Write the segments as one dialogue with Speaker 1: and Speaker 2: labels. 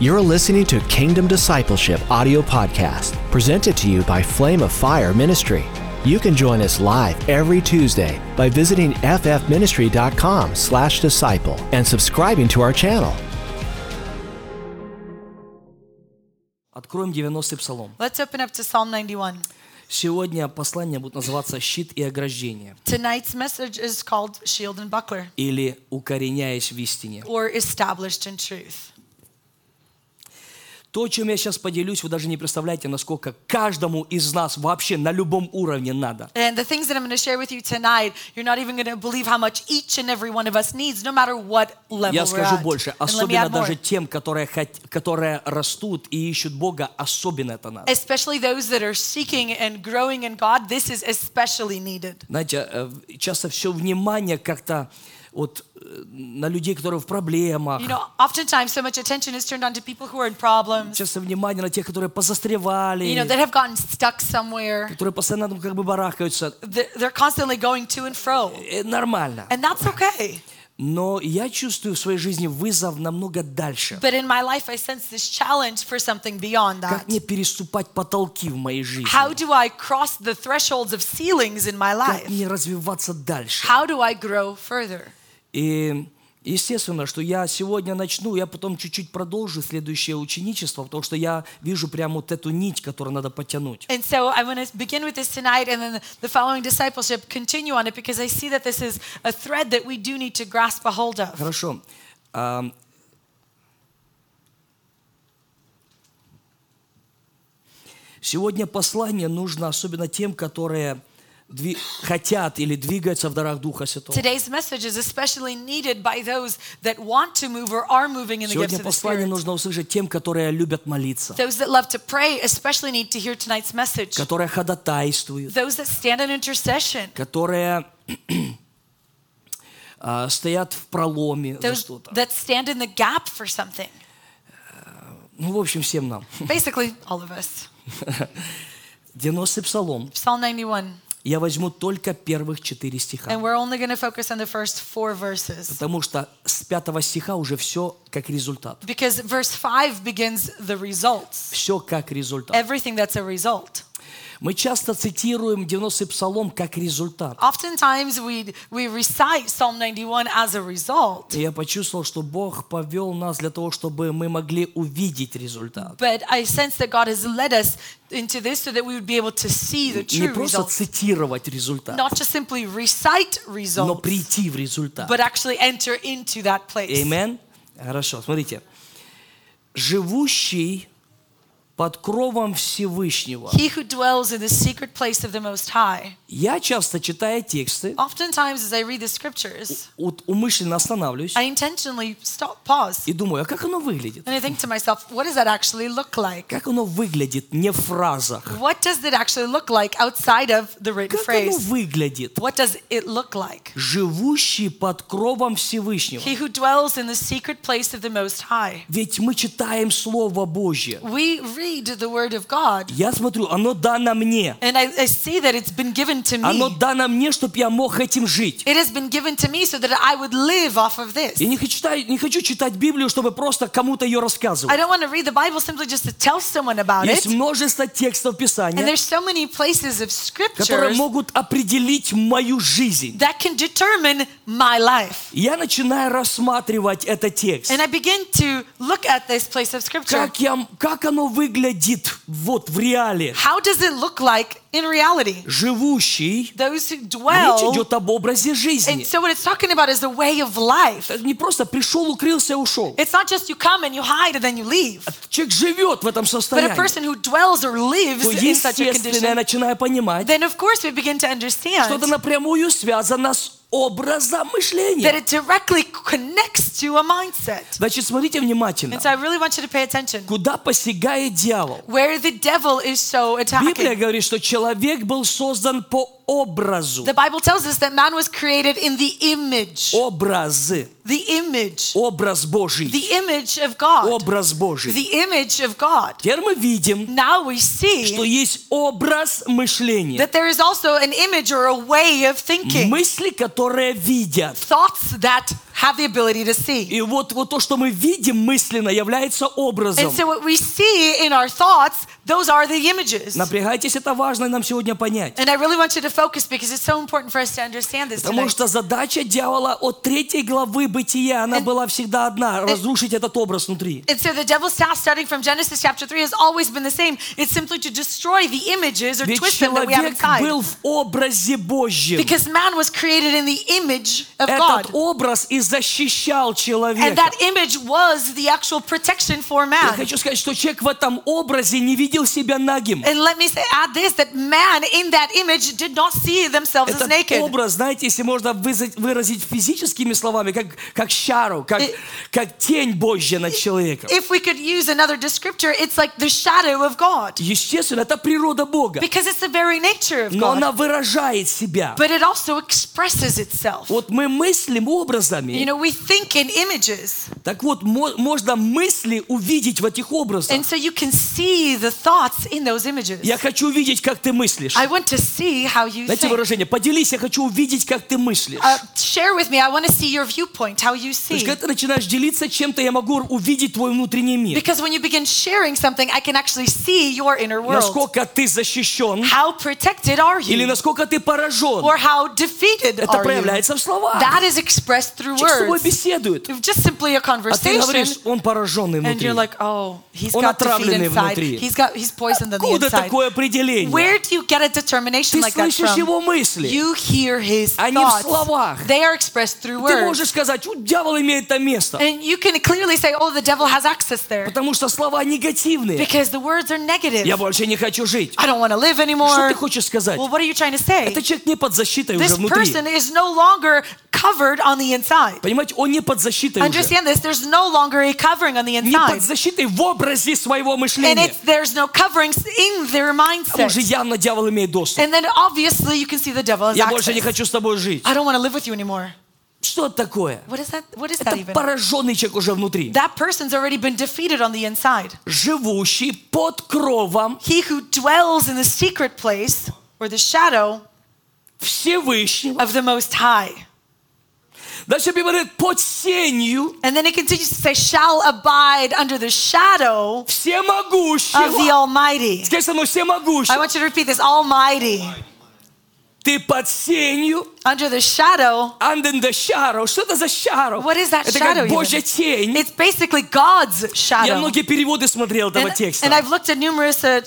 Speaker 1: You're listening to Kingdom Discipleship audio podcast, presented to you by Flame of Fire Ministry. You can join us live every Tuesday by visiting ffministry.com slash disciple and subscribing to our channel.
Speaker 2: Откроем 90-й псалом.
Speaker 3: Let's open up to Psalm 91.
Speaker 2: Сегодня послание будет называться «Щит и ограждение»
Speaker 3: Tonight's message is called Shield and Buckler,
Speaker 2: или «Укореняясь в истине».
Speaker 3: or Established in Truth.
Speaker 2: То, о чем я сейчас поделюсь, вы даже не представляете, насколько каждому из нас вообще на любом уровне надо.
Speaker 3: And the things that I'm going to share with you tonight, you're not even going to believe how much each and every one of us needs, no matter what level
Speaker 2: Я
Speaker 3: we're
Speaker 2: скажу
Speaker 3: at.
Speaker 2: больше,
Speaker 3: And let me
Speaker 2: особенно
Speaker 3: add more.
Speaker 2: даже тем, которые, хот- которые растут и ищут Бога, особенно это надо.
Speaker 3: Especially those that are seeking and growing in God, this is especially needed.
Speaker 2: Знаете, э, в- часто все внимание как-то вот э, на людей, которые в проблемах,
Speaker 3: You know, oftentimes so much attention is turned on to people who are in problems,
Speaker 2: часто внимание на тех, которые позастревали,
Speaker 3: you know, that have gotten stuck somewhere.
Speaker 2: которые постоянно ну, как бы барахаются.
Speaker 3: They're they're constantly going to and fro.
Speaker 2: Э, Нормально.
Speaker 3: And that's okay.
Speaker 2: Но я чувствую в своей жизни вызов намного дальше.
Speaker 3: But in my life, I sense this challenge for something beyond
Speaker 2: Как
Speaker 3: that.
Speaker 2: мне переступать потолки в моей жизни?
Speaker 3: How do I cross the thresholds of ceilings in my
Speaker 2: Как
Speaker 3: life?
Speaker 2: мне развиваться дальше?
Speaker 3: How do I grow further?
Speaker 2: И естественно, что я сегодня начну, я потом чуть-чуть продолжу следующее ученичество, потому что я вижу прям вот эту нить, которую надо потянуть.
Speaker 3: And so I want to begin with this tonight and then the following discipleship continue on it because I see that this is a thread that we do need to grasp a hold of.
Speaker 2: Хорошо. Ам. Сегодня послание нужно особенно тем, которые дви- хотят или двигаются в дарах Духа Святого.
Speaker 3: Today's message is especially needed by those that want to move or are moving in the gifts
Speaker 2: Сегодня
Speaker 3: of the
Speaker 2: послание
Speaker 3: Spirit.
Speaker 2: нужно услышать тем, которые любят молиться,
Speaker 3: Those that love to pray especially need to hear tonight's message.
Speaker 2: которые ходатайствуют,
Speaker 3: Those that stand in intercession.
Speaker 2: которые а, стоят в проломе за
Speaker 3: Those
Speaker 2: что-то.
Speaker 3: that stand in the gap for something.
Speaker 2: Ну, в общем, всем нам.
Speaker 3: Basically, all of us.
Speaker 2: 90 псалом.
Speaker 3: Psalm 91.
Speaker 2: Я возьму только первых четыре стиха.
Speaker 3: And we're only going to focus on the first four verses
Speaker 2: Потому что с пятого стиха уже все как результат.
Speaker 3: because verse five begins the results.
Speaker 2: Все как результат.
Speaker 3: Everything that's a result.
Speaker 2: Мы часто цитируем 90 псалом как результат.
Speaker 3: Oftentimes we we recite Psalm 91 as a result,
Speaker 2: И я почувствовал, что Бог повел нас для того, чтобы мы могли увидеть результат.
Speaker 3: but I sense that God has led us into this so that we would be able to see the
Speaker 2: Не
Speaker 3: true
Speaker 2: просто
Speaker 3: results,
Speaker 2: цитировать результат.
Speaker 3: not just simply recite
Speaker 2: но
Speaker 3: results,
Speaker 2: прийти в результат.
Speaker 3: but actually enter into that place.
Speaker 2: Amen. Хорошо, смотрите. Живущий под кровом Всевышнего.
Speaker 3: He who dwells in the secret place of the Most High.
Speaker 2: Я часто читая тексты,
Speaker 3: Oftentimes, as I read the scriptures,
Speaker 2: вот умышленно останавливаюсь
Speaker 3: I intentionally stop, pause,
Speaker 2: и думаю, а как оно выглядит?
Speaker 3: And I think to myself, what does that actually look like?
Speaker 2: Как оно выглядит не в фразах?
Speaker 3: What does that actually look like outside of the written
Speaker 2: Как оно
Speaker 3: phrase?
Speaker 2: выглядит?
Speaker 3: What does it look like?
Speaker 2: Живущий под кровом Всевышнего.
Speaker 3: He who dwells in the secret place of the Most High.
Speaker 2: Ведь мы читаем Слово Божье.
Speaker 3: We read the Word of God,
Speaker 2: Я смотрю, оно дано мне.
Speaker 3: and I, I see that it's been given to
Speaker 2: Оно
Speaker 3: me.
Speaker 2: дано мне, чтобы я мог этим жить.
Speaker 3: It has been given to me so that I would live off of this.
Speaker 2: Я не хочу, читать- не хочу читать Библию, чтобы просто кому-то ее рассказывать.
Speaker 3: I don't want to read the Bible simply just to tell someone about it.
Speaker 2: Есть множество текстов
Speaker 3: And
Speaker 2: Писания,
Speaker 3: there's so many places of
Speaker 2: которые
Speaker 3: scriptures
Speaker 2: могут определить мою жизнь.
Speaker 3: that can determine my life.
Speaker 2: Я начинаю рассматривать этот текст.
Speaker 3: And I begin to look at this place of scripture.
Speaker 2: Как, я, как оно выглядит вот в реале?
Speaker 3: How does it look like in reality?
Speaker 2: Живущий.
Speaker 3: Those who
Speaker 2: Речь
Speaker 3: dwell.
Speaker 2: идет об образе жизни.
Speaker 3: And so, what it's talking about is a way of life.
Speaker 2: Это не просто пришел, укрылся и ушел.
Speaker 3: It's not just you come and you hide and then you leave,
Speaker 2: Человек живет в этом
Speaker 3: but a
Speaker 2: состоянии.
Speaker 3: person who dwells or lives
Speaker 2: То,
Speaker 3: in such a
Speaker 2: естественно, я
Speaker 3: condition,
Speaker 2: начинаю понимать,
Speaker 3: then of course we begin to understand
Speaker 2: что-то напрямую связано с образом
Speaker 3: that
Speaker 2: мышления.
Speaker 3: it directly connects to a mindset.
Speaker 2: Значит, смотрите внимательно,
Speaker 3: And so, I really want you to pay attention
Speaker 2: куда посягает дьявол.
Speaker 3: where the devil is so
Speaker 2: Библия
Speaker 3: attacking.
Speaker 2: говорит, что человек был создан по образу.
Speaker 3: The Bible tells us that man was created in the image,
Speaker 2: Образы.
Speaker 3: the image,
Speaker 2: Образ Божий.
Speaker 3: the image of God,
Speaker 2: Образ Божий.
Speaker 3: the image of God.
Speaker 2: Теперь мы видим,
Speaker 3: Now we
Speaker 2: что
Speaker 3: see
Speaker 2: есть образ мышления.
Speaker 3: that there is also an image or a way of thinking,
Speaker 2: Мысли, которые видят.
Speaker 3: thoughts that have the ability to see.
Speaker 2: И вот, вот то, что мы видим мысленно, является образом.
Speaker 3: And so, what we see in our thoughts, those are the images.
Speaker 2: Напрягайтесь, это важно нам сегодня понять.
Speaker 3: And I really want you to focus because it's so important for us to understand this.
Speaker 2: Потому
Speaker 3: tonight.
Speaker 2: что задача дьявола от третьей главы бытия, она
Speaker 3: And-
Speaker 2: была всегда одна, разрушить этот образ внутри.
Speaker 3: And so the devil's task, starting from Genesis chapter 3, has always been the same. It's simply to destroy the images or
Speaker 2: Ведь
Speaker 3: twist them that we have
Speaker 2: человек
Speaker 3: inside.
Speaker 2: был в образе Божьем.
Speaker 3: Because man was created in the image of
Speaker 2: Этот
Speaker 3: God.
Speaker 2: образ и защищал
Speaker 3: And
Speaker 2: человека.
Speaker 3: that image was the actual protection for
Speaker 2: Я
Speaker 3: man.
Speaker 2: хочу сказать, что человек в этом образе не видел себя нагим.
Speaker 3: And let me say, add this that man in that image did not see themselves as
Speaker 2: Этот
Speaker 3: naked.
Speaker 2: образ, знаете, если можно выза- выразить физическими словами, как, как шару, как,
Speaker 3: И-
Speaker 2: как тень Божья над человеком.
Speaker 3: If we could use another descriptor, it's like the shadow of God.
Speaker 2: Естественно, это природа Бога.
Speaker 3: Because it's the very nature of
Speaker 2: Но она
Speaker 3: God.
Speaker 2: выражает себя.
Speaker 3: But it also expresses itself.
Speaker 2: Вот мы мыслим
Speaker 3: You
Speaker 2: образами.
Speaker 3: know, we think in images.
Speaker 2: Так вот, мо- можно мысли увидеть в этих образах.
Speaker 3: And so you can see the thoughts in those images.
Speaker 2: Я хочу увидеть, как ты мыслишь.
Speaker 3: I want to see how you
Speaker 2: Знаете
Speaker 3: think.
Speaker 2: выражение? Поделись, я хочу увидеть, как ты мыслишь.
Speaker 3: Uh, share with me. I want to see your viewpoint, how you
Speaker 2: То есть,
Speaker 3: see.
Speaker 2: когда ты начинаешь делиться чем-то, я могу увидеть твой внутренний мир.
Speaker 3: Because when you begin sharing something, I can actually see your inner world.
Speaker 2: Насколько ты защищен
Speaker 3: How protected are
Speaker 2: или
Speaker 3: you?
Speaker 2: насколько ты поражен.
Speaker 3: Or how defeated
Speaker 2: Это
Speaker 3: are you?
Speaker 2: проявляется в словах.
Speaker 3: That is expressed through
Speaker 2: Человек с тобой
Speaker 3: words.
Speaker 2: беседует.
Speaker 3: Just simply a
Speaker 2: А ты говоришь,
Speaker 3: conversation.
Speaker 2: он пораженный
Speaker 3: And
Speaker 2: внутри.
Speaker 3: you're like, oh, he's
Speaker 2: Он
Speaker 3: got defeat
Speaker 2: отравленный
Speaker 3: inside.
Speaker 2: внутри.
Speaker 3: He's got he's poisoned on the
Speaker 2: Откуда
Speaker 3: inside.
Speaker 2: такое определение?
Speaker 3: Where do you get a determination
Speaker 2: Ты
Speaker 3: like that
Speaker 2: слышишь
Speaker 3: from?
Speaker 2: его мысли.
Speaker 3: You hear his
Speaker 2: Они в
Speaker 3: thoughts.
Speaker 2: словах.
Speaker 3: They are expressed through
Speaker 2: Ты
Speaker 3: words.
Speaker 2: можешь сказать, у дьявол имеет там место.
Speaker 3: And you can clearly say, oh, the devil has access there.
Speaker 2: Потому что слова негативные.
Speaker 3: Because the words are negative.
Speaker 2: Я больше не хочу жить.
Speaker 3: I don't want to live
Speaker 2: Что
Speaker 3: anymore.
Speaker 2: ты хочешь сказать?
Speaker 3: Well, what are you trying to say?
Speaker 2: Этот человек не под защитой уже
Speaker 3: This
Speaker 2: внутри.
Speaker 3: person is no longer covered on the inside.
Speaker 2: Понимаете, он не под защитой уже.
Speaker 3: Understand this. There's no longer a covering on the
Speaker 2: Не под
Speaker 3: inside.
Speaker 2: защитой в образе своего
Speaker 3: And
Speaker 2: мышления.
Speaker 3: it's, there's no coverings in their
Speaker 2: Там уже
Speaker 3: mindset.
Speaker 2: явно дьявол имеет доступ.
Speaker 3: And then obviously you can see the devil has
Speaker 2: Я больше не
Speaker 3: access.
Speaker 2: хочу с тобой жить.
Speaker 3: I don't want to live with you anymore.
Speaker 2: Что это такое?
Speaker 3: What is that? What is that
Speaker 2: Это
Speaker 3: even?
Speaker 2: пораженный человек уже внутри.
Speaker 3: That person's already been defeated on the inside.
Speaker 2: Живущий под кровом
Speaker 3: He who dwells in the secret place or the shadow
Speaker 2: Всевышнего.
Speaker 3: of the Most High.
Speaker 2: Дальше Библия говорит, под сенью
Speaker 3: And then it continues to say, shall abide under the shadow of the
Speaker 2: всемогущего.
Speaker 3: Almighty.
Speaker 2: Скажи со мной,
Speaker 3: I
Speaker 2: всемогущего.
Speaker 3: want you to repeat this Almighty.
Speaker 2: Ты под сенью
Speaker 3: Under the shadow.
Speaker 2: And in the shadow. Что это за shadow?
Speaker 3: What is that
Speaker 2: это
Speaker 3: shadow
Speaker 2: как
Speaker 3: even?
Speaker 2: Божья тень.
Speaker 3: It's basically God's
Speaker 2: Я
Speaker 3: shadow.
Speaker 2: многие переводы смотрел этого
Speaker 3: And,
Speaker 2: текста.
Speaker 3: and I've looked at numerous uh,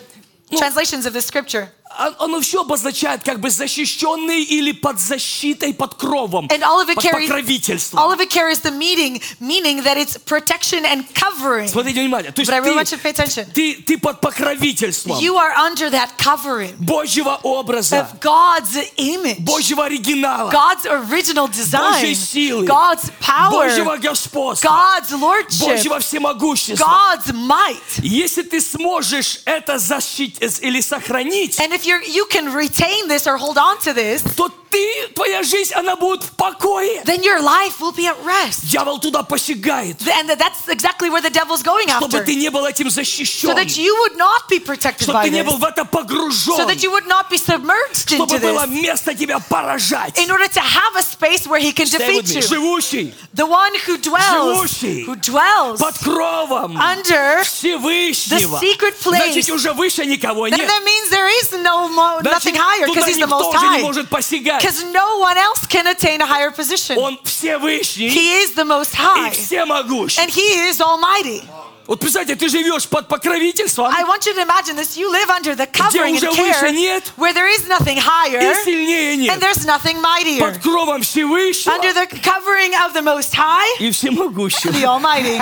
Speaker 3: translations of this scripture.
Speaker 2: Он- А, Оно все обозначает как бы защищенный или под защитой, под кровом,
Speaker 3: And all of it
Speaker 2: под
Speaker 3: carries
Speaker 2: покровительством.
Speaker 3: all of it carries the meaning, meaning that it's protection and covering.
Speaker 2: Смотрите внимание. То есть
Speaker 3: But I really want
Speaker 2: ты,
Speaker 3: you to pay attention.
Speaker 2: ты, ты под покровительством
Speaker 3: You are under that covering
Speaker 2: Божьего образа,
Speaker 3: of God's image,
Speaker 2: Божьего оригинала,
Speaker 3: God's original design,
Speaker 2: Божьей силы,
Speaker 3: God's power,
Speaker 2: Божьего господства,
Speaker 3: God's lordship,
Speaker 2: Божьего всемогущества.
Speaker 3: God's might.
Speaker 2: Если ты сможешь это защитить э, или сохранить,
Speaker 3: And if you're, you can retain this or hold on to this,
Speaker 2: то ты, твоя жизнь, она будет в покое.
Speaker 3: then your life will be at rest.
Speaker 2: Дьявол туда посягает,
Speaker 3: And that's exactly where the devil's going
Speaker 2: чтобы
Speaker 3: after.
Speaker 2: ты не был этим
Speaker 3: So
Speaker 2: защищен,
Speaker 3: that you would not be protected
Speaker 2: чтобы
Speaker 3: by
Speaker 2: ты не был
Speaker 3: this.
Speaker 2: в это погружен,
Speaker 3: So that you would not be submerged into
Speaker 2: чтобы было
Speaker 3: this.
Speaker 2: место тебя поражать.
Speaker 3: In order to have a space where he can
Speaker 2: Stay with
Speaker 3: defeat
Speaker 2: me.
Speaker 3: you.
Speaker 2: Живущий
Speaker 3: The one who dwells,
Speaker 2: Живущий
Speaker 3: who dwells
Speaker 2: под кровом
Speaker 3: under
Speaker 2: Всевышнего.
Speaker 3: the secret place.
Speaker 2: Значит, уже выше никого
Speaker 3: Then
Speaker 2: нет.
Speaker 3: that means there is no more,
Speaker 2: Значит,
Speaker 3: nothing higher because
Speaker 2: туда
Speaker 3: he's the
Speaker 2: никто
Speaker 3: most
Speaker 2: уже не
Speaker 3: high.
Speaker 2: может посягать.
Speaker 3: Because no one else can attain a higher position.
Speaker 2: Он Всевышний
Speaker 3: He is the most
Speaker 2: и
Speaker 3: high.
Speaker 2: всемогущий.
Speaker 3: And he is almighty.
Speaker 2: Вот представьте, ты живешь под покровительством а
Speaker 3: I want you to imagine this. You live under the covering
Speaker 2: уже
Speaker 3: and
Speaker 2: выше
Speaker 3: care
Speaker 2: нет,
Speaker 3: where there is nothing
Speaker 2: и
Speaker 3: higher
Speaker 2: сильнее
Speaker 3: and
Speaker 2: нет.
Speaker 3: there's nothing mightier.
Speaker 2: Под кровом Всевышнего
Speaker 3: Under the covering of the most high,
Speaker 2: и всемогущего.
Speaker 3: the almighty.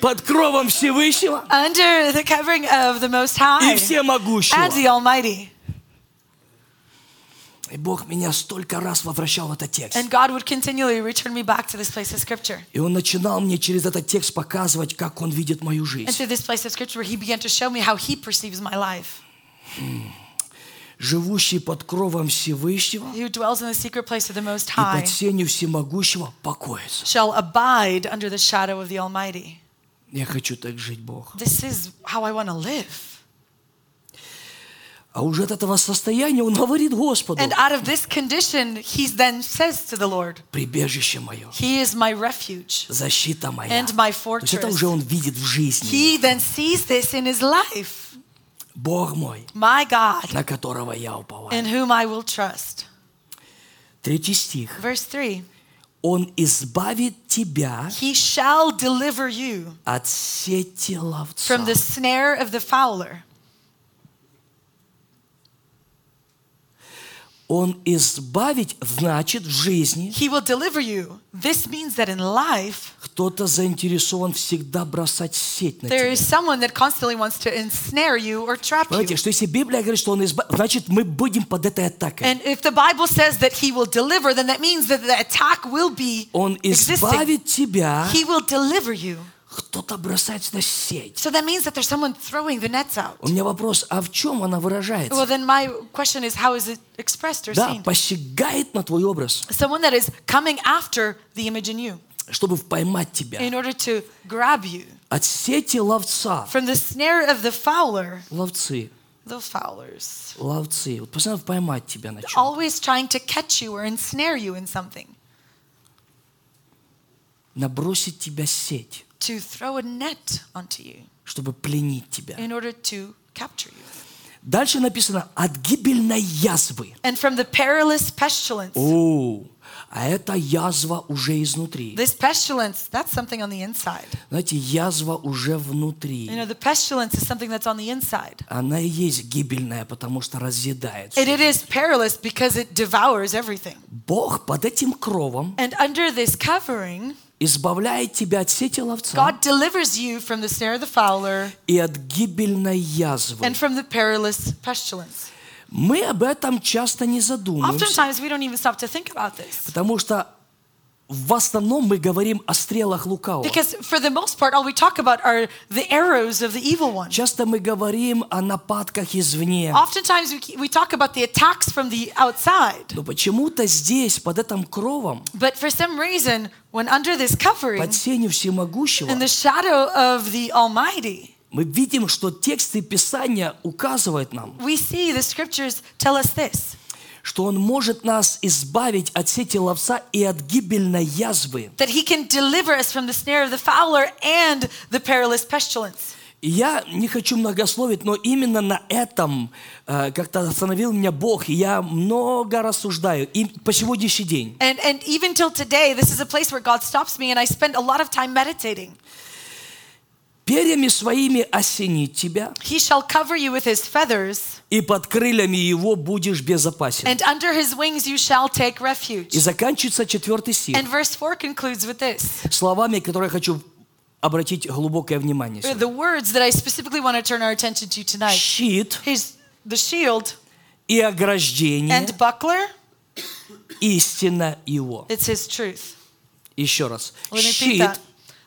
Speaker 2: Под кровом Всевышнего
Speaker 3: Under the covering of the most
Speaker 2: и
Speaker 3: high.
Speaker 2: всемогущего.
Speaker 3: and the Almighty.
Speaker 2: И Бог меня столько раз возвращал в этот текст.
Speaker 3: And God would continually return me back to this place of scripture.
Speaker 2: И Он начинал мне через этот текст показывать, как Он видит мою
Speaker 3: And
Speaker 2: жизнь.
Speaker 3: through this place of scripture, He began to show me how He perceives my life.
Speaker 2: Живущий под кровом Всевышнего
Speaker 3: He who dwells in the secret place of the Most
Speaker 2: и
Speaker 3: High
Speaker 2: под сенью Всемогущего покоится.
Speaker 3: shall abide under the shadow of the Almighty.
Speaker 2: Я хочу так жить, Бог.
Speaker 3: This is how I want to live.
Speaker 2: А уже от этого состояния Он говорит Господу,
Speaker 3: And out of this condition, He then says to the Lord,
Speaker 2: прибежище мое,
Speaker 3: He is my refuge
Speaker 2: защита моя.
Speaker 3: and my
Speaker 2: То есть это
Speaker 3: fortress.
Speaker 2: уже Он видит в жизни.
Speaker 3: He then sees this in his life.
Speaker 2: Бог мой,
Speaker 3: My God,
Speaker 2: на которого я уповаю.
Speaker 3: in whom I will trust.
Speaker 2: Третий стих.
Speaker 3: Verse 3
Speaker 2: Он избавит тебя
Speaker 3: He shall deliver you
Speaker 2: от сети ловца.
Speaker 3: from the snare of the fowler.
Speaker 2: Он избавить значит в жизни.
Speaker 3: He will deliver you. This means that in life,
Speaker 2: Кто-то заинтересован всегда бросать сеть на
Speaker 3: there
Speaker 2: тебя.
Speaker 3: is someone that constantly wants to ensnare you or trap
Speaker 2: Понимаете,
Speaker 3: you.
Speaker 2: что если Библия говорит, что он избавит, значит мы будем под этой атакой.
Speaker 3: And if the Bible says that he will deliver, then that means that the attack will be
Speaker 2: Он
Speaker 3: existing.
Speaker 2: избавит тебя.
Speaker 3: He will deliver you.
Speaker 2: Кто-то бросает сюда сеть.
Speaker 3: So that means that there's someone throwing the nets out.
Speaker 2: У меня вопрос, а в чем она
Speaker 3: Well,
Speaker 2: выражается?
Speaker 3: then my question is how is it expressed or
Speaker 2: Да,
Speaker 3: seen?
Speaker 2: посягает на твой образ,
Speaker 3: someone that is coming after the image in you
Speaker 2: чтобы поймать тебя.
Speaker 3: in order to grab you
Speaker 2: От сети ловца.
Speaker 3: from the snare of the fowler
Speaker 2: Ловцы,
Speaker 3: the fowlers
Speaker 2: ловцы. Вот постоянно поймать тебя на чем.
Speaker 3: always trying to catch you or ensnare you in something
Speaker 2: Набросить тебя сеть,
Speaker 3: to throw a net onto you
Speaker 2: чтобы пленить тебя.
Speaker 3: in order to capture you
Speaker 2: Дальше написано от гибельной язвы.
Speaker 3: and from the perilous pestilence
Speaker 2: О, а это язва уже изнутри.
Speaker 3: this pestilence that's something on the inside
Speaker 2: Знаете, язва уже
Speaker 3: you
Speaker 2: внутри.
Speaker 3: know the pestilence is something that's on the inside
Speaker 2: Она и есть гибельная, потому что разъедает.
Speaker 3: and
Speaker 2: всё.
Speaker 3: it is perilous because it devours everything
Speaker 2: Бог под этим кровом
Speaker 3: and under this covering
Speaker 2: избавляет тебя от сети ловца
Speaker 3: god delivers you from the snare of the fowler
Speaker 2: и от гибельной язвы.
Speaker 3: and from the perilous pestilence.
Speaker 2: Мы об этом часто не задумываемся,
Speaker 3: Oftentimes, we don't even stop to think about this.
Speaker 2: потому что в основном мы говорим о стрелах лукавого.
Speaker 3: Because for the most part, all we talk about are the arrows of the evil one.
Speaker 2: Часто мы говорим о нападках извне.
Speaker 3: Oftentimes, we, we talk about the attacks from the outside.
Speaker 2: Но почему-то здесь, под этим кровом,
Speaker 3: But for some reason, when under this covering,
Speaker 2: под сенью всемогущего,
Speaker 3: in the shadow of the Almighty,
Speaker 2: мы видим, что тексты Писания указывают нам,
Speaker 3: we see the scriptures tell us this
Speaker 2: что Он может нас избавить от сети ловца и от гибельной язвы.
Speaker 3: that He can deliver us from the snare of the fowler and the perilous pestilence.
Speaker 2: И я не хочу многословить, но именно на этом э, как-то остановил меня Бог, и я много рассуждаю и по сегодняшний день.
Speaker 3: And, and even till today, this is a place where God stops me, and I spend a lot of time meditating.
Speaker 2: «Перьями своими осенит тебя,
Speaker 3: He shall cover you with his feathers,
Speaker 2: и под крыльями его будешь безопасен».
Speaker 3: and under his wings you shall take
Speaker 2: И
Speaker 3: refuge.
Speaker 2: заканчивается четвертый стих.
Speaker 3: And verse 4 concludes with this
Speaker 2: словами, которые я хочу обратить глубокое внимание.
Speaker 3: They're
Speaker 2: сегодня.
Speaker 3: the words that I specifically want to turn our attention to tonight.
Speaker 2: Щит
Speaker 3: His, the shield
Speaker 2: и ограждение,
Speaker 3: and buckler,
Speaker 2: истина его.
Speaker 3: it's his truth.
Speaker 2: Еще раз.
Speaker 3: Let me repeat
Speaker 2: Щит.
Speaker 3: that.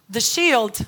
Speaker 3: The shield,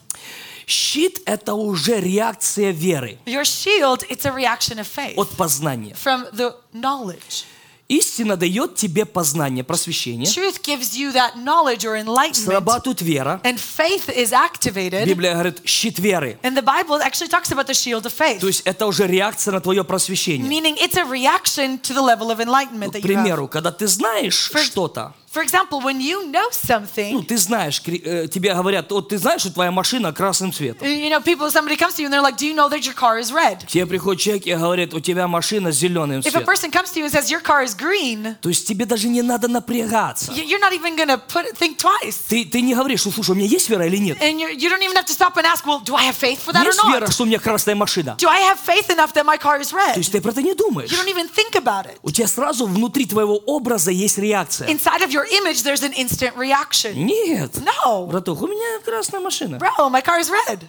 Speaker 2: Щит – это уже реакция веры
Speaker 3: your shield, it's a reaction of faith
Speaker 2: от познания.
Speaker 3: from the knowledge.
Speaker 2: Истина дает тебе познание, просвещение.
Speaker 3: Truth gives you that knowledge or enlightenment,
Speaker 2: Срабатывает вера.
Speaker 3: and faith is activated.
Speaker 2: Библия говорит «щит веры».
Speaker 3: And the Bible actually talks about the shield of faith.
Speaker 2: То есть это уже реакция на твое просвещение.
Speaker 3: Meaning it's a reaction to the level of enlightenment
Speaker 2: К
Speaker 3: that you have.
Speaker 2: примеру, когда ты знаешь
Speaker 3: For-
Speaker 2: что-то,
Speaker 3: For example, when you know
Speaker 2: ну,
Speaker 3: something,
Speaker 2: ты знаешь, кри- э, тебе говорят, вот ты знаешь, что твоя машина красным цветом.
Speaker 3: you know, people, somebody comes to you and they're like, do you know that your car is red?
Speaker 2: К тебе приходит человек и говорит, у тебя машина зеленым
Speaker 3: If a
Speaker 2: цветом.
Speaker 3: person comes to you and says your car is green,
Speaker 2: То есть тебе даже не надо напрягаться.
Speaker 3: y- you're not even gonna put think twice.
Speaker 2: Ты, ты не говоришь, что слушай, у меня есть вера или нет?
Speaker 3: And you're, you don't even have to stop and ask, well, do I have faith for that or
Speaker 2: Есть вера,
Speaker 3: not?
Speaker 2: что у меня красная машина?
Speaker 3: Do I have faith enough that my car is
Speaker 2: То
Speaker 3: red?
Speaker 2: есть ты про это не думаешь.
Speaker 3: You don't even think about it.
Speaker 2: У тебя сразу внутри твоего образа есть реакция.
Speaker 3: Inside of your image, there's an instant reaction.
Speaker 2: Нет.
Speaker 3: No.
Speaker 2: Братух, у меня красная машина.
Speaker 3: Bro, my car is red.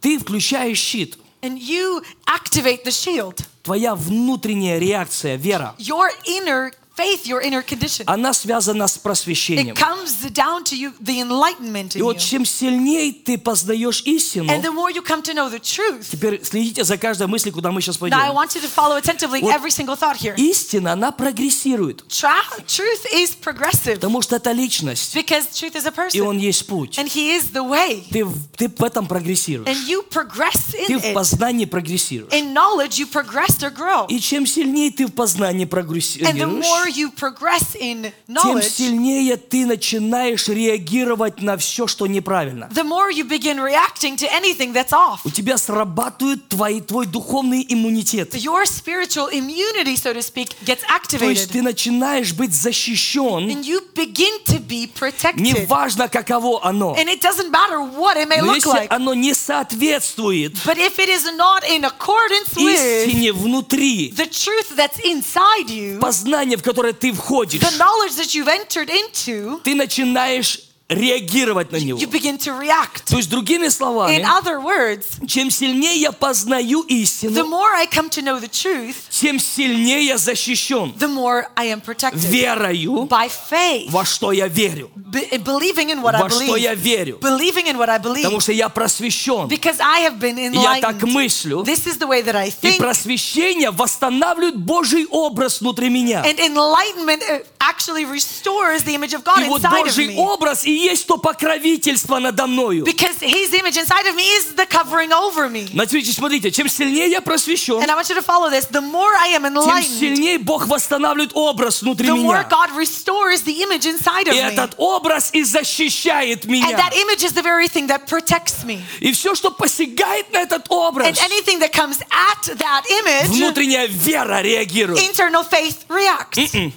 Speaker 2: Ты включаешь щит.
Speaker 3: and you activate the shield.
Speaker 2: Твоя внутренняя реакция, вера,
Speaker 3: Your inner faith, your inner condition,
Speaker 2: она связана с просвещением.
Speaker 3: it comes down to you, the enlightenment
Speaker 2: И
Speaker 3: in you.
Speaker 2: вот чем сильнее ты познаешь истину,
Speaker 3: And the more you come to know the truth,
Speaker 2: теперь следите за каждой мыслью, куда мы сейчас
Speaker 3: now I
Speaker 2: пойдем.
Speaker 3: want you to follow attentively
Speaker 2: Вот.
Speaker 3: every single thought here.
Speaker 2: Истина, она прогрессирует,
Speaker 3: Tra- truth is progressive
Speaker 2: потому что это личность,
Speaker 3: because truth is a
Speaker 2: и он
Speaker 3: person
Speaker 2: есть путь.
Speaker 3: and he is the way.
Speaker 2: Ты, в- ты в этом прогрессируешь.
Speaker 3: And you progress in
Speaker 2: Ты в
Speaker 3: it.
Speaker 2: познании прогрессируешь.
Speaker 3: In knowledge, you progress or grow.
Speaker 2: И чем сильнее ты в познании
Speaker 3: And the more
Speaker 2: прогрессируешь,
Speaker 3: you progress in
Speaker 2: тем
Speaker 3: knowledge,
Speaker 2: сильнее ты начинаешь реагировать на все, что неправильно.
Speaker 3: the more you begin reacting to anything that's off.
Speaker 2: У тебя срабатывает твои, твой духовный иммунитет.
Speaker 3: Your spiritual immunity, so to speak, gets
Speaker 2: То есть ты
Speaker 3: activated.
Speaker 2: начинаешь быть защищен,
Speaker 3: And you begin to be protected.
Speaker 2: неважно каково оно.
Speaker 3: And it doesn't matter what it may
Speaker 2: Но
Speaker 3: look
Speaker 2: если
Speaker 3: like.
Speaker 2: оно не соответствует
Speaker 3: But if it is not in accordance with
Speaker 2: истине внутри,
Speaker 3: the truth that's inside you,
Speaker 2: познание, в которое ты входишь,
Speaker 3: the knowledge that you've entered into,
Speaker 2: ты начинаешь реагировать на него.
Speaker 3: you begin to react.
Speaker 2: То есть, другими
Speaker 3: In
Speaker 2: словами,
Speaker 3: other words,
Speaker 2: чем сильнее я познаю
Speaker 3: the
Speaker 2: истину,
Speaker 3: more I come to know the truth,
Speaker 2: тем сильнее я защищен
Speaker 3: the more I am protected
Speaker 2: верою,
Speaker 3: by faith,
Speaker 2: во что я верю.
Speaker 3: be- believing in what I
Speaker 2: Во что я
Speaker 3: believe,
Speaker 2: верю.
Speaker 3: believing in what I
Speaker 2: Потому
Speaker 3: believe,
Speaker 2: что я просвещен.
Speaker 3: because I have been
Speaker 2: Я так
Speaker 3: enlightened.
Speaker 2: мыслю.
Speaker 3: This is the way that I
Speaker 2: И
Speaker 3: think,
Speaker 2: просвещение восстанавливает Божий образ внутри меня.
Speaker 3: and enlightenment uh, actually restores the image of God
Speaker 2: И вот
Speaker 3: inside of
Speaker 2: Божий
Speaker 3: me.
Speaker 2: образ и есть то покровительство надо мною.
Speaker 3: Because His image inside of me is the covering over me.
Speaker 2: Смотрите, смотрите, чем сильнее я просвещен,
Speaker 3: And I want you to follow this. The more I am
Speaker 2: тем
Speaker 3: enlightened,
Speaker 2: сильнее Бог восстанавливает образ внутри
Speaker 3: the more
Speaker 2: меня.
Speaker 3: God restores the image inside of
Speaker 2: И
Speaker 3: me.
Speaker 2: этот образ и защищает
Speaker 3: And
Speaker 2: меня.
Speaker 3: that image is the very thing that protects me.
Speaker 2: И все, что посягает на этот
Speaker 3: And
Speaker 2: образ,
Speaker 3: anything that comes at that image,
Speaker 2: внутренняя вера реагирует.
Speaker 3: internal faith reacts.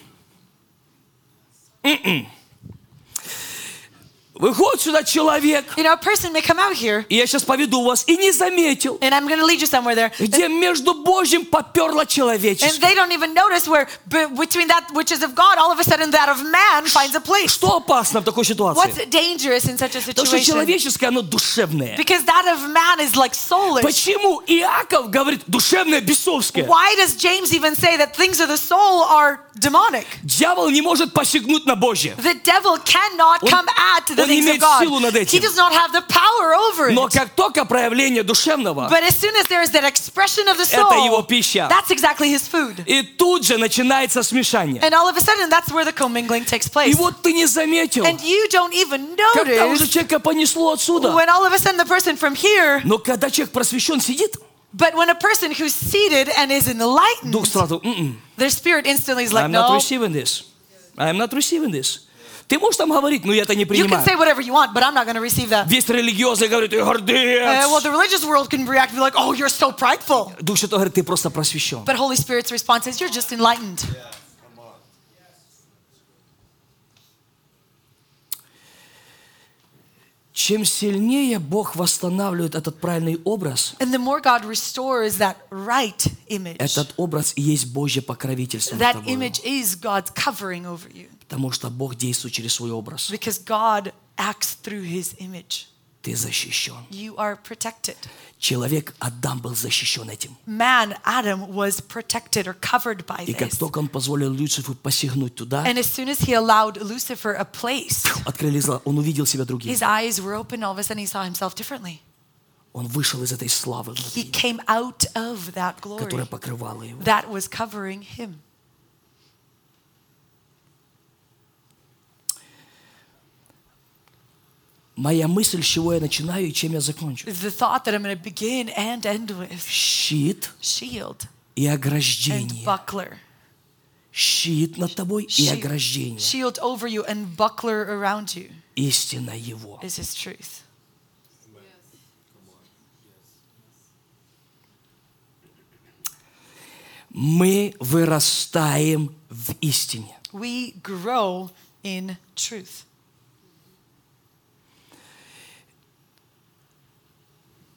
Speaker 2: Выходит сюда человек,
Speaker 3: You know, a person may come out here,
Speaker 2: и я сейчас поведу вас, и не заметил,
Speaker 3: and I'm going to lead you somewhere there,
Speaker 2: где между Божьим поперло
Speaker 3: and
Speaker 2: человеческое.
Speaker 3: they don't even notice where be- between that which is of God, all of a sudden that of man finds a place.
Speaker 2: Что опасно в такой ситуации?
Speaker 3: What's dangerous in such a
Speaker 2: Потому что
Speaker 3: situation?
Speaker 2: человеческое, оно душевное.
Speaker 3: Because that of man is like soulish.
Speaker 2: Почему Иаков говорит душевное бесовское?
Speaker 3: Why does James even say that things of the soul are demonic?
Speaker 2: Дьявол не может посягнуть на Божье.
Speaker 3: The devil cannot
Speaker 2: Он-
Speaker 3: come at the
Speaker 2: он
Speaker 3: things
Speaker 2: имеет
Speaker 3: of
Speaker 2: силу над
Speaker 3: God.
Speaker 2: этим.
Speaker 3: He does not have the power over
Speaker 2: Но
Speaker 3: it.
Speaker 2: как только проявление душевного,
Speaker 3: But as soon as there is that expression of the
Speaker 2: Это его
Speaker 3: soul,
Speaker 2: пища.
Speaker 3: that's exactly his food.
Speaker 2: и тут же начинается смешание.
Speaker 3: And all of a sudden, that's where the commingling takes
Speaker 2: И
Speaker 3: place.
Speaker 2: вот ты не заметил,
Speaker 3: Э, And you don't even
Speaker 2: как там уже
Speaker 3: notice
Speaker 2: человека понесло отсюда.
Speaker 3: when all of a sudden the person from here,
Speaker 2: Но когда человек просвещен сидит,
Speaker 3: but when a person who's seated and is
Speaker 2: дух
Speaker 3: enlightened,
Speaker 2: сразу, «М-м,
Speaker 3: their spirit instantly is like,
Speaker 2: I'm not
Speaker 3: no.
Speaker 2: receiving this. I'm not receiving this. Ты можешь там говорить, но я это не
Speaker 3: You can
Speaker 2: принимаю.
Speaker 3: say whatever you want, but I'm not going to receive that.
Speaker 2: Весь религиозный говорит, ты
Speaker 3: Uh, well,
Speaker 2: гордец.
Speaker 3: the religious world can react and be like, oh, you're so prideful.
Speaker 2: Дух Святой говорит, ты просто просвещен.
Speaker 3: But Holy Spirit's response is, you're just enlightened.
Speaker 2: Чем сильнее Бог восстанавливает этот правильный образ,
Speaker 3: And the more God restores that right image,
Speaker 2: этот образ и есть Божье покровительство. над
Speaker 3: that
Speaker 2: тобою.
Speaker 3: image is God's covering over you
Speaker 2: Потому что Бог действует через свой образ.
Speaker 3: because God acts through his image.
Speaker 2: Ты защищен.
Speaker 3: You are protected.
Speaker 2: Человек Адам был защищен этим.
Speaker 3: Man, Adam, was protected or covered by
Speaker 2: И как
Speaker 3: this.
Speaker 2: только он позволил Люцифу посягнуть туда,
Speaker 3: And as soon as he allowed Lucifer a place,
Speaker 2: открыли зла, он увидел себя другим.
Speaker 3: his eyes were open. All of a sudden, he saw himself differently.
Speaker 2: Он вышел из этой славы,
Speaker 3: He
Speaker 2: внутри,
Speaker 3: came out of that
Speaker 2: которая
Speaker 3: glory
Speaker 2: покрывала его.
Speaker 3: that was covering him.
Speaker 2: Моя мысль, с чего я начинаю и чем я закончу.
Speaker 3: The thought that I'm going to begin and end with
Speaker 2: Щит
Speaker 3: shield
Speaker 2: и
Speaker 3: and
Speaker 2: ограждение.
Speaker 3: buckler.
Speaker 2: Щит над тобой и
Speaker 3: Shield-
Speaker 2: ограждение.
Speaker 3: Shield over you and buckler around you
Speaker 2: Истина его.
Speaker 3: is his truth.
Speaker 2: Мы вырастаем в истине.
Speaker 3: We grow in truth.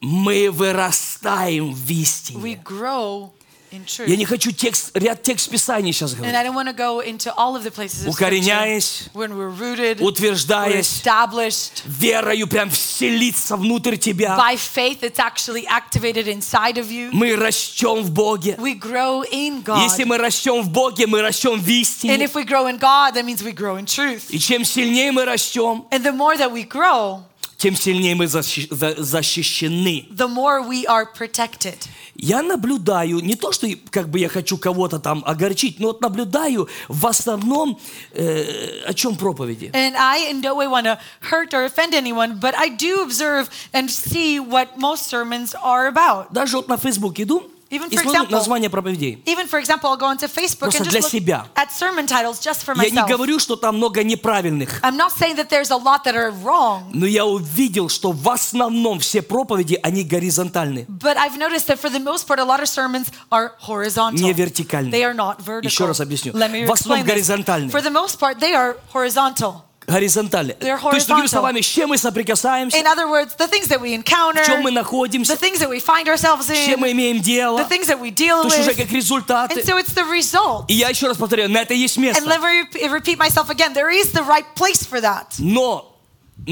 Speaker 2: Мы вырастаем в
Speaker 3: We
Speaker 2: истине.
Speaker 3: grow in
Speaker 2: Я не
Speaker 3: truth.
Speaker 2: хочу текст, ряд текст Писаний сейчас
Speaker 3: And
Speaker 2: говорить.
Speaker 3: I don't want to go into all of the places of
Speaker 2: Укореняясь,
Speaker 3: scripture, when we're rooted, we're
Speaker 2: утверждаясь,
Speaker 3: established
Speaker 2: верою прям вселиться внутрь тебя.
Speaker 3: by faith. It's actually activated inside of you.
Speaker 2: Мы растем в Боге.
Speaker 3: We grow in God,
Speaker 2: Если мы растем в Боге, мы растем в
Speaker 3: and
Speaker 2: истине.
Speaker 3: if we grow in God, that means we grow in truth.
Speaker 2: И чем сильнее мы растем,
Speaker 3: And the more that we grow,
Speaker 2: тем сильнее мы защи- за- защищены.
Speaker 3: the more we are protected.
Speaker 2: Я наблюдаю, не то, что и как бы я хочу кого-то там огорчить, но вот наблюдаю в основном, э, о чем проповеди.
Speaker 3: And I in no way want to hurt or offend anyone, but I do observe and see what most sermons are about.
Speaker 2: Даже вот на Facebook иду
Speaker 3: Even
Speaker 2: и
Speaker 3: for
Speaker 2: смотрю
Speaker 3: example-
Speaker 2: название проповедей.
Speaker 3: Even, for example, I'll go onto Facebook
Speaker 2: Просто
Speaker 3: and
Speaker 2: для
Speaker 3: just look
Speaker 2: себя.
Speaker 3: at sermon titles just for
Speaker 2: Я не
Speaker 3: myself.
Speaker 2: говорю, что там много неправильных,
Speaker 3: I'm not saying that there's a lot that are wrong,
Speaker 2: но я увидел, что в основном все проповеди, они горизонтальны,
Speaker 3: but I've noticed that for the most part, a lot of sermons are horizontal.
Speaker 2: не вертикальны.
Speaker 3: They are not vertical.
Speaker 2: Еще раз объясню.
Speaker 3: Let me
Speaker 2: В основном
Speaker 3: explain this.
Speaker 2: горизонтальны.
Speaker 3: For the most part, they are horizontal.
Speaker 2: Горизонтальны. То
Speaker 3: They're
Speaker 2: есть, другими
Speaker 3: horizontal.
Speaker 2: словами, с чем мы соприкасаемся,
Speaker 3: In other words, the things that we encounter,
Speaker 2: в чем мы
Speaker 3: the
Speaker 2: находимся,
Speaker 3: things that we find ourselves
Speaker 2: с чем
Speaker 3: in,
Speaker 2: мы имеем
Speaker 3: the
Speaker 2: дело,
Speaker 3: things that we deal
Speaker 2: то есть уже
Speaker 3: with.
Speaker 2: как результаты.
Speaker 3: And so it's the result.
Speaker 2: И я еще раз повторяю, на это есть
Speaker 3: And
Speaker 2: место.
Speaker 3: let me rep- repeat myself again. There is the right place for that.
Speaker 2: Но,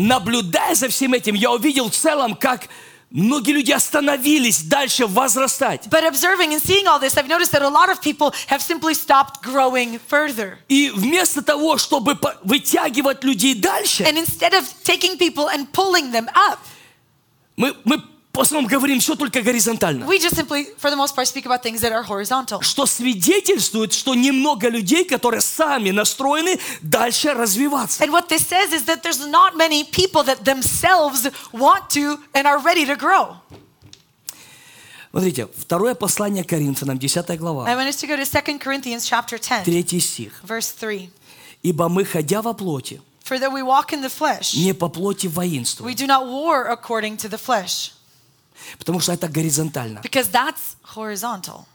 Speaker 2: наблюдая за всем этим, я увидел в целом, как многие люди остановились дальше возрастать.
Speaker 3: But observing and seeing all this, I've noticed that a lot of people have simply stopped growing further.
Speaker 2: И вместо того, чтобы по- вытягивать людей дальше,
Speaker 3: And instead of taking people and pulling them up,
Speaker 2: Мы, мы в основном говорим все только горизонтально.
Speaker 3: we just simply, for the most part, speak about things that are horizontal.
Speaker 2: Что свидетельствует, что немного людей, которые сами настроены дальше развиваться.
Speaker 3: And what this says is that there's not many people that themselves want to and are ready to grow.
Speaker 2: Смотрите, второе послание Коринфянам, 10
Speaker 3: I
Speaker 2: глава,
Speaker 3: want us to go to 2 Corinthians chapter 10,
Speaker 2: 3 стих.
Speaker 3: verse 3.
Speaker 2: «Ибо мы, ходя во плоти,
Speaker 3: For though we walk in the flesh,
Speaker 2: не по плоти воинствуем».
Speaker 3: we do not war according to the flesh,
Speaker 2: Потому что это горизонтально.
Speaker 3: because that's horizontal.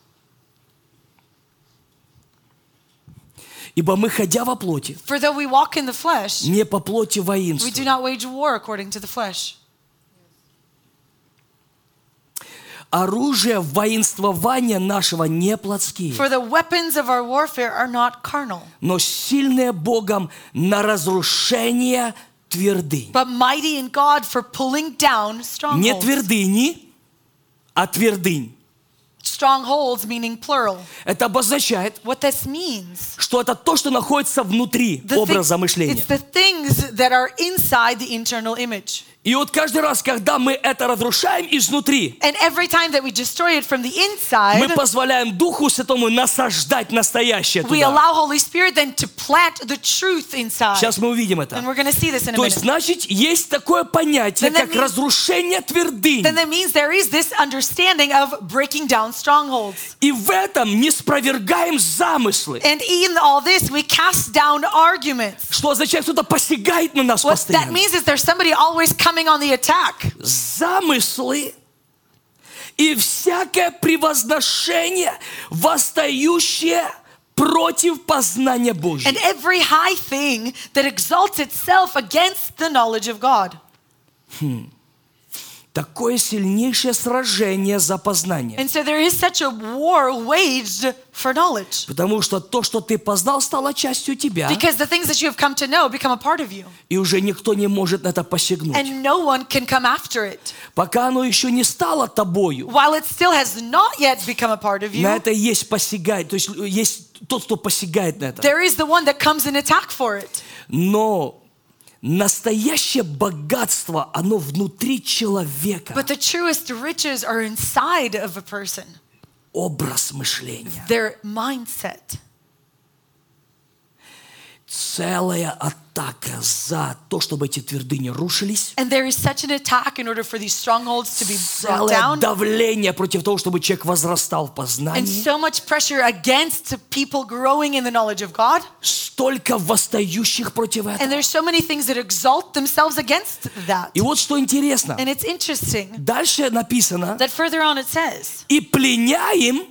Speaker 2: «Ибо мы, ходя во плоти,
Speaker 3: For though we walk in the flesh,
Speaker 2: не по плоти
Speaker 3: we do
Speaker 2: воинствуем,
Speaker 3: not wage war according to the flesh.
Speaker 2: оружие воинствования нашего не плотские,
Speaker 3: For the weapons of our warfare are not carnal,
Speaker 2: но сильные Богом на разрушение твердынь».
Speaker 3: but mighty in God for pulling down
Speaker 2: Не
Speaker 3: strongholds.
Speaker 2: твердыни, а твердынь.
Speaker 3: Strongholds meaning plural.
Speaker 2: Это обозначает,
Speaker 3: What this means.
Speaker 2: что это то, что находится внутри
Speaker 3: the thi-
Speaker 2: образа
Speaker 3: it's
Speaker 2: мышления.
Speaker 3: the things that are inside the internal image.
Speaker 2: И вот каждый раз, когда мы это разрушаем изнутри,
Speaker 3: And every time that we destroy it from the inside,
Speaker 2: мы позволяем Духу Святому насаждать настоящее
Speaker 3: we
Speaker 2: туда.
Speaker 3: allow Holy Spirit then to plant the truth inside.
Speaker 2: Сейчас мы увидим
Speaker 3: and
Speaker 2: это.
Speaker 3: we're going to see this in a
Speaker 2: То есть,
Speaker 3: minute.
Speaker 2: значит, есть такое понятие,
Speaker 3: Then that
Speaker 2: как
Speaker 3: means-
Speaker 2: разрушение твердынь.
Speaker 3: Then that means there is this understanding of breaking down strongholds.
Speaker 2: И в этом не спровергаем замыслы.
Speaker 3: And in all this, we cast down arguments.
Speaker 2: Что означает, кто-то посягает на нас
Speaker 3: What that
Speaker 2: постоянно.
Speaker 3: means is there's somebody always coming on the attack.
Speaker 2: замыслы и всякое превозношение, восстающее против познания Божьего.
Speaker 3: And every high thing that exalts itself against the knowledge of God.
Speaker 2: Такое сильнейшее сражение за познание.
Speaker 3: And so there is such a war waged for knowledge.
Speaker 2: Потому что то, что ты познал, стало частью тебя,
Speaker 3: Because the things that you have come to know become a part of you.
Speaker 2: и уже никто не может на это посягнуть.
Speaker 3: And no one can come after it.
Speaker 2: Пока оно еще не стало тобою,
Speaker 3: While it still has not yet become a part of
Speaker 2: на
Speaker 3: you,
Speaker 2: это есть посягает, то есть э, есть тот, кто посягает на это.
Speaker 3: there is the one that comes in attack for it.
Speaker 2: Но настоящее богатство, оно внутри человека.
Speaker 3: But the truest riches are inside of a person,
Speaker 2: образ мышления,
Speaker 3: their mindset.
Speaker 2: целая атака за то, чтобы эти твердыни рушились,
Speaker 3: And there is such an attack in order for these strongholds to be brought
Speaker 2: целое
Speaker 3: down,
Speaker 2: давление против того, чтобы человек возрастал в
Speaker 3: and
Speaker 2: познании,
Speaker 3: so much pressure against people growing in the knowledge of God.
Speaker 2: столько восстающих против этого.
Speaker 3: And there's so many things that exalt themselves against that.
Speaker 2: И вот что интересно,
Speaker 3: And it's interesting
Speaker 2: дальше написано,
Speaker 3: that further on it says,
Speaker 2: и пленяем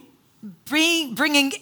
Speaker 3: bring, bringing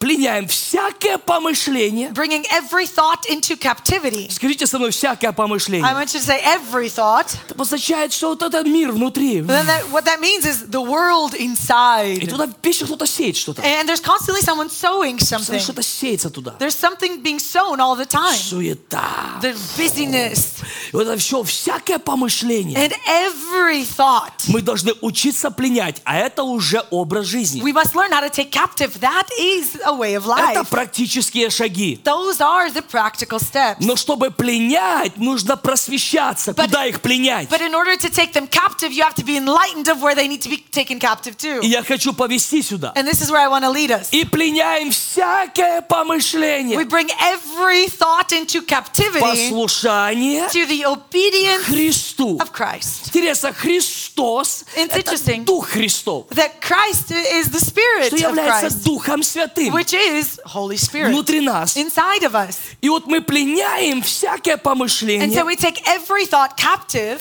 Speaker 2: пленяем всякое помышление.
Speaker 3: bringing every thought into captivity.
Speaker 2: Скажите со мной всякое
Speaker 3: I
Speaker 2: помышление.
Speaker 3: want you to say every thought.
Speaker 2: Это означает, что вот этот мир внутри.
Speaker 3: But then that, what that means is the world
Speaker 2: И
Speaker 3: inside.
Speaker 2: туда вечно кто-то сеет что-то.
Speaker 3: And there's constantly someone sowing
Speaker 2: Постоянно
Speaker 3: something.
Speaker 2: Что-то сеется туда.
Speaker 3: There's something being sown all the time.
Speaker 2: Суета.
Speaker 3: The busyness
Speaker 2: И вот это все, всякое помышление.
Speaker 3: and every thought.
Speaker 2: Мы должны учиться пленять, а это уже образ жизни.
Speaker 3: We must learn how to take captive. That is a way of
Speaker 2: Это
Speaker 3: life.
Speaker 2: практические шаги.
Speaker 3: Those are the practical steps.
Speaker 2: Но чтобы пленять, нужно просвещаться.
Speaker 3: But-
Speaker 2: Куда их пленять?
Speaker 3: But in order to take them captive, you have to be enlightened of where they need to be taken captive to.
Speaker 2: И я хочу повести сюда.
Speaker 3: And this is where I want to lead us.
Speaker 2: И пленяем всякое
Speaker 3: We
Speaker 2: помышление.
Speaker 3: bring every thought into captivity
Speaker 2: Послушание
Speaker 3: to the obedience
Speaker 2: Христу.
Speaker 3: of Christ.
Speaker 2: Интересно, Христос –
Speaker 3: It's
Speaker 2: это
Speaker 3: interesting.
Speaker 2: Дух Христов,
Speaker 3: That Christ is the Spirit
Speaker 2: что
Speaker 3: of
Speaker 2: является
Speaker 3: Christ,
Speaker 2: Духом Святым
Speaker 3: which is Holy Spirit
Speaker 2: внутри нас.
Speaker 3: inside of us.
Speaker 2: И вот мы пленяем всякое
Speaker 3: And so
Speaker 2: помышление,
Speaker 3: we take every thought captive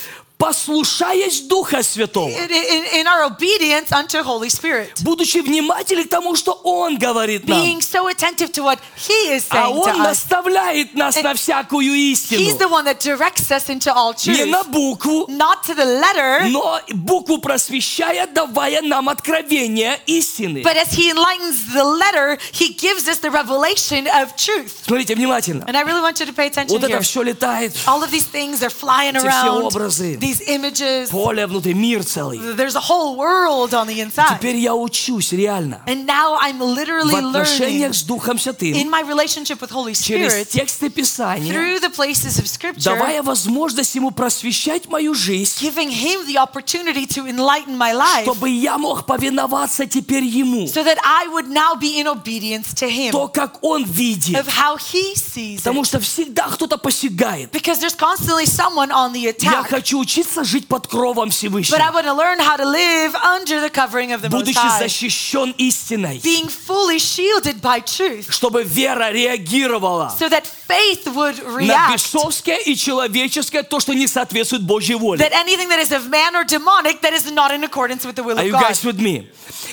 Speaker 2: послушаясь Духа Святого,
Speaker 3: in, in, in our obedience unto Holy Spirit.
Speaker 2: будучи внимательны к тому, что Он говорит нам.
Speaker 3: Being so attentive to what He is
Speaker 2: А
Speaker 3: saying to
Speaker 2: Он
Speaker 3: us.
Speaker 2: наставляет нас
Speaker 3: And
Speaker 2: на всякую
Speaker 3: He's
Speaker 2: истину.
Speaker 3: the one that directs us into all
Speaker 2: Не
Speaker 3: truth.
Speaker 2: на букву,
Speaker 3: Not to the letter,
Speaker 2: но букву просвещая, давая нам откровение истины.
Speaker 3: but as He enlightens the letter, He gives us the revelation of truth.
Speaker 2: Смотрите внимательно.
Speaker 3: And I really want you to pay attention
Speaker 2: Вот
Speaker 3: here.
Speaker 2: это все летает.
Speaker 3: All of these things are flying
Speaker 2: Эти все
Speaker 3: around.
Speaker 2: образы.
Speaker 3: These images.
Speaker 2: Поле внутри, мир целый.
Speaker 3: There's a whole world on the inside.
Speaker 2: Теперь я учусь реально
Speaker 3: And now I'm
Speaker 2: в
Speaker 3: literally learning
Speaker 2: отношениях с Духом Святым
Speaker 3: in my relationship with Holy
Speaker 2: через
Speaker 3: Spirit
Speaker 2: тексты Писания,
Speaker 3: through the places of Scripture,
Speaker 2: давая возможность Ему просвещать мою жизнь,
Speaker 3: giving Him the opportunity to enlighten my life
Speaker 2: чтобы я мог повиноваться теперь Ему.
Speaker 3: so that I would now be in obedience to Him
Speaker 2: То, как Он видит.
Speaker 3: of how He sees
Speaker 2: Потому
Speaker 3: it.
Speaker 2: что всегда кто-то посягает.
Speaker 3: Because there's constantly someone on the
Speaker 2: Я
Speaker 3: attack.
Speaker 2: хочу учиться жить под кровом
Speaker 3: But I
Speaker 2: Всевышнего,
Speaker 3: want to learn how to live under the covering of the Most
Speaker 2: будучи
Speaker 3: High,
Speaker 2: защищен истиной,
Speaker 3: being fully shielded by truth.
Speaker 2: чтобы вера реагировала
Speaker 3: so that faith would
Speaker 2: на
Speaker 3: react.
Speaker 2: бесовское и человеческое, то, что не соответствует Божьей воле.
Speaker 3: That anything that is of man or demonic that is not in accordance with the will
Speaker 2: Are
Speaker 3: of
Speaker 2: you
Speaker 3: God.
Speaker 2: guys with me?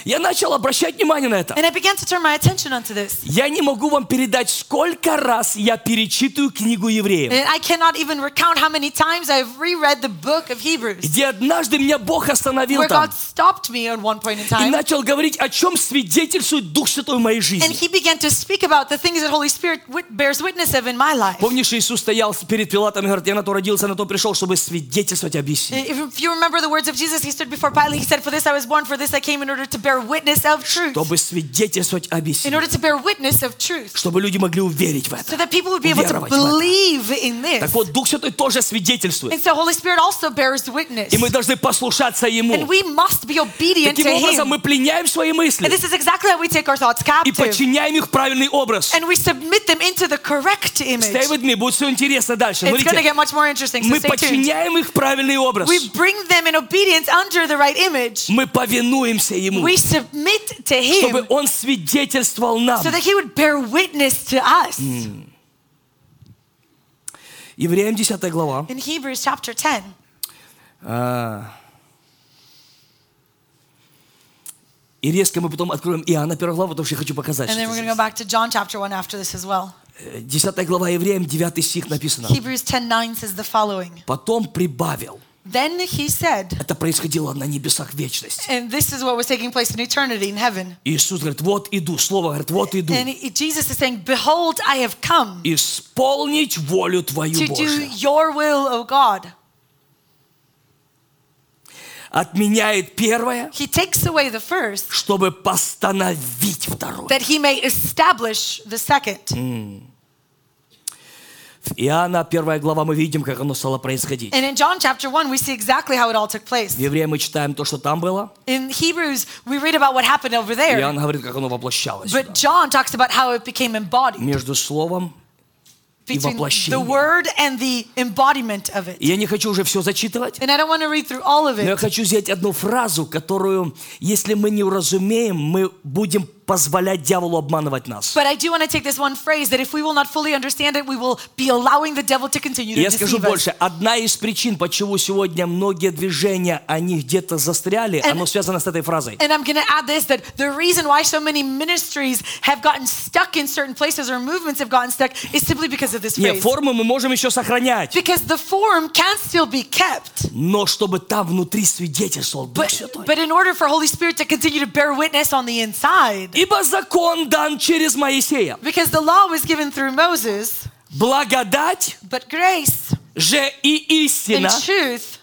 Speaker 2: Я начал обращать внимание на это.
Speaker 3: And I began to turn my attention onto this.
Speaker 2: Я не могу вам передать, сколько раз я перечитываю книгу евреев,
Speaker 3: And I cannot even recount how many times I've reread the book of Hebrews,
Speaker 2: где однажды меня Бог остановил
Speaker 3: where
Speaker 2: там
Speaker 3: God stopped me at one point in
Speaker 2: и
Speaker 3: time.
Speaker 2: начал говорить, о чем свидетельствует Дух Святой в моей
Speaker 3: And
Speaker 2: жизни.
Speaker 3: He began to speak about the things that Holy Spirit wit- bears witness of in my life.
Speaker 2: Помнишь, Иисус стоял перед Пилатом и говорит, я на то родился, на то пришел, чтобы свидетельствовать, объяснить.
Speaker 3: If if you remember the words of Jesus, He stood before Pilate. He said, For this I was born, for this I came in order to bear witness of truth.
Speaker 2: Чтобы свидетельствовать,
Speaker 3: In
Speaker 2: объяснить.
Speaker 3: order to bear witness of truth.
Speaker 2: Чтобы люди могли уверить в
Speaker 3: So
Speaker 2: это.
Speaker 3: that people would be able to
Speaker 2: Уверовать в это.
Speaker 3: believe in
Speaker 2: Так
Speaker 3: this.
Speaker 2: вот, Дух Святой тоже свидетельствует.
Speaker 3: And so Holy Spirit also bears witness.
Speaker 2: И мы должны послушаться
Speaker 3: And
Speaker 2: Ему.
Speaker 3: we must be obedient to
Speaker 2: Таким образом,
Speaker 3: Him.
Speaker 2: мы пленяем свои мысли
Speaker 3: And this is exactly how we take our thoughts
Speaker 2: и
Speaker 3: captive.
Speaker 2: подчиняем их правильный образ.
Speaker 3: And we submit them into the correct
Speaker 2: Stay
Speaker 3: image.
Speaker 2: with me, будет все интересно дальше.
Speaker 3: It's going to
Speaker 2: Смотрите,
Speaker 3: get much more interesting, so
Speaker 2: мы
Speaker 3: stay tuned.
Speaker 2: подчиняем их правильный образ.
Speaker 3: We bring them in obedience under the right image.
Speaker 2: Мы повинуемся Ему,
Speaker 3: We submit to
Speaker 2: чтобы
Speaker 3: Him
Speaker 2: Он свидетельствовал нам.
Speaker 3: so that He would bear witness to us.
Speaker 2: Mm. Евреям 10 глава.
Speaker 3: In Hebrews chapter 10,
Speaker 2: И резко мы потом откроем Иоанна 1 главу, потому что я хочу показать.
Speaker 3: and
Speaker 2: что
Speaker 3: then we're
Speaker 2: это
Speaker 3: going to go
Speaker 2: здесь.
Speaker 3: back to John chapter 1 after this as well.
Speaker 2: Э, 10 глава Евреям, 9 стих написано.
Speaker 3: Hebrews 10 9 says the following
Speaker 2: Потом прибавил.
Speaker 3: Then He said,
Speaker 2: Это происходило на небесах вечности.
Speaker 3: and this is what was taking place in eternity in heaven.
Speaker 2: Иисус говорит, вот иду. Слово говорит, вот иду.
Speaker 3: And he- Jesus is saying, Behold, I have come.
Speaker 2: Исполнить волю Твою
Speaker 3: to do
Speaker 2: Божию.
Speaker 3: your will, O God.
Speaker 2: Отменяет первое,
Speaker 3: He takes away the first
Speaker 2: чтобы постановить второе.
Speaker 3: that he may establish the second.
Speaker 2: В Иоанна, первая глава, мы видим, как оно стало происходить.
Speaker 3: And in John chapter 1, we see exactly how it all took
Speaker 2: В
Speaker 3: place.
Speaker 2: Евреям мы читаем то, что там было.
Speaker 3: In Hebrews, we read about what happened over there,
Speaker 2: Иоанн говорит, как оно воплощалось. сюда.
Speaker 3: but John talks about how it became embodied
Speaker 2: Между словом.
Speaker 3: between the
Speaker 2: воплощение.
Speaker 3: word and the embodiment of it.
Speaker 2: Я не хочу уже все зачитывать,
Speaker 3: And I don't want to read through all of
Speaker 2: но я
Speaker 3: it,
Speaker 2: хочу взять одну фразу, которую, если мы не уразумеем, мы будем позволять дьяволу обманывать нас.
Speaker 3: But I do want to take this one phrase that if we will not fully understand it, we will be allowing the devil to continue
Speaker 2: И
Speaker 3: to
Speaker 2: я скажу
Speaker 3: deceive us.
Speaker 2: больше, одна из причин, почему сегодня многие движения, они где-то застряли, оно связано с этой фразой.
Speaker 3: And I'm going to add this that the reason why so many ministries have gotten stuck in certain places or movements have gotten stuck is simply because of this
Speaker 2: Не,
Speaker 3: phrase.
Speaker 2: формы мы можем еще сохранять,
Speaker 3: Because the form can still be kept.
Speaker 2: но чтобы там внутри свидетельствовал Дух
Speaker 3: But,
Speaker 2: Святой.
Speaker 3: but in order for Holy Spirit to continue to bear witness on the inside,
Speaker 2: Ибо закон дан через Моисея.
Speaker 3: because the law was given through Moses,
Speaker 2: Благодать
Speaker 3: but grace
Speaker 2: же и
Speaker 3: and
Speaker 2: истина
Speaker 3: truth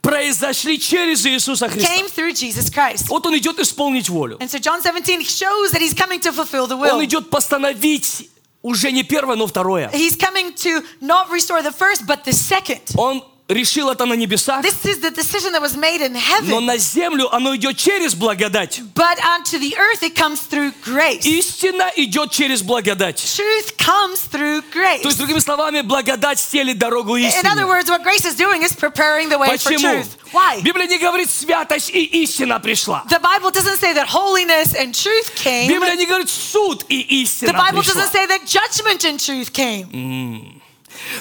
Speaker 2: произошли через Иисуса Христа.
Speaker 3: came through Jesus Christ.
Speaker 2: Вот он идет исполнить волю.
Speaker 3: And so John 17 shows that he's coming to fulfill the will.
Speaker 2: Он идет постановить уже не первое, но второе.
Speaker 3: He's coming to not restore the first, but the second.
Speaker 2: Он решил это на небесах,
Speaker 3: This is the decision that was made in
Speaker 2: но
Speaker 3: heaven.
Speaker 2: на землю оно идет через благодать.
Speaker 3: But unto the earth it comes through grace.
Speaker 2: Истина идет через благодать.
Speaker 3: Truth comes through
Speaker 2: То есть,
Speaker 3: grace.
Speaker 2: другими словами, благодать стелит дорогу
Speaker 3: In other
Speaker 2: истине.
Speaker 3: words, what grace is doing is preparing the way for
Speaker 2: Почему?
Speaker 3: truth. Why?
Speaker 2: Библия не говорит, святость и истина пришла.
Speaker 3: The Bible doesn't say that holiness and truth came.
Speaker 2: Библия не говорит, суд и
Speaker 3: The
Speaker 2: истина
Speaker 3: Bible
Speaker 2: пришла.
Speaker 3: doesn't say that judgment and truth came.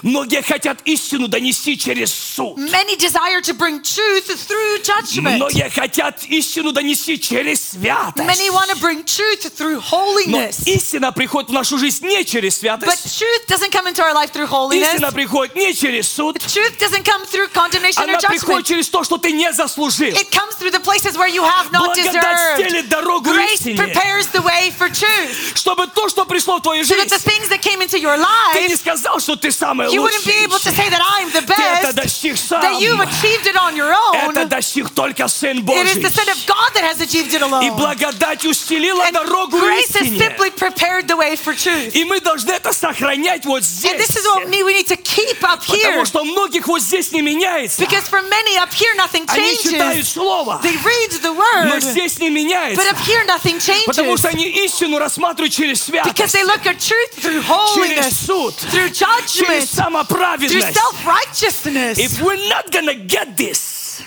Speaker 2: Многие хотят истину донести через суд.
Speaker 3: Many desire to bring truth through judgment.
Speaker 2: Многие хотят истину донести через святость.
Speaker 3: Many want to bring truth through
Speaker 2: Но
Speaker 3: holiness.
Speaker 2: истина приходит в нашу жизнь не через
Speaker 3: But
Speaker 2: святость.
Speaker 3: truth doesn't come into our life through holiness.
Speaker 2: Истина приходит не через суд.
Speaker 3: Truth doesn't come through condemnation or
Speaker 2: Она приходит
Speaker 3: judgment.
Speaker 2: через то, что ты не заслужил.
Speaker 3: It comes through the places where you have not
Speaker 2: Благодать
Speaker 3: deserved.
Speaker 2: стелит дорогу
Speaker 3: Grace
Speaker 2: истине.
Speaker 3: prepares the way for truth.
Speaker 2: Чтобы то, что пришло в твою
Speaker 3: So that
Speaker 2: жизнь,
Speaker 3: the things that came into your
Speaker 2: ты не
Speaker 3: life,
Speaker 2: сказал, что ты самый
Speaker 3: you wouldn't
Speaker 2: лучший.
Speaker 3: be able to say that I'm the
Speaker 2: Ты это
Speaker 3: best,
Speaker 2: достиг сам.
Speaker 3: that you've achieved it on your
Speaker 2: Это
Speaker 3: own.
Speaker 2: достиг только Сын
Speaker 3: It is
Speaker 2: Божий.
Speaker 3: the Son of God that has achieved it
Speaker 2: И
Speaker 3: alone.
Speaker 2: благодать устелила
Speaker 3: And
Speaker 2: дорогу
Speaker 3: grace has
Speaker 2: истине.
Speaker 3: simply prepared the way for truth.
Speaker 2: И мы должны это сохранять вот
Speaker 3: And this
Speaker 2: здесь.
Speaker 3: is what we we need to keep up here.
Speaker 2: Потому что многих вот здесь не меняется.
Speaker 3: Because for many up here, nothing
Speaker 2: Они читают
Speaker 3: changes.
Speaker 2: Слово,
Speaker 3: They read the
Speaker 2: но
Speaker 3: word,
Speaker 2: здесь не
Speaker 3: but
Speaker 2: меняется.
Speaker 3: up here, nothing
Speaker 2: Потому
Speaker 3: changes.
Speaker 2: что они истину рассматривают через святость,
Speaker 3: Because they look at truth through
Speaker 2: через
Speaker 3: holiness,
Speaker 2: суд,
Speaker 3: through
Speaker 2: через
Speaker 3: judgment, through
Speaker 2: самоправедность.
Speaker 3: self righteousness.
Speaker 2: If we're not gonna get this,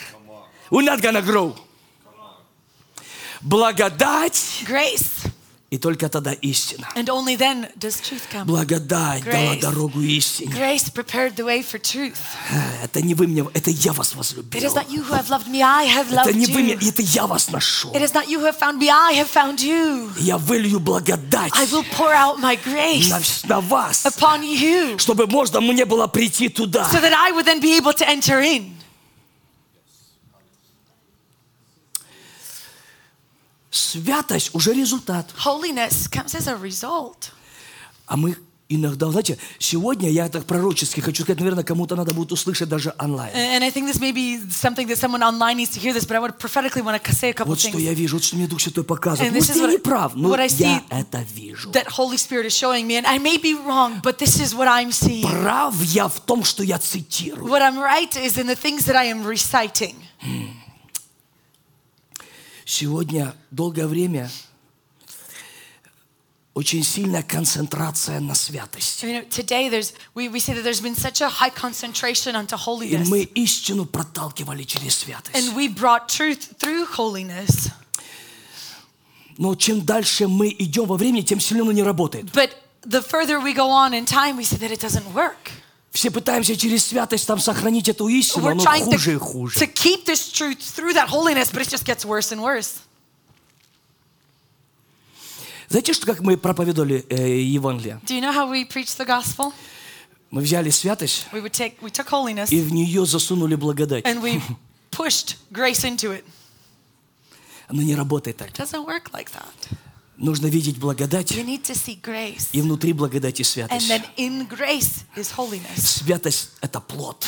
Speaker 2: we're not gonna grow. Благодать,
Speaker 3: Grace.
Speaker 2: и только тогда истина.
Speaker 3: And only then does truth come.
Speaker 2: Благодать дала
Speaker 3: Grace.
Speaker 2: дорогу истине.
Speaker 3: Grace prepared the way for truth.
Speaker 2: Э, Это не вы меня, это я вас
Speaker 3: It
Speaker 2: возлюбил.
Speaker 3: is not you who have loved me, I have
Speaker 2: Это
Speaker 3: loved
Speaker 2: не вы меня,
Speaker 3: you.
Speaker 2: это я вас нашел.
Speaker 3: It is not you who have found me, I have found you.
Speaker 2: Я вылью благодать
Speaker 3: I will pour out my grace
Speaker 2: на, на вас,
Speaker 3: upon you
Speaker 2: чтобы можно мне было прийти туда.
Speaker 3: so that I would then be able to enter in.
Speaker 2: Святость уже результат.
Speaker 3: Holiness comes as a result.
Speaker 2: А мы иногда, знаете, сегодня я так пророчески хочу сказать, наверное, кому-то надо будет услышать даже онлайн.
Speaker 3: And I think this may be something that someone online needs to hear this, but I would prophetically want to say a couple
Speaker 2: Вот что
Speaker 3: things
Speaker 2: я вижу, вот что мне Дух Святой показывает.
Speaker 3: And this
Speaker 2: Может,
Speaker 3: is
Speaker 2: я
Speaker 3: what I-
Speaker 2: не прав, но
Speaker 3: what I
Speaker 2: я
Speaker 3: see-
Speaker 2: это вижу.
Speaker 3: that Holy Spirit is showing me. And I may be wrong, but this is what I'm seeing.
Speaker 2: Прав я в том, что я цитирую.
Speaker 3: What I'm right is in the things that I am reciting.
Speaker 2: Сегодня долгое время очень сильная концентрация на святости.
Speaker 3: You know, today there's we, we see that there's been such a high concentration onto
Speaker 2: И
Speaker 3: holiness.
Speaker 2: мы истину проталкивали через святость.
Speaker 3: And we brought truth through holiness.
Speaker 2: Но чем дальше мы идем во времени, тем сильнее оно не работает.
Speaker 3: But the further we go on in time, we see that it doesn't work.
Speaker 2: Все пытаемся через святость там сохранить эту истину,
Speaker 3: We're
Speaker 2: но
Speaker 3: trying
Speaker 2: хуже и
Speaker 3: to,
Speaker 2: хуже.
Speaker 3: to keep this truth through that holiness, but it just gets worse and worse.
Speaker 2: Знаете, что как мы проповедовали э, Евангелие?
Speaker 3: Do you know how we preach the gospel?
Speaker 2: Мы взяли святость
Speaker 3: We would take we took holiness
Speaker 2: и в нее засунули благодать.
Speaker 3: and we pushed grace into it.
Speaker 2: Она не работает так.
Speaker 3: It doesn't work like that.
Speaker 2: Нужно видеть благодать
Speaker 3: You need to see grace.
Speaker 2: и внутри благодати
Speaker 3: And
Speaker 2: святость.
Speaker 3: then in grace is holiness.
Speaker 2: Святость – это плод.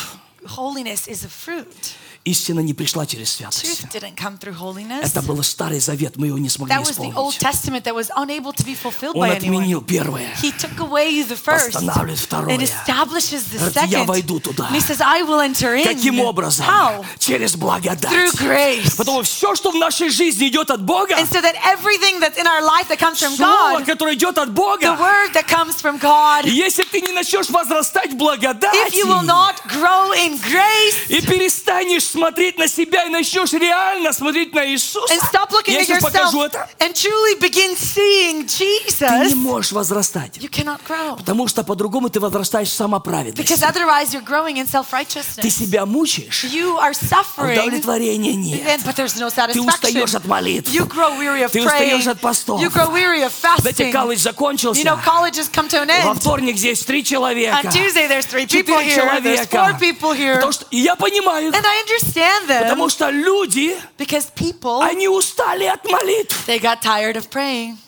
Speaker 3: Holiness is a fruit.
Speaker 2: Истина не пришла через святость.
Speaker 3: Truth didn't come through
Speaker 2: Это
Speaker 3: holiness.
Speaker 2: был Старый Завет, мы его не смогли
Speaker 3: That was the Old
Speaker 2: исполнить.
Speaker 3: Testament that was unable to be fulfilled
Speaker 2: Он
Speaker 3: by anyone.
Speaker 2: отменил первое,
Speaker 3: He took away the first
Speaker 2: восстанавливает второе.
Speaker 3: and establishes the
Speaker 2: Говорит, «Я
Speaker 3: second.
Speaker 2: войду туда».
Speaker 3: And he says, I will enter in.
Speaker 2: Каким образом?
Speaker 3: How?
Speaker 2: Через благодать.
Speaker 3: Through grace.
Speaker 2: Потому все, что в нашей жизни идет от Бога,
Speaker 3: And so that everything that's in our life that comes from
Speaker 2: слово,
Speaker 3: God,
Speaker 2: которое идет от
Speaker 3: the
Speaker 2: Бога,
Speaker 3: word that comes from God,
Speaker 2: И Если ты не начнешь возрастать в благодати
Speaker 3: if you will not grow in grace
Speaker 2: и перестанешь смотреть на себя и начнешь реально смотреть на Иисуса,
Speaker 3: and stop looking
Speaker 2: я
Speaker 3: at
Speaker 2: сейчас покажу
Speaker 3: yourself
Speaker 2: это,
Speaker 3: and truly begin seeing
Speaker 2: ты не
Speaker 3: Jesus,
Speaker 2: можешь возрастать.
Speaker 3: you cannot grow.
Speaker 2: Потому что по-другому ты возрастаешь в самоправедности.
Speaker 3: Because otherwise you're growing in
Speaker 2: Ты
Speaker 3: self-righteousness.
Speaker 2: себя мучаешь,
Speaker 3: You
Speaker 2: а
Speaker 3: are suffering,
Speaker 2: удовлетворения нет.
Speaker 3: and, but there's no
Speaker 2: Ты устаешь от
Speaker 3: satisfaction.
Speaker 2: молитв.
Speaker 3: You grow weary of
Speaker 2: Ты
Speaker 3: praying.
Speaker 2: устаешь от постов.
Speaker 3: You grow weary of
Speaker 2: Знаете,
Speaker 3: fasting.
Speaker 2: колледж
Speaker 3: You know,
Speaker 2: закончился.
Speaker 3: college has come to an
Speaker 2: Во
Speaker 3: end.
Speaker 2: вторник здесь три человека.
Speaker 3: On Tuesday, there's three people
Speaker 2: Четыре
Speaker 3: here. There's four
Speaker 2: человека.
Speaker 3: people here.
Speaker 2: Потому что, и я понимаю,
Speaker 3: And Oh. I understand
Speaker 2: потому
Speaker 3: them
Speaker 2: что люди,
Speaker 3: because people,
Speaker 2: они устали от молитв.
Speaker 3: they got tired of praying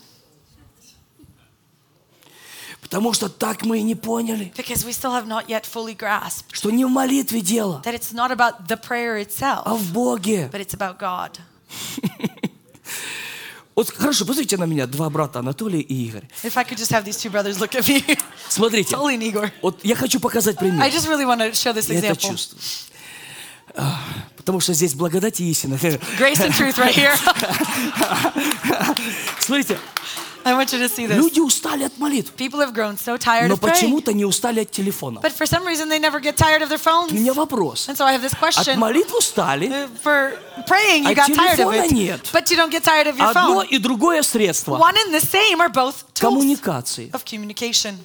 Speaker 2: Потому что так мы и не поняли,
Speaker 3: because we still have not yet fully grasped
Speaker 2: что не в молитве дело,
Speaker 3: that it's not about the prayer
Speaker 2: а
Speaker 3: itself,
Speaker 2: в Боге.
Speaker 3: but it's about God.
Speaker 2: Вот хорошо, посмотрите на меня, два брата, Анатолий и Игорь.
Speaker 3: If I could just have these two brothers look at me,
Speaker 2: Смотрите,
Speaker 3: Totally, Igor.
Speaker 2: вот я хочу показать
Speaker 3: I
Speaker 2: пример.
Speaker 3: just really want to show this
Speaker 2: Я это
Speaker 3: example.
Speaker 2: чувствую. А, Потому что здесь благодать и истина.
Speaker 3: Grace and truth right here.
Speaker 2: Смотрите,
Speaker 3: I want you to see this.
Speaker 2: люди устали от молитв,
Speaker 3: People have grown so tired
Speaker 2: но
Speaker 3: of praying,
Speaker 2: почему-то не устали от телефона.
Speaker 3: but for some reason they never get tired of their
Speaker 2: У
Speaker 3: phones.
Speaker 2: меня вопрос.
Speaker 3: And so I have this
Speaker 2: От
Speaker 3: question.
Speaker 2: молитв устали,
Speaker 3: Uh, For praying, you
Speaker 2: А
Speaker 3: got tired of
Speaker 2: телефона
Speaker 3: it,
Speaker 2: нет.
Speaker 3: but you don't get tired of your
Speaker 2: одно
Speaker 3: phone.
Speaker 2: и другое средство
Speaker 3: One and the same are both tools
Speaker 2: коммуникации.
Speaker 3: of communication.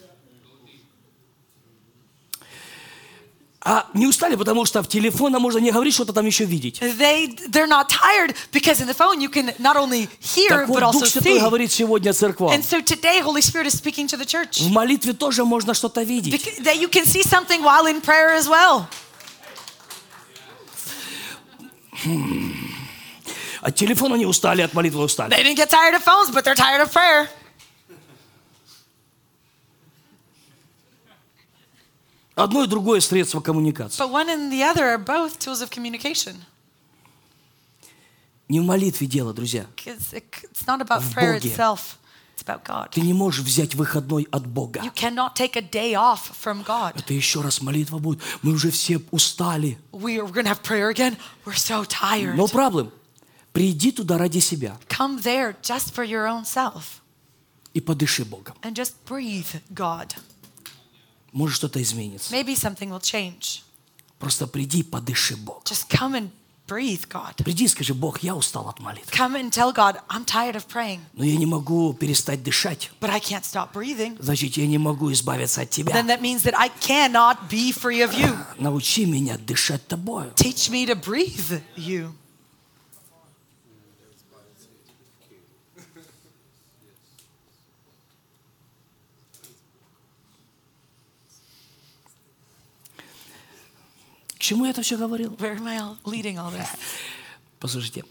Speaker 2: А не устали, потому что в телефона можно не говорить, что-то там еще видеть.
Speaker 3: They they're not tired because in the phone you can not only hear
Speaker 2: Так
Speaker 3: but
Speaker 2: вот,
Speaker 3: also
Speaker 2: Дух Святой
Speaker 3: see.
Speaker 2: говорит сегодня церквам.
Speaker 3: And so today, Holy Spirit is speaking to the church
Speaker 2: В молитве тоже можно что-то видеть.
Speaker 3: Bec- that you can see something while in prayer as well.
Speaker 2: От телефона не устали, от молитвы устали.
Speaker 3: They didn't get tired of phones, but they're tired of prayer.
Speaker 2: Одно и другое средство коммуникации.
Speaker 3: But one and the other are both tools of communication.
Speaker 2: Не в молитве дело, друзья.
Speaker 3: 'Cause it c- it's not about
Speaker 2: В
Speaker 3: prayer
Speaker 2: Боге.
Speaker 3: itself; it's about God.
Speaker 2: Ты не можешь взять выходной от Бога.
Speaker 3: You cannot take a day off from God.
Speaker 2: Это еще раз молитва будет. Мы уже все устали.
Speaker 3: We are, we're going to have prayer again. We're so tired.
Speaker 2: Но проблем. Приди туда ради себя
Speaker 3: Come there just for your own self
Speaker 2: и подыши Богом.
Speaker 3: and just breathe God.
Speaker 2: Может что-то изменится.
Speaker 3: Maybe something will change.
Speaker 2: Просто приди и подыши Богом.
Speaker 3: Just come and breathe God.
Speaker 2: Приди и скажи, Бог, я устал от молитвы,
Speaker 3: Come and tell God, I'm tired of praying,
Speaker 2: но я не могу перестать дышать.
Speaker 3: but I can't stop breathing.
Speaker 2: Значит, я не могу избавиться от
Speaker 3: Then
Speaker 2: Тебя.
Speaker 3: that means that I cannot be free of you.
Speaker 2: Научи меня дышать Тобою.
Speaker 3: Teach me to breathe you.
Speaker 2: К чему я это все говорил?
Speaker 3: Where am I all- leading all this?
Speaker 2: Послушайте,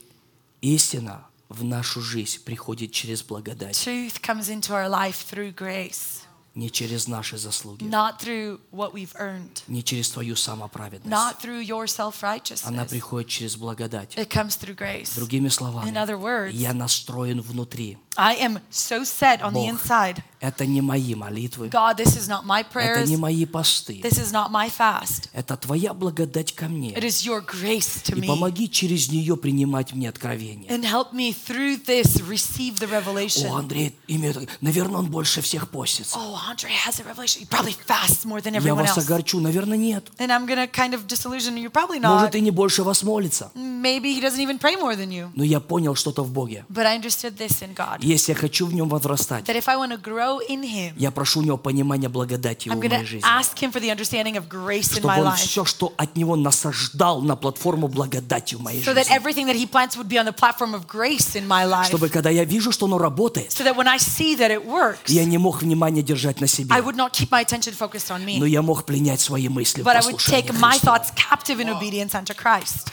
Speaker 2: истина в нашу жизнь приходит через благодать,
Speaker 3: Truth comes into our life through grace,
Speaker 2: не через наши заслуги,
Speaker 3: not through what we've earned,
Speaker 2: не через твою самоправедность.
Speaker 3: not through your self
Speaker 2: Она
Speaker 3: righteousness.
Speaker 2: приходит через благодать.
Speaker 3: It comes through grace.
Speaker 2: Другими словами,
Speaker 3: In other words,
Speaker 2: я настроен внутри.
Speaker 3: I am so set on the
Speaker 2: Бог.
Speaker 3: inside.
Speaker 2: Это не мои молитвы,
Speaker 3: God, this is not my
Speaker 2: это
Speaker 3: prayers.
Speaker 2: не мои посты.
Speaker 3: This is not my fast.
Speaker 2: Это твоя благодать ко
Speaker 3: It
Speaker 2: мне.
Speaker 3: is your grace to
Speaker 2: И
Speaker 3: me.
Speaker 2: помоги через нее принимать мне откровение.
Speaker 3: And help me through this receive the
Speaker 2: О,
Speaker 3: revelation.
Speaker 2: Андрей, имя, наверное, он больше всех постится.
Speaker 3: Oh, Andre has a revelation. He probably fasts more than
Speaker 2: Я
Speaker 3: everyone
Speaker 2: вас
Speaker 3: else.
Speaker 2: огорчу, наверное, нет.
Speaker 3: And I'm going to kind of disillusion you. You're probably
Speaker 2: Может,
Speaker 3: not.
Speaker 2: и не больше вас молится.
Speaker 3: Maybe he doesn't even pray more than you.
Speaker 2: Но я понял что-то в Боге.
Speaker 3: But I understood this in God
Speaker 2: Если я хочу в нем возрастать,
Speaker 3: that if I want to grow in him,
Speaker 2: я прошу у него понимания благодати его
Speaker 3: I'm
Speaker 2: в
Speaker 3: going
Speaker 2: моей
Speaker 3: to
Speaker 2: жизни.
Speaker 3: ask him for the understanding of grace in
Speaker 2: Чтобы
Speaker 3: my
Speaker 2: он
Speaker 3: life
Speaker 2: все, что от него насаждал на платформу благодати в моей
Speaker 3: so that
Speaker 2: жизни.
Speaker 3: everything that he plants would be on the platform of grace in my life.
Speaker 2: Чтобы, когда я вижу, что оно работает,
Speaker 3: so that when I see that it works,
Speaker 2: я не мог внимание держать на себе,
Speaker 3: I would not keep my attention focused on
Speaker 2: но
Speaker 3: me,
Speaker 2: я мог пленять свои мысли в
Speaker 3: but I would
Speaker 2: послушании
Speaker 3: take my
Speaker 2: Христа.
Speaker 3: thoughts captive in obedience unto Christ.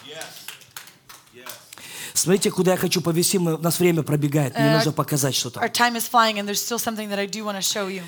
Speaker 2: Смотрите, куда я хочу повести, мы- у нас время пробегает,
Speaker 3: Э,
Speaker 2: мне нужно показать что-то.
Speaker 3: Our time is flying, and there's still something that I do want to show you.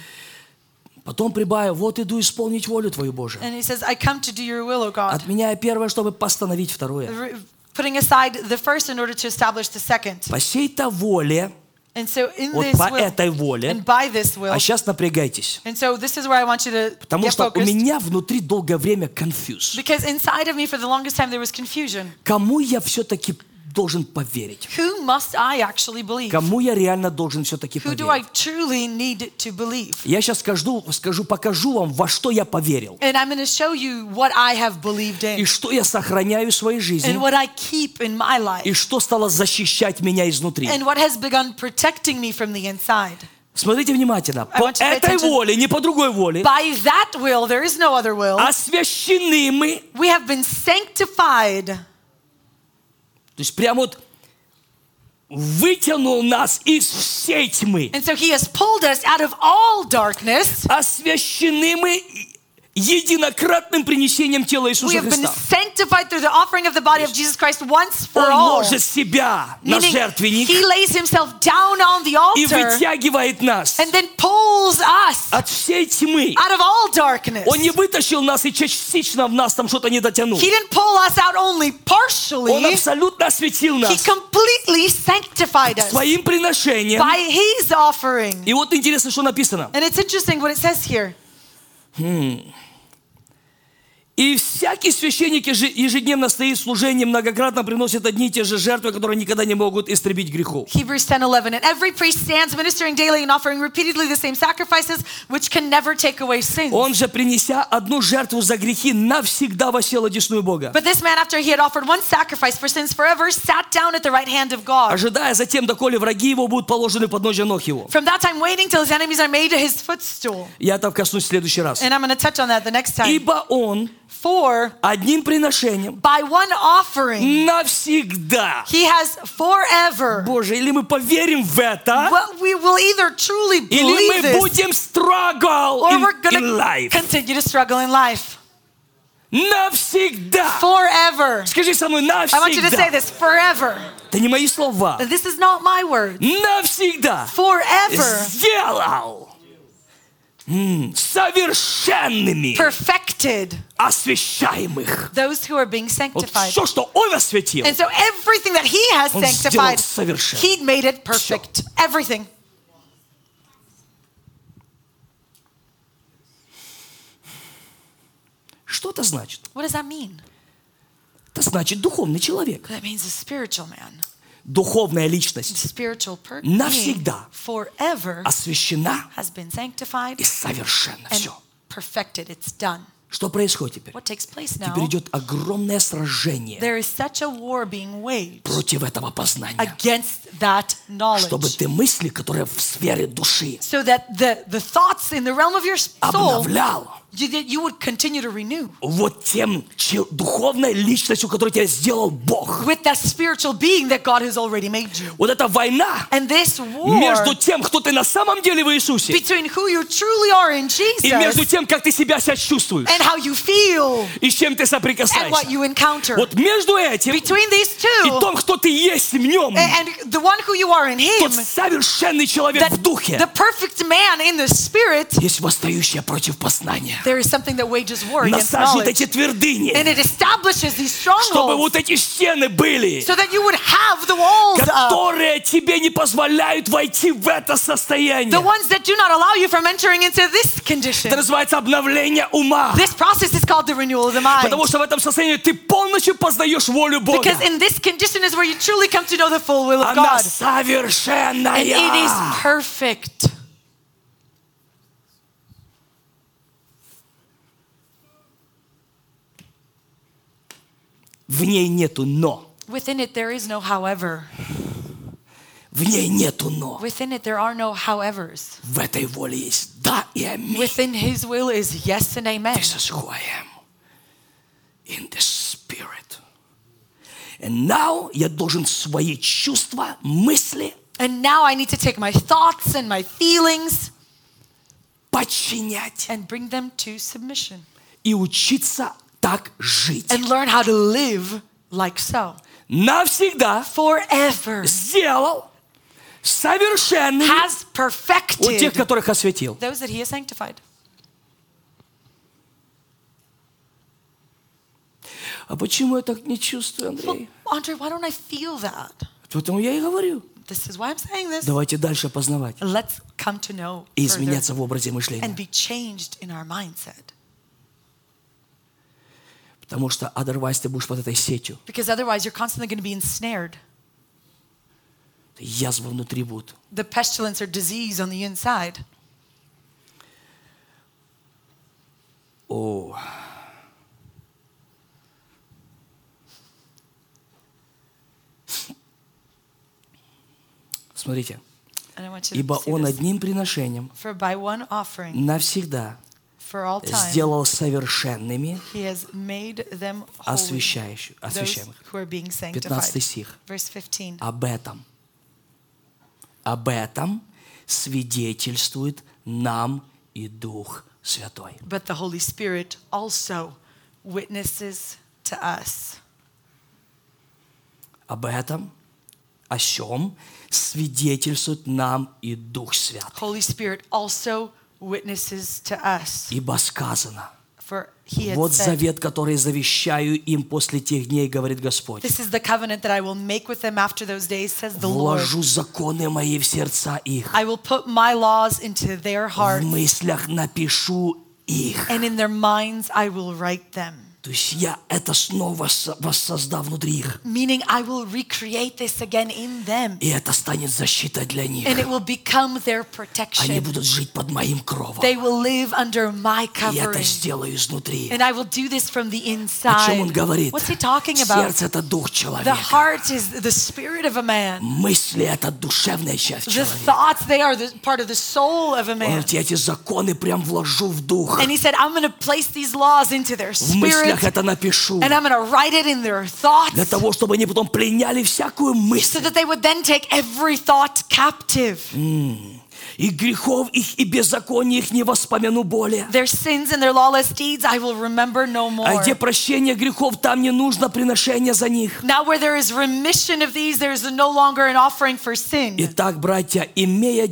Speaker 2: Потом прибавил, вот иду исполнить волю твою, Божию.
Speaker 3: And he says, I come to do your will, O God.
Speaker 2: Отменяя первое, чтобы постановить второе.
Speaker 3: R- Putting aside the first in order to establish the second.
Speaker 2: По сей-то воле,
Speaker 3: And so in
Speaker 2: вот
Speaker 3: this
Speaker 2: по
Speaker 3: will,
Speaker 2: этой воле,
Speaker 3: and by this will.
Speaker 2: а сейчас напрягайтесь,
Speaker 3: And so this is where I want you to
Speaker 2: потому
Speaker 3: get
Speaker 2: что у
Speaker 3: focused.
Speaker 2: меня внутри долгое время конфьюз.
Speaker 3: Because inside of me for the longest time there was confusion.
Speaker 2: Кому я все-таки должен поверить?
Speaker 3: Who must I actually believe?
Speaker 2: Кому я реально должен все-таки
Speaker 3: Who do I
Speaker 2: поверить?
Speaker 3: truly need to believe?
Speaker 2: Я сейчас скажу, скажу, покажу вам, во что я поверил.
Speaker 3: And I'm going to show you what I have believed
Speaker 2: И
Speaker 3: in
Speaker 2: что я сохраняю в своей жизни.
Speaker 3: and what I keep in my life
Speaker 2: И что стало защищать меня изнутри.
Speaker 3: and what has begun protecting me from the inside.
Speaker 2: Смотрите внимательно.
Speaker 3: I
Speaker 2: По
Speaker 3: want you to pay
Speaker 2: этой
Speaker 3: attention.
Speaker 2: воле, не по другой воле, а
Speaker 3: By that will, there is no other will.
Speaker 2: освящены мы.
Speaker 3: We have been sanctified.
Speaker 2: То есть прям вот вытянул нас из всей тьмы.
Speaker 3: And so he has pulled us out of all darkness.
Speaker 2: Освящены мы единократным принесением тела
Speaker 3: We
Speaker 2: Иисуса
Speaker 3: have been
Speaker 2: Христа.
Speaker 3: sanctified through the offering of the body of Jesus Christ once for
Speaker 2: Он
Speaker 3: all.
Speaker 2: ложит себя на
Speaker 3: Meaning,
Speaker 2: жертвенник
Speaker 3: he lays himself down on the
Speaker 2: и
Speaker 3: altar
Speaker 2: вытягивает нас
Speaker 3: and then pulls us
Speaker 2: от всей тьмы.
Speaker 3: out of all darkness.
Speaker 2: Он не вытащил нас и частично в нас там что-то не дотянул.
Speaker 3: He didn't pull us out only partially.
Speaker 2: Он абсолютно осветил
Speaker 3: He
Speaker 2: нас
Speaker 3: completely sanctified us
Speaker 2: своим приношением.
Speaker 3: by his offering.
Speaker 2: И вот интересно, что написано.
Speaker 3: And it's interesting what it says here.
Speaker 2: И всякий священник ежи- ежедневно стоит в служении, многократно приносит одни и те же жертвы, которые никогда не могут истребить грехов.
Speaker 3: Hebrews 10 11. And every priest stands ministering daily and offering repeatedly the same sacrifices, which can never take away sins.
Speaker 2: Он же, принеся одну жертву за грехи, навсегда восел одесную Бога,
Speaker 3: But this man, after he had offered one sacrifice for sins forever, sat down at the right hand of God.
Speaker 2: ожидая затем, доколе враги его будут положены под ножи ног его.
Speaker 3: From that time, waiting till his enemies are made his footstool.
Speaker 2: Я там коснусь в следующий раз.
Speaker 3: And I'm going to touch on that the next time.
Speaker 2: Ибо он
Speaker 3: For
Speaker 2: одним приношением
Speaker 3: by one
Speaker 2: Mm.
Speaker 3: offering,
Speaker 2: навсегда.
Speaker 3: he has forever.
Speaker 2: Боже, или мы поверим в это,
Speaker 3: Well, we will either truly
Speaker 2: или
Speaker 3: believe
Speaker 2: мы
Speaker 3: this,
Speaker 2: будем struggle
Speaker 3: or
Speaker 2: in,
Speaker 3: we're going
Speaker 2: in
Speaker 3: to
Speaker 2: life.
Speaker 3: continue to struggle in life
Speaker 2: Навсегда.
Speaker 3: forever.
Speaker 2: Скажи со мной,
Speaker 3: I want you to say
Speaker 2: навсегда.
Speaker 3: Э, this forever.
Speaker 2: Это не мои слова.
Speaker 3: This is not my word.
Speaker 2: навсегда
Speaker 3: Forever.
Speaker 2: сделал м, совершенными
Speaker 3: Perfected
Speaker 2: освящаемых.
Speaker 3: those who are being
Speaker 2: Вот
Speaker 3: sanctified.
Speaker 2: все, что Он осветил,
Speaker 3: And so everything that he has
Speaker 2: Он сделал
Speaker 3: sanctified,
Speaker 2: совершенным.
Speaker 3: he made it perfect. Everything.
Speaker 2: Что это значит?
Speaker 3: What does that mean?
Speaker 2: Это значит духовный человек,
Speaker 3: That means a spiritual man,
Speaker 2: духовная
Speaker 3: a
Speaker 2: личность
Speaker 3: spiritual per- being
Speaker 2: Навсегда.
Speaker 3: forever
Speaker 2: освящена
Speaker 3: has been sanctified
Speaker 2: и совершенно
Speaker 3: and
Speaker 2: все.
Speaker 3: perfected. It's done.
Speaker 2: Что происходит теперь?
Speaker 3: Эм. What takes place
Speaker 2: Теперь
Speaker 3: now?
Speaker 2: идет огромное сражение
Speaker 3: There is such a war being waged
Speaker 2: против этого познания,
Speaker 3: against that
Speaker 2: чтобы
Speaker 3: knowledge.
Speaker 2: ты мысли, которые в сфере души
Speaker 3: So that the, the thoughts in the realm of your soul,
Speaker 2: обновлял
Speaker 3: you, that you would continue to renew
Speaker 2: вот тем чел- духовной личностью, которую тебя сделал Бог.
Speaker 3: with that spiritual being that God has already made you.
Speaker 2: Вот эта война
Speaker 3: And this war
Speaker 2: между тем, кто ты на самом деле в Иисусе,
Speaker 3: between who you truly are in
Speaker 2: и между
Speaker 3: Jesus
Speaker 2: тем, как ты себя сейчас чувствуешь,
Speaker 3: and how you feel
Speaker 2: и с чем ты
Speaker 3: and what
Speaker 2: соприкасаешься.
Speaker 3: you encounter.
Speaker 2: Вот между этим и
Speaker 3: Between these two
Speaker 2: том, кто ты есть в нем,
Speaker 3: and and the one who you are in Him,
Speaker 2: тот совершенный человек
Speaker 3: that
Speaker 2: в духе,
Speaker 3: э, эм, the perfect man in the Spirit,
Speaker 2: есть восстающее против познания.
Speaker 3: there is something that wages war against
Speaker 2: Насаживает
Speaker 3: knowledge.
Speaker 2: эти
Speaker 3: And
Speaker 2: твердыни,
Speaker 3: it establishes these
Speaker 2: чтобы
Speaker 3: strongholds
Speaker 2: вот эти стены были,
Speaker 3: so uh, that you would have the walls up.
Speaker 2: которые тебе не позволяют войти в это
Speaker 3: The
Speaker 2: состояние.
Speaker 3: ones that do not allow you from entering into this condition.
Speaker 2: Это называется обновление ума.
Speaker 3: This process is called the renewal of the mind.
Speaker 2: Потому что в этом состоянии ты полностью познаешь волю Бога.
Speaker 3: Because in this condition is where you truly come to know the full will of
Speaker 2: Она
Speaker 3: God.
Speaker 2: совершенная.
Speaker 3: And it is perfect.
Speaker 2: В ней нету «но».
Speaker 3: Within it, there is no however.
Speaker 2: В ней нету «но».
Speaker 3: Within it, there are no howevers.
Speaker 2: В этой воле есть «да» и «аминь».
Speaker 3: Within His will is yes and amen.
Speaker 2: This is who I am. In the spirit. And now я должен свои чувства, мысли
Speaker 3: And now I need to take my thoughts and my feelings
Speaker 2: подчинять
Speaker 3: and bring them to submission
Speaker 2: и учиться так жить.
Speaker 3: and learn how to live like so.
Speaker 2: Навсегда
Speaker 3: Forever
Speaker 2: сделал совершенным
Speaker 3: has
Speaker 2: у тех,
Speaker 3: perfected
Speaker 2: которых осветил.
Speaker 3: those that He has sanctified.
Speaker 2: А почему я так не чувствую,
Speaker 3: Well,
Speaker 2: Андрей?
Speaker 3: Andre, why don't I feel that?
Speaker 2: Поэтому я и говорю.
Speaker 3: This is why I'm saying this.
Speaker 2: Давайте дальше познавать
Speaker 3: Let's come to know
Speaker 2: и
Speaker 3: further
Speaker 2: изменяться в образе
Speaker 3: and
Speaker 2: мышления.
Speaker 3: be changed in our mindset.
Speaker 2: Потому что otherwise ты будешь под этой сетью.
Speaker 3: because otherwise you're constantly going to be ensnared.
Speaker 2: Язва внутри будет.
Speaker 3: The pestilence or disease on the inside.
Speaker 2: О. Смотрите.
Speaker 3: And I want you
Speaker 2: Ибо
Speaker 3: to see
Speaker 2: он
Speaker 3: this.
Speaker 2: одним приношением
Speaker 3: For by one
Speaker 2: Mm.
Speaker 3: offering,
Speaker 2: навсегда
Speaker 3: for all time,
Speaker 2: сделал совершенными
Speaker 3: he has made them holy.
Speaker 2: освящающих.
Speaker 3: Those
Speaker 2: освящаемых.
Speaker 3: who are being
Speaker 2: 15
Speaker 3: sanctified.
Speaker 2: стих.
Speaker 3: Verse 15.
Speaker 2: Об этом. Об этом свидетельствует нам и Дух Святой.
Speaker 3: But the Holy Spirit also witnesses to us.
Speaker 2: Об этом, о чем свидетельствует нам и Дух Святый.
Speaker 3: Holy Spirit also witnesses to us.
Speaker 2: Ибо сказано,
Speaker 3: For he had
Speaker 2: вот
Speaker 3: said,
Speaker 2: завет, который завещаю им после тех дней, говорит Господь.
Speaker 3: This is the covenant that I will make with them after those days, says the Lord.
Speaker 2: Вложу законы мои в сердца их,
Speaker 3: I will put my laws into their
Speaker 2: в
Speaker 3: hearts,
Speaker 2: мыслях напишу их.
Speaker 3: and in their minds I will write them.
Speaker 2: То есть я это снова со- воссоздам внутри их.
Speaker 3: Meaning, I will recreate this again in them,
Speaker 2: И это станет защитой для них.
Speaker 3: and it will become their
Speaker 2: Они
Speaker 3: protection.
Speaker 2: будут жить под моим кровом.
Speaker 3: They will live under my
Speaker 2: И это
Speaker 3: covering.
Speaker 2: сделаю изнутри.
Speaker 3: And I will do this from the
Speaker 2: О чем он
Speaker 3: inside.
Speaker 2: говорит?
Speaker 3: What's he talking about?
Speaker 2: Сердце – это дух
Speaker 3: The
Speaker 2: человека.
Speaker 3: heart is the spirit of a man.
Speaker 2: Мысли – это душевная часть
Speaker 3: The
Speaker 2: человека.
Speaker 3: thoughts, they are the part of the soul of a
Speaker 2: Он
Speaker 3: man.
Speaker 2: говорит, я эти законы прям вложу в дух.
Speaker 3: And he said, I'm going to place these laws into their
Speaker 2: В мыслях
Speaker 3: spirit,
Speaker 2: это напишу.
Speaker 3: and I'm going to write it in their thoughts,
Speaker 2: Для того, чтобы они потом пленяли всякую
Speaker 3: so
Speaker 2: мысль.
Speaker 3: that they would then take every thought captive.
Speaker 2: И грехов их, и беззаконий их не воспомяну более.
Speaker 3: Their sins and their lawless deeds I will remember no
Speaker 2: А
Speaker 3: more.
Speaker 2: где прощение грехов, там не нужно приношение за них.
Speaker 3: Now, where there is remission of these, there is no longer an offering for sin.
Speaker 2: Итак, братья, имея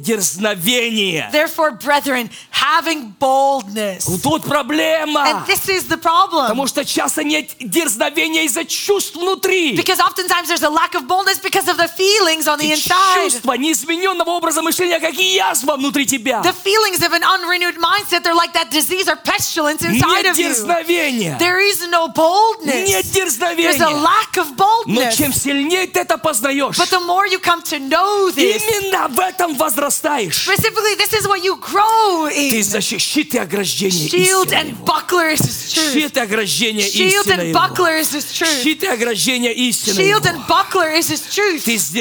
Speaker 2: дерзновение.
Speaker 3: Therefore, brethren, having boldness.
Speaker 2: Тут проблема.
Speaker 3: And this is the problem.
Speaker 2: Потому что часто нет дерзновения из-за чувств внутри.
Speaker 3: Because oftentimes there's a lack of boldness because of the feelings on the
Speaker 2: И
Speaker 3: inside.
Speaker 2: чувства неизмененного образа мышления, как и язва внутри тебя.
Speaker 3: The feelings of an unrenewed mindset, they're like that disease or pestilence inside
Speaker 2: Нет
Speaker 3: of you.
Speaker 2: дерзновения.
Speaker 3: There is no
Speaker 2: Нет
Speaker 3: boldness. There's a
Speaker 2: дерзновения.
Speaker 3: lack of
Speaker 2: Но чем
Speaker 3: boldness.
Speaker 2: сильнее ты это познаешь,
Speaker 3: But the more you come to know this,
Speaker 2: именно в этом возрастаешь.
Speaker 3: specifically, this is what you grow
Speaker 2: Ты
Speaker 3: in.
Speaker 2: защи- щит и ограждение
Speaker 3: Shield
Speaker 2: истины
Speaker 3: and
Speaker 2: его.
Speaker 3: buckler is his truth.
Speaker 2: Щит и ограждение
Speaker 3: Shield
Speaker 2: истины
Speaker 3: and
Speaker 2: его.
Speaker 3: buckler is his truth.
Speaker 2: Щит и ограждение истины
Speaker 3: Shield and
Speaker 2: его.
Speaker 3: buckler is his truth.
Speaker 2: Ты с
Speaker 3: And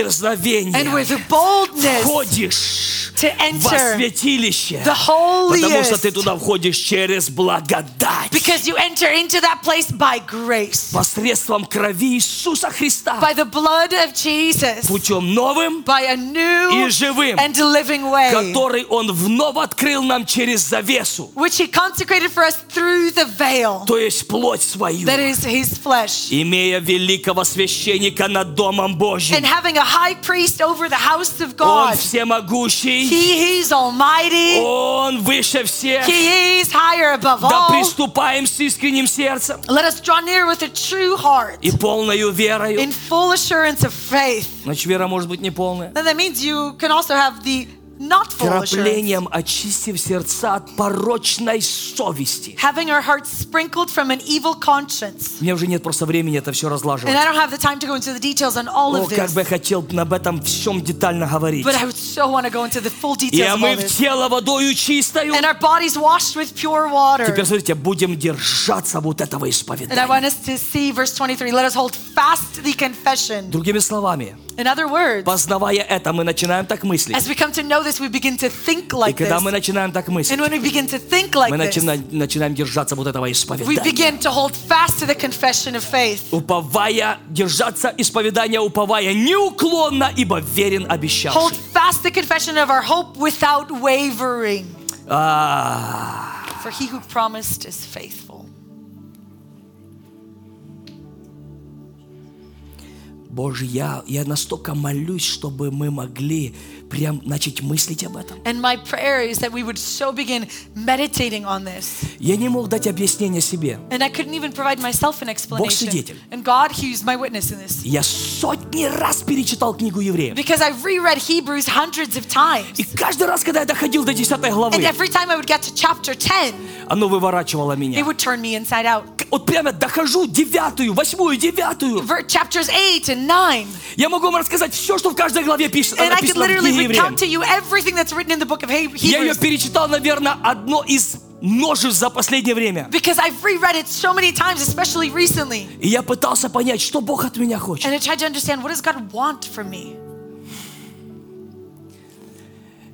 Speaker 3: with
Speaker 2: дерзновением
Speaker 3: boldness,
Speaker 2: входишь
Speaker 3: to
Speaker 2: во
Speaker 3: enter
Speaker 2: святилище,
Speaker 3: the holiest.
Speaker 2: потому что ты туда входишь через благодать.
Speaker 3: because you enter into that place by grace.
Speaker 2: посредством крови Иисуса Христа,
Speaker 3: by the blood of Jesus,
Speaker 2: путем новым,
Speaker 3: by a new
Speaker 2: И живым.
Speaker 3: and living way,
Speaker 2: который Он вновь открыл нам через завесу,
Speaker 3: which He consecrated for us through the veil
Speaker 2: то есть плоть свою,
Speaker 3: that is His flesh.
Speaker 2: имея великого священника над Домом Божьим.
Speaker 3: And having a high priest over the house of
Speaker 2: Он
Speaker 3: God,
Speaker 2: всемогущий,
Speaker 3: He is
Speaker 2: Oh,
Speaker 3: Almighty,
Speaker 2: Он выше всех.
Speaker 3: He is higher above
Speaker 2: Да
Speaker 3: all.
Speaker 2: приступаем с искренним сердцем
Speaker 3: Let us draw near with a true heart,
Speaker 2: и полною верою.
Speaker 3: in full assurance of faith.
Speaker 2: Значит, вера может быть неполная.
Speaker 3: Then that means you can also have the not full assurance.
Speaker 2: Краплением очистив сердца от порочной совести.
Speaker 3: Having our hearts sprinkled from an evil conscience.
Speaker 2: У меня уже нет просто времени это все
Speaker 3: And
Speaker 2: разлаживать.
Speaker 3: I don't have the time to go into the details on all
Speaker 2: О,
Speaker 3: of
Speaker 2: как
Speaker 3: this.
Speaker 2: бы я хотел об этом всем детально говорить.
Speaker 3: But I would so want to go into the full
Speaker 2: И
Speaker 3: details of all
Speaker 2: мы в
Speaker 3: this.
Speaker 2: тело водою чистою.
Speaker 3: And our bodies washed with pure water.
Speaker 2: Теперь смотрите, будем держаться вот этого
Speaker 3: And I want
Speaker 2: исповедания.
Speaker 3: us to see verse 23. Let us hold fast the confession.
Speaker 2: Другими словами,
Speaker 3: In other words,
Speaker 2: познавая это, мы начинаем так мыслить.
Speaker 3: as we come to know this, we begin to think
Speaker 2: И
Speaker 3: like this.
Speaker 2: когда мы начинаем так мыслить,
Speaker 3: And when we begin to think like
Speaker 2: мы
Speaker 3: this,
Speaker 2: начина- начинаем держаться вот этого
Speaker 3: we
Speaker 2: исповедания.
Speaker 3: begin to hold fast to the confession of faith.
Speaker 2: Уповая, держаться исповедания, уповая неуклонно, ибо верен
Speaker 3: Hold
Speaker 2: обещавший.
Speaker 3: fast the confession of our hope without wavering.
Speaker 2: А,
Speaker 3: For he who promised is faithful.
Speaker 2: Боже, я, я настолько молюсь, чтобы мы могли прям начать мыслить об этом.
Speaker 3: And my prayer is that we would so begin meditating on this.
Speaker 2: Я не мог дать объяснение себе.
Speaker 3: And I couldn't even provide myself an
Speaker 2: свидетель.
Speaker 3: explanation. And God, He's my witness in this.
Speaker 2: Я сотни раз перечитал книгу Евреев.
Speaker 3: Because I've reread Hebrews hundreds of times.
Speaker 2: И каждый раз, когда я доходил до 10
Speaker 3: And
Speaker 2: главы,
Speaker 3: every time I would get to chapter 10,
Speaker 2: оно выворачивало
Speaker 3: it
Speaker 2: меня.
Speaker 3: would turn me inside out.
Speaker 2: Вот прямо дохожу девятую, восьмую, девятую.
Speaker 3: Ver- chapters 8 and 9.
Speaker 2: Я могу вам рассказать все, что в каждой главе пишет,
Speaker 3: And I could
Speaker 2: написано в
Speaker 3: literally
Speaker 2: книге Евреев.
Speaker 3: recount to you everything that's written in the book of He-
Speaker 2: Я ее
Speaker 3: Hebrews.
Speaker 2: перечитал, наверное, одно из множеств за последнее время.
Speaker 3: Because I've reread it so many times, especially recently.
Speaker 2: И я пытался понять, что Бог от меня хочет.
Speaker 3: And I tried to understand what does God want from me?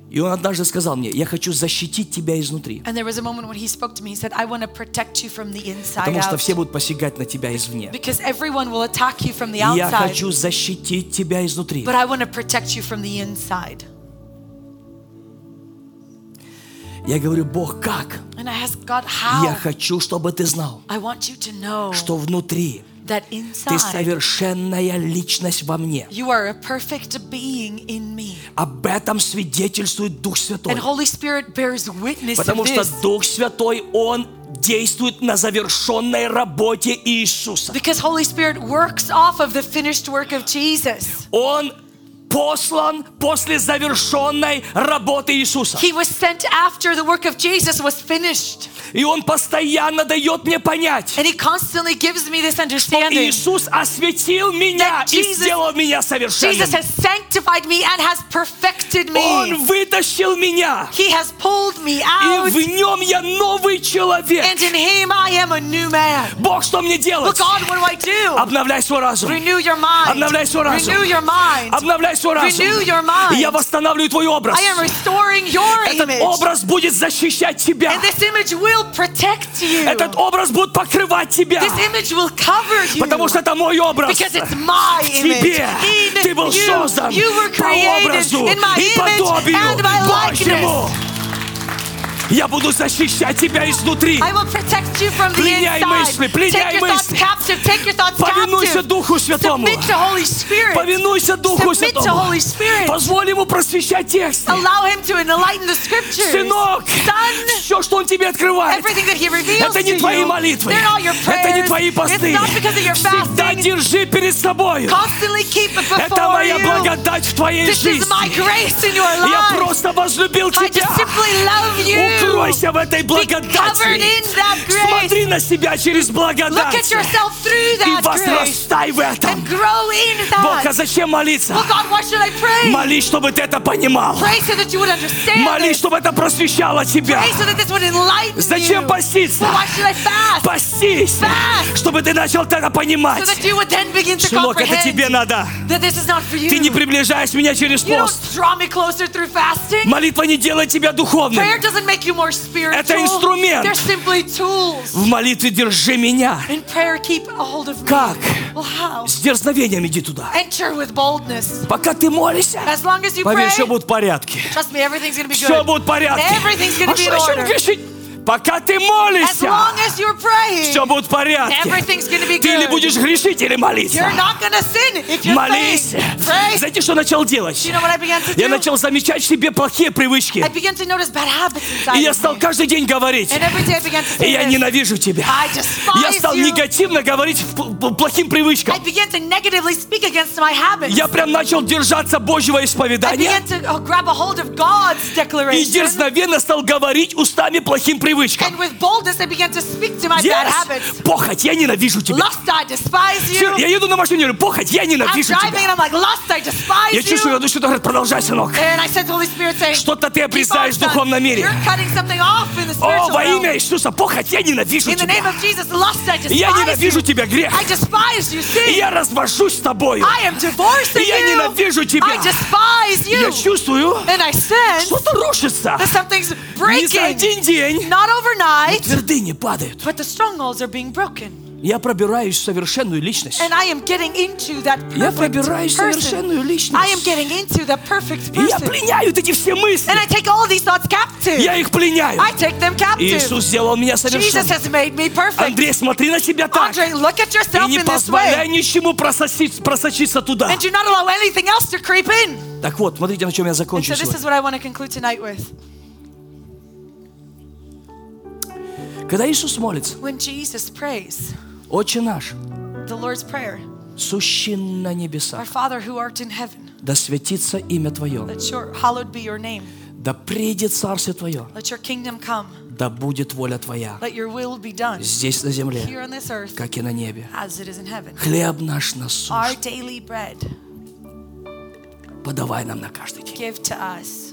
Speaker 2: И он однажды сказал мне, я хочу защитить тебя изнутри.
Speaker 3: And there was a moment when he spoke to me. He said, I want to protect you from the inside
Speaker 2: Потому что все
Speaker 3: out.
Speaker 2: будут посягать на тебя извне.
Speaker 3: Because everyone will attack you from the
Speaker 2: И я
Speaker 3: outside.
Speaker 2: хочу защитить тебя изнутри.
Speaker 3: But I want to protect you from the inside.
Speaker 2: Я говорю, Бог, как?
Speaker 3: And I asked God,
Speaker 2: Я
Speaker 3: how?
Speaker 2: хочу, чтобы ты знал,
Speaker 3: I want you to know
Speaker 2: что внутри
Speaker 3: that
Speaker 2: ты
Speaker 3: inside
Speaker 2: совершенная личность во мне.
Speaker 3: you are a perfect being in me.
Speaker 2: Об этом свидетельствует Дух Святой.
Speaker 3: And Holy Spirit bears witness to
Speaker 2: Потому что
Speaker 3: this.
Speaker 2: Дух Святой, Он действует на завершенной работе Иисуса.
Speaker 3: Because Holy Spirit works off of the finished work of Jesus.
Speaker 2: Он послан после завершенной работы Иисуса.
Speaker 3: He was sent after the work of Jesus was finished.
Speaker 2: И Он постоянно дает мне понять,
Speaker 3: And he constantly gives me this
Speaker 2: что
Speaker 3: understanding.
Speaker 2: Иисус осветил меня
Speaker 3: That
Speaker 2: и
Speaker 3: Jesus-
Speaker 2: сделал меня
Speaker 3: Jesus
Speaker 2: совершенным.
Speaker 3: has sanctified me and has perfected
Speaker 2: Он
Speaker 3: me.
Speaker 2: вытащил меня,
Speaker 3: He has pulled me
Speaker 2: и
Speaker 3: out.
Speaker 2: в Нем я новый человек.
Speaker 3: And in him I am a new man.
Speaker 2: Бог, что мне
Speaker 3: But
Speaker 2: делать?
Speaker 3: God, what do I do?
Speaker 2: Обновляй свой разум.
Speaker 3: Renew your mind.
Speaker 2: Обновляй свой разум.
Speaker 3: Renew your mind.
Speaker 2: Обновляй свой разум.
Speaker 3: Renew your mind.
Speaker 2: И я восстанавливаю твой образ.
Speaker 3: I am restoring your
Speaker 2: Этот
Speaker 3: image.
Speaker 2: образ будет защищать тебя.
Speaker 3: And this image will protect you.
Speaker 2: Этот образ будет покрывать тебя.
Speaker 3: This image will cover you.
Speaker 2: Потому что это мой образ.
Speaker 3: Because it's my
Speaker 2: В
Speaker 3: image.
Speaker 2: тебе
Speaker 3: In
Speaker 2: ты был
Speaker 3: you.
Speaker 2: создан
Speaker 3: You were
Speaker 2: по
Speaker 3: created
Speaker 2: образу
Speaker 3: in my
Speaker 2: и
Speaker 3: image
Speaker 2: подобию
Speaker 3: and my
Speaker 2: Божьему. Я буду защищать тебя изнутри.
Speaker 3: I will protect you from the
Speaker 2: Пленяй
Speaker 3: inside.
Speaker 2: мысли, пленяй
Speaker 3: take your thoughts
Speaker 2: мысли.
Speaker 3: captive. Take your thoughts
Speaker 2: Повинуйся
Speaker 3: captive.
Speaker 2: Духу Святому.
Speaker 3: Submit to Holy Spirit.
Speaker 2: Повинуйся Духу
Speaker 3: Submit to
Speaker 2: Святому.
Speaker 3: Holy Spirit.
Speaker 2: Позволь Ему просвещать тексты.
Speaker 3: Allow Him to enlighten the Scriptures.
Speaker 2: Сынок,
Speaker 3: Son,
Speaker 2: все, что Он тебе открывает,
Speaker 3: everything that He reveals
Speaker 2: это не
Speaker 3: to
Speaker 2: твои
Speaker 3: you,
Speaker 2: молитвы,
Speaker 3: they're not your
Speaker 2: это
Speaker 3: prayers.
Speaker 2: не твои посты.
Speaker 3: It's not because of your
Speaker 2: Всегда
Speaker 3: fasting.
Speaker 2: держи перед собой.
Speaker 3: Constantly keep it before
Speaker 2: Это моя
Speaker 3: you.
Speaker 2: благодать в твоей
Speaker 3: This
Speaker 2: жизни.
Speaker 3: is my grace in your
Speaker 2: Я
Speaker 3: life.
Speaker 2: просто возлюбил
Speaker 3: I just
Speaker 2: тебя.
Speaker 3: simply love you.
Speaker 2: Укройся в этой
Speaker 3: Be covered
Speaker 2: благодати.
Speaker 3: in that grace.
Speaker 2: Смотри на себя через
Speaker 3: Look
Speaker 2: благодать.
Speaker 3: at yourself through
Speaker 2: И
Speaker 3: that grace
Speaker 2: возрастай в этом.
Speaker 3: and grow in
Speaker 2: Бог, а
Speaker 3: that.
Speaker 2: зачем молиться?
Speaker 3: Well, God, why should I pray?
Speaker 2: Молись, чтобы ты это понимал.
Speaker 3: Pray so that you would understand
Speaker 2: Молись,
Speaker 3: this.
Speaker 2: чтобы это просвещало тебя.
Speaker 3: Pray so that this would enlighten
Speaker 2: Зачем
Speaker 3: you.
Speaker 2: поститься?
Speaker 3: Well, why should I fast?
Speaker 2: Постись,
Speaker 3: Fast.
Speaker 2: чтобы ты начал тогда
Speaker 3: So
Speaker 2: понимать.
Speaker 3: that you would then begin to
Speaker 2: Сынок, это
Speaker 3: comprehend
Speaker 2: тебе надо.
Speaker 3: that this is not for you.
Speaker 2: Ты не приближаешь меня через
Speaker 3: you
Speaker 2: пост.
Speaker 3: don't draw me closer through fasting.
Speaker 2: Молитва не делает тебя духовным.
Speaker 3: Prayer doesn't make you more spiritual.
Speaker 2: инструмент.
Speaker 3: They're simply tools.
Speaker 2: В молитве держи меня.
Speaker 3: In prayer, keep a hold of me.
Speaker 2: Как?
Speaker 3: Well, how?
Speaker 2: С дерзновением иди туда.
Speaker 3: Enter with boldness.
Speaker 2: Пока ты молишься,
Speaker 3: As long as you
Speaker 2: поверь,
Speaker 3: pray,
Speaker 2: все будет в порядке.
Speaker 3: trust me, everything's going to be good.
Speaker 2: Все будет в порядке.
Speaker 3: Everything's gonna
Speaker 2: А
Speaker 3: be
Speaker 2: что
Speaker 3: in
Speaker 2: еще
Speaker 3: order.
Speaker 2: грешить? Пока ты
Speaker 3: As long
Speaker 2: молишься,
Speaker 3: as you're praying,
Speaker 2: все будет в порядке.
Speaker 3: everything's going to be
Speaker 2: Ты или
Speaker 3: good.
Speaker 2: будешь грешить, или молиться.
Speaker 3: You're not going to sin if you're
Speaker 2: Молись.
Speaker 3: praying. Pray.
Speaker 2: Знаете, что начал делать?
Speaker 3: Do you know what I began to do?
Speaker 2: Я начал замечать в себе плохие привычки.
Speaker 3: I began to notice bad habits inside
Speaker 2: И я
Speaker 3: of
Speaker 2: стал
Speaker 3: me.
Speaker 2: каждый день говорить.
Speaker 3: And every day I began to
Speaker 2: И
Speaker 3: say
Speaker 2: я
Speaker 3: this.
Speaker 2: ненавижу тебя.
Speaker 3: I despise
Speaker 2: Я стал
Speaker 3: you.
Speaker 2: негативно говорить в п- п- плохим
Speaker 3: I
Speaker 2: привычкам.
Speaker 3: began to negatively speak against my habits.
Speaker 2: Я прям начал держаться Божьего
Speaker 3: I
Speaker 2: исповедания.
Speaker 3: began to uh, grab a hold of God's
Speaker 2: И
Speaker 3: declaration.
Speaker 2: дерзновенно стал говорить устами плохим привычкам.
Speaker 3: And with boldness, I began to speak to my bad habits.
Speaker 2: Yes. Похоть, я ненавижу тебя.
Speaker 3: Lust, I despise
Speaker 2: Всё, Я
Speaker 3: you.
Speaker 2: еду на машине, говорю, похоть, я
Speaker 3: I'm
Speaker 2: ненавижжу
Speaker 3: driving
Speaker 2: тебя.
Speaker 3: and I'm like, lust, I despise
Speaker 2: Я чувствую,
Speaker 3: you.
Speaker 2: ну что-то говорит, продолжай, сынок.
Speaker 3: And I said to Holy Spirit, saying,
Speaker 2: Что-то ты
Speaker 3: "Keep on,
Speaker 2: обрезаешь в
Speaker 3: son.
Speaker 2: духовном мире.
Speaker 3: You're cutting something off in the
Speaker 2: О,
Speaker 3: spiritual
Speaker 2: во имя
Speaker 3: realm.
Speaker 2: Иисуса, похоть, я ненавижу
Speaker 3: In the name
Speaker 2: тебя.
Speaker 3: of Jesus, lust, I
Speaker 2: Я
Speaker 3: despise you.
Speaker 2: ненавижу тебя, грех.
Speaker 3: I despise you,
Speaker 2: И
Speaker 3: sin.
Speaker 2: я развожусь с тобою.
Speaker 3: I am divorcing
Speaker 2: Я
Speaker 3: you.
Speaker 2: ненавижу тебя.
Speaker 3: I despise
Speaker 2: Я
Speaker 3: you.
Speaker 2: чувствую,
Speaker 3: And I sense
Speaker 2: что-то рушится.
Speaker 3: that something's
Speaker 2: Не за
Speaker 3: breaking.
Speaker 2: один день
Speaker 3: Not overnight,
Speaker 2: твердыни падают.
Speaker 3: but the strongholds are being broken.
Speaker 2: Я пробираюсь в совершенную личность.
Speaker 3: And I am getting into that
Speaker 2: Я
Speaker 3: perfect
Speaker 2: пробираюсь в
Speaker 3: person.
Speaker 2: совершенную
Speaker 3: I am
Speaker 2: личность.
Speaker 3: getting into the perfect
Speaker 2: И я
Speaker 3: person.
Speaker 2: пленяю вот эти все мысли.
Speaker 3: And I take all these thoughts captive.
Speaker 2: Я их пленяю.
Speaker 3: I take them captive.
Speaker 2: Иисус сделал меня
Speaker 3: Jesus
Speaker 2: совершенным.
Speaker 3: has made me perfect.
Speaker 2: Андрей, смотри на себя так.
Speaker 3: Andre, look at
Speaker 2: И
Speaker 3: yourself
Speaker 2: не
Speaker 3: in this
Speaker 2: позволяй
Speaker 3: way.
Speaker 2: ничему прососить- просочиться туда.
Speaker 3: And do not allow anything else to creep in.
Speaker 2: Так вот, смотрите, на чем я
Speaker 3: And
Speaker 2: закончу
Speaker 3: so this is
Speaker 2: сегодня.
Speaker 3: what I want to conclude tonight with.
Speaker 2: Когда Иисус молится,
Speaker 3: When Jesus prays,
Speaker 2: Отче наш,
Speaker 3: the Lord's Prayer,
Speaker 2: сущий на
Speaker 3: Our
Speaker 2: небесах,
Speaker 3: Father who art in heaven,
Speaker 2: да светится имя Твое,
Speaker 3: let your hallowed be your name.
Speaker 2: да придет Царствие Твое,
Speaker 3: Let your kingdom come.
Speaker 2: да будет воля Твоя
Speaker 3: Let your will be done
Speaker 2: здесь на земле,
Speaker 3: here on this earth
Speaker 2: как и на небе.
Speaker 3: as it is in heaven.
Speaker 2: Хлеб наш насущный
Speaker 3: Our daily bread
Speaker 2: подавай нам на каждый день.
Speaker 3: give to us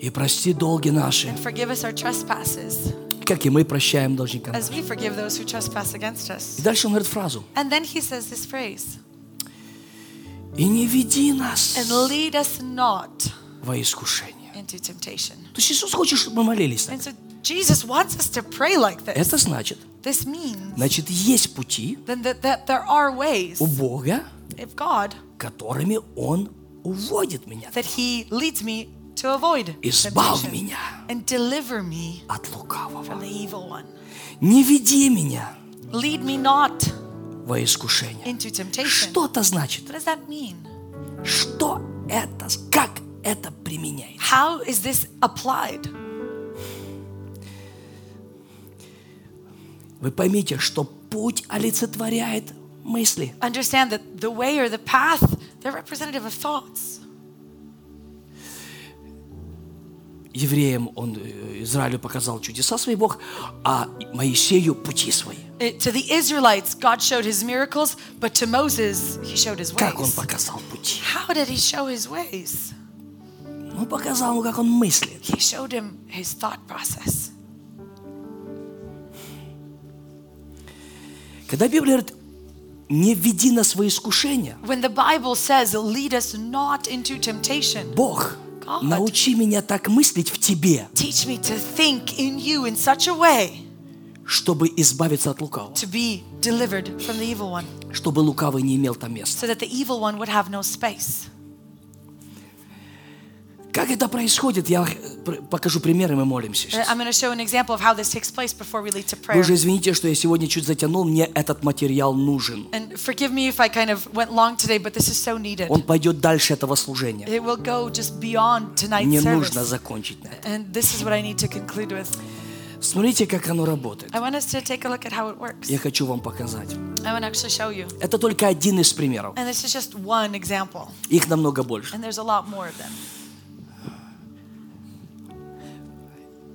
Speaker 2: И прости долги наши,
Speaker 3: and forgive us our trespasses
Speaker 2: как и мы прощаем должникам.
Speaker 3: as
Speaker 2: нашим.
Speaker 3: we forgive those who trespass against
Speaker 2: И
Speaker 3: us.
Speaker 2: дальше он говорит фразу.
Speaker 3: And then he says this phrase,
Speaker 2: И не веди нас
Speaker 3: and lead us not
Speaker 2: во искушение.
Speaker 3: into temptation.
Speaker 2: То есть Иисус хочет, чтобы мы молились так.
Speaker 3: And so Jesus wants us to pray like this.
Speaker 2: Это значит,
Speaker 3: This means
Speaker 2: значит, есть пути
Speaker 3: then that, that there are ways
Speaker 2: у Бога,
Speaker 3: of God
Speaker 2: которыми Он уводит меня.
Speaker 3: that He leads me to avoid
Speaker 2: Избавь
Speaker 3: temptation.
Speaker 2: меня
Speaker 3: and deliver me
Speaker 2: от
Speaker 3: from
Speaker 2: лукавого.
Speaker 3: the evil one.
Speaker 2: Не веди меня
Speaker 3: Lead me not
Speaker 2: во искушение.
Speaker 3: into temptation.
Speaker 2: Что это значит?
Speaker 3: What does that mean?
Speaker 2: Что это? Как это применяется?
Speaker 3: How is this applied?
Speaker 2: Вы поймите, что путь олицетворяет мысли.
Speaker 3: Understand that the way or the path, they're representative of thoughts.
Speaker 2: Евреям он, э, Израилю показал чудеса свои Бог, а Моисею пути свои.
Speaker 3: Eh, to the Israelites, God showed his miracles, but to Moses, he showed his
Speaker 2: Как он
Speaker 3: ways.
Speaker 2: показал пути?
Speaker 3: How did he show his ways?
Speaker 2: Он показал ему, как он мыслит.
Speaker 3: He showed him his thought process.
Speaker 2: Когда Библия говорит, не введи нас во искушение,
Speaker 3: When the Bible says, lead us not into temptation,
Speaker 2: Бог,
Speaker 3: God.
Speaker 2: научи меня так мыслить в тебе,
Speaker 3: teach me to think in you in such a way
Speaker 2: чтобы избавиться от лукавого,
Speaker 3: to be delivered from the evil one.
Speaker 2: чтобы лукавый не имел там места.
Speaker 3: so that the evil one would have no space.
Speaker 2: Как это происходит, я э, пр- покажу пример, и мы молимся.
Speaker 3: Uh,
Speaker 2: сейчас.
Speaker 3: I'm going to show an example of how this takes place before we lead to
Speaker 2: Вы
Speaker 3: prayer.
Speaker 2: уже извините, что я сегодня чуть затянул, мне этот материал нужен.
Speaker 3: And forgive me if I kind of went long today, but this is so needed.
Speaker 2: Он пойдет дальше этого служения.
Speaker 3: It will go just beyond tonight's
Speaker 2: Мне нужно
Speaker 3: Э, service.
Speaker 2: закончить на этом.
Speaker 3: And this is what I need to conclude with.
Speaker 2: Смотрите, как оно работает.
Speaker 3: I want us to take a look at how it works.
Speaker 2: Я хочу вам показать.
Speaker 3: I want to actually show you.
Speaker 2: Это только один из примеров.
Speaker 3: And this is just one example.
Speaker 2: Их намного больше.
Speaker 3: And there's a lot more of them.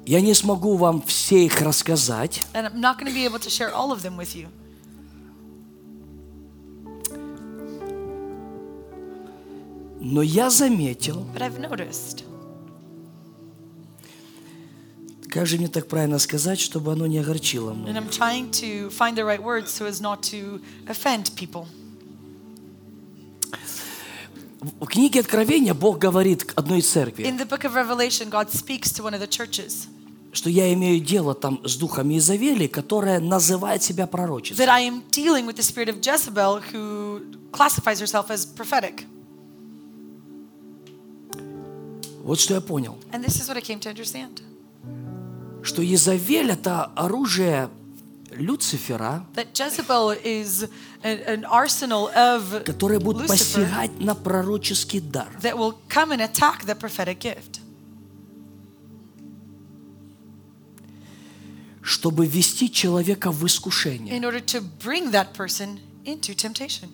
Speaker 2: Я не смогу вам все их рассказать,
Speaker 3: And I'm not going to be able to share all of them with you.
Speaker 2: но я заметил,
Speaker 3: But I've noticed.
Speaker 2: как же мне так правильно сказать, чтобы оно не огорчило меня.
Speaker 3: And I'm trying to find the right words so as not to offend people.
Speaker 2: В книге Откровения Бог говорит к одной церкви,
Speaker 3: In the book of Revelation, God speaks to one of the churches.
Speaker 2: что я имею дело там с духами Изавели, которая называет себя пророчицей.
Speaker 3: that I am dealing with the spirit of Jezebel, who classifies herself as prophetic.
Speaker 2: Вот что я понял,
Speaker 3: And this is what I came to understand
Speaker 2: что Изавель – это оружие Люцифера,
Speaker 3: that Jezebel is an, an arsenal of
Speaker 2: которое будет
Speaker 3: Lucifer
Speaker 2: посягать на пророческий дар.
Speaker 3: that will come and attack the prophetic gift
Speaker 2: чтобы ввести человека в искушение.
Speaker 3: in order to bring that person into temptation.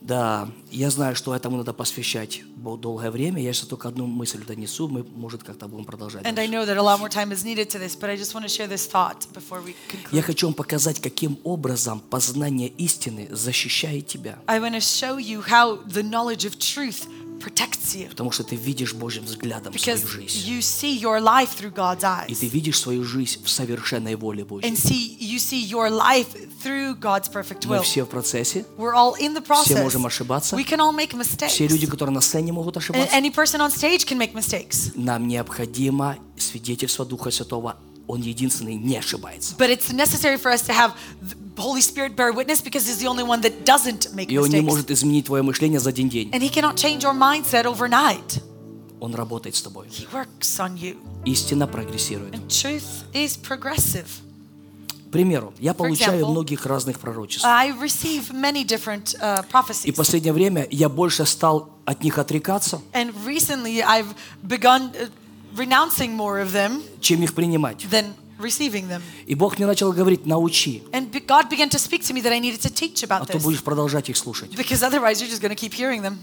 Speaker 2: Да, я знаю, что этому надо посвящать бо- долгое время. Я сейчас только одну мысль донесу, мы, может, как-то будем продолжать.
Speaker 3: And I
Speaker 2: дальше.
Speaker 3: know that a lot more time is needed to this, but I just want to share this thought before we
Speaker 2: Я
Speaker 3: conclude.
Speaker 2: хочу вам показать, каким образом познание истины защищает тебя.
Speaker 3: I want to show you how the knowledge of truth protects you
Speaker 2: Потому что ты видишь Божьим взглядом свою
Speaker 3: because
Speaker 2: жизнь.
Speaker 3: you see your life through God's
Speaker 2: И
Speaker 3: eyes.
Speaker 2: ты видишь свою жизнь в совершенной воле Божьей.
Speaker 3: and see you see your life through God's perfect
Speaker 2: Мы
Speaker 3: will.
Speaker 2: все в процессе.
Speaker 3: We're all in the process.
Speaker 2: можем ошибаться.
Speaker 3: We can all make mistakes.
Speaker 2: Все люди, которые на сцене могут
Speaker 3: A-
Speaker 2: ошибаться.
Speaker 3: Any person on stage can make mistakes.
Speaker 2: Нам необходимо свидетельство Духа Святого Он единственный не ошибается.
Speaker 3: But it's necessary for us to have the Holy Spirit bear witness because he's the only one that doesn't make
Speaker 2: И он не
Speaker 3: mistakes.
Speaker 2: может изменить твое мышление за один день.
Speaker 3: And he cannot change your mindset overnight.
Speaker 2: Он работает с тобой.
Speaker 3: He works on you.
Speaker 2: Истина прогрессирует.
Speaker 3: Truth is progressive.
Speaker 2: К примеру, я получаю
Speaker 3: example, А,
Speaker 2: многих разных пророчеств.
Speaker 3: I receive many different
Speaker 2: И
Speaker 3: uh,
Speaker 2: в
Speaker 3: prophecies.
Speaker 2: последнее время я больше стал от них отрекаться,
Speaker 3: And recently I've begun uh, renouncing more of them
Speaker 2: чем их принимать.
Speaker 3: than receiving them.
Speaker 2: И Бог мне начал говорить, научи,
Speaker 3: And be- God began to speak to me that I needed to teach
Speaker 2: а
Speaker 3: about
Speaker 2: то
Speaker 3: this.
Speaker 2: будешь продолжать их слушать.
Speaker 3: Because otherwise you're just going to keep hearing them.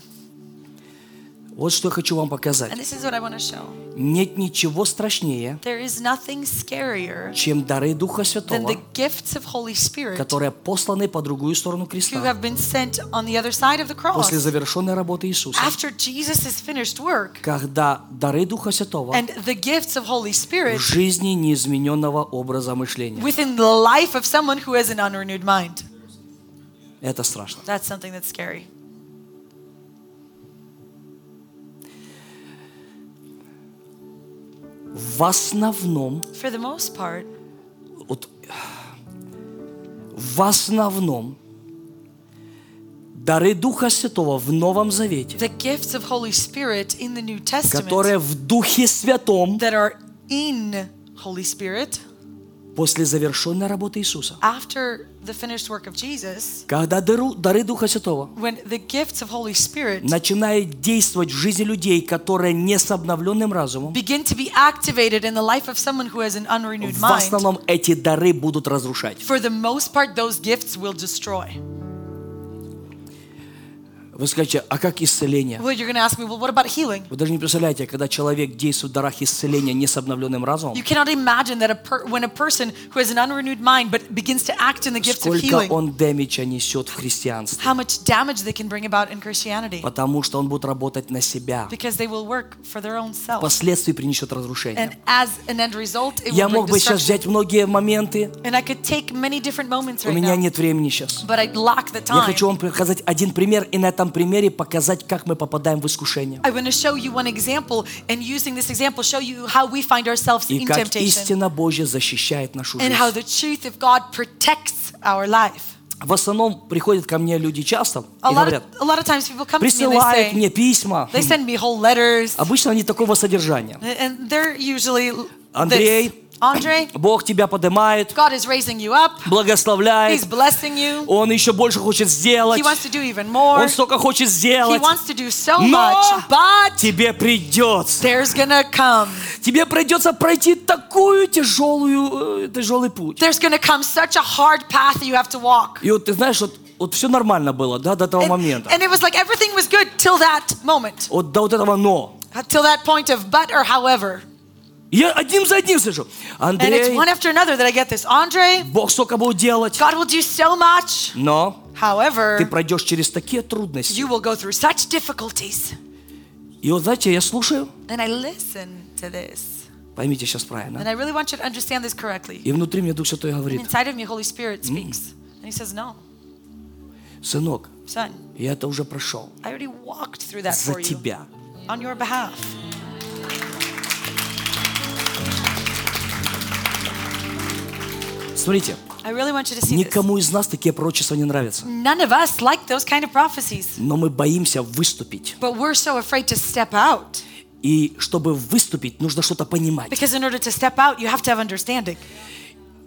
Speaker 2: Вот что я хочу вам
Speaker 3: And
Speaker 2: показать.
Speaker 3: this is what I want to show.
Speaker 2: Нет ничего страшнее,
Speaker 3: There is nothing scarier
Speaker 2: чем дары Духа
Speaker 3: than the
Speaker 2: Святого,
Speaker 3: gifts of Holy Spirit
Speaker 2: которые посланы по другую сторону
Speaker 3: who
Speaker 2: креста
Speaker 3: have been sent on the other side of the
Speaker 2: после
Speaker 3: cross
Speaker 2: завершенной работы Иисуса.
Speaker 3: after Jesus' finished work.
Speaker 2: Когда дары Духа Святого
Speaker 3: And the gifts of Holy
Speaker 2: в
Speaker 3: Spirit
Speaker 2: жизни неизмененного образа мышления.
Speaker 3: within the life of someone who has an unrenewed mind.
Speaker 2: Это страшно.
Speaker 3: That's something that's scary.
Speaker 2: В основном,
Speaker 3: For the most part,
Speaker 2: вот, в основном, дары Духа Святого в Новом Завете,
Speaker 3: the gifts of Holy Spirit in the New Testament
Speaker 2: которые в Духе Святом
Speaker 3: that are in Holy Spirit
Speaker 2: после завершенной работы Иисуса.
Speaker 3: after the finished work of Jesus,
Speaker 2: Когда дару- дары Духа Святого
Speaker 3: when the gifts of Holy Spirit
Speaker 2: начинает действовать в жизни людей, которые не с обновленным разумом,
Speaker 3: begin to be activated in the life of someone who has an unrenewed
Speaker 2: в
Speaker 3: mind,
Speaker 2: основном эти дары будут разрушать.
Speaker 3: for the most part, those gifts will destroy.
Speaker 2: Вы скажете, а как исцеление?
Speaker 3: Well, you're going to ask me, well, what about healing?
Speaker 2: Вы даже не представляете, когда человек действует в дарах исцеления не с обновленным разумом,
Speaker 3: You cannot imagine that a per- when a person who has an unrenewed mind but begins to act in the gifts of
Speaker 2: сколько
Speaker 3: healing,
Speaker 2: он дэмича несет в христианстве,
Speaker 3: how much damage they can bring about in Christianity
Speaker 2: потому что он будет работать на себя.
Speaker 3: because they will work for their own self.
Speaker 2: Впоследствии принесет разрушение.
Speaker 3: And as an end result, it
Speaker 2: Я
Speaker 3: will bring
Speaker 2: мог бы сейчас
Speaker 3: destruction.
Speaker 2: взять многие моменты,
Speaker 3: And I could take many different moments
Speaker 2: у
Speaker 3: right
Speaker 2: меня
Speaker 3: now,
Speaker 2: нет времени сейчас.
Speaker 3: but I lack the
Speaker 2: Я
Speaker 3: time.
Speaker 2: хочу вам показать один пример, и на этом примере показать, как мы попадаем в искушение.
Speaker 3: I want to show you one example, and using this example, show you how we find ourselves
Speaker 2: И
Speaker 3: in
Speaker 2: как
Speaker 3: temptation
Speaker 2: истина Божья защищает нашу
Speaker 3: and
Speaker 2: жизнь.
Speaker 3: how the truth of God protects our life.
Speaker 2: В основном приходят ко мне люди часто и
Speaker 3: A lot, of,
Speaker 2: говорят,
Speaker 3: a lot of times people come to me and they
Speaker 2: присылают
Speaker 3: say,
Speaker 2: мне письма.
Speaker 3: they send me whole letters,
Speaker 2: Обычно они такого содержания.
Speaker 3: and they're usually this.
Speaker 2: Андрей.
Speaker 3: Andre,
Speaker 2: Бог тебя поднимает,
Speaker 3: God is raising you up. He's
Speaker 2: благословляет,
Speaker 3: blessing you.
Speaker 2: Он еще больше хочет сделать,
Speaker 3: He wants to do even more.
Speaker 2: Он столько хочет
Speaker 3: He
Speaker 2: сделать,
Speaker 3: wants to do so
Speaker 2: Но-
Speaker 3: much, but
Speaker 2: тебе придется,
Speaker 3: there's gonna come.
Speaker 2: тебе придется пройти такую тяжелую, э, тяжелый путь.
Speaker 3: There's gonna come such a hard path you have to walk.
Speaker 2: И вот ты знаешь, вот, все нормально было, да, до того
Speaker 3: And,
Speaker 2: момента.
Speaker 3: and it was like everything was good till that moment,
Speaker 2: Вот до вот этого но.
Speaker 3: till that point of but or however.
Speaker 2: И Я одним за одним слышу.
Speaker 3: And it's
Speaker 2: Андрей,
Speaker 3: one after another that I get this. Andre,
Speaker 2: Бог столько будет делать,
Speaker 3: God will do so much.
Speaker 2: но ты
Speaker 3: However,
Speaker 2: пройдешь через такие трудности.
Speaker 3: you will go through such difficulties.
Speaker 2: И вот, знаете, я слушаю,
Speaker 3: And I listen to this.
Speaker 2: поймите сейчас
Speaker 3: And
Speaker 2: правильно,
Speaker 3: I really want you Mm. to understand this correctly.
Speaker 2: и внутри мне Дух Святой
Speaker 3: And
Speaker 2: говорит,
Speaker 3: inside of me, Holy Spirit speaks. And He says, No,
Speaker 2: сынок,
Speaker 3: son,
Speaker 2: я это уже прошел
Speaker 3: I already walked through that
Speaker 2: за
Speaker 3: for you
Speaker 2: тебя.
Speaker 3: on your behalf.
Speaker 2: Смотрите,
Speaker 3: I really want you to see this.
Speaker 2: никому из нас такие пророчества не нравятся,
Speaker 3: None of us like those kind of prophecies,
Speaker 2: но мы боимся выступить.
Speaker 3: but we're so afraid to step out.
Speaker 2: И чтобы выступить, нужно что-то понимать.
Speaker 3: Because in order to step out, you have to have understanding.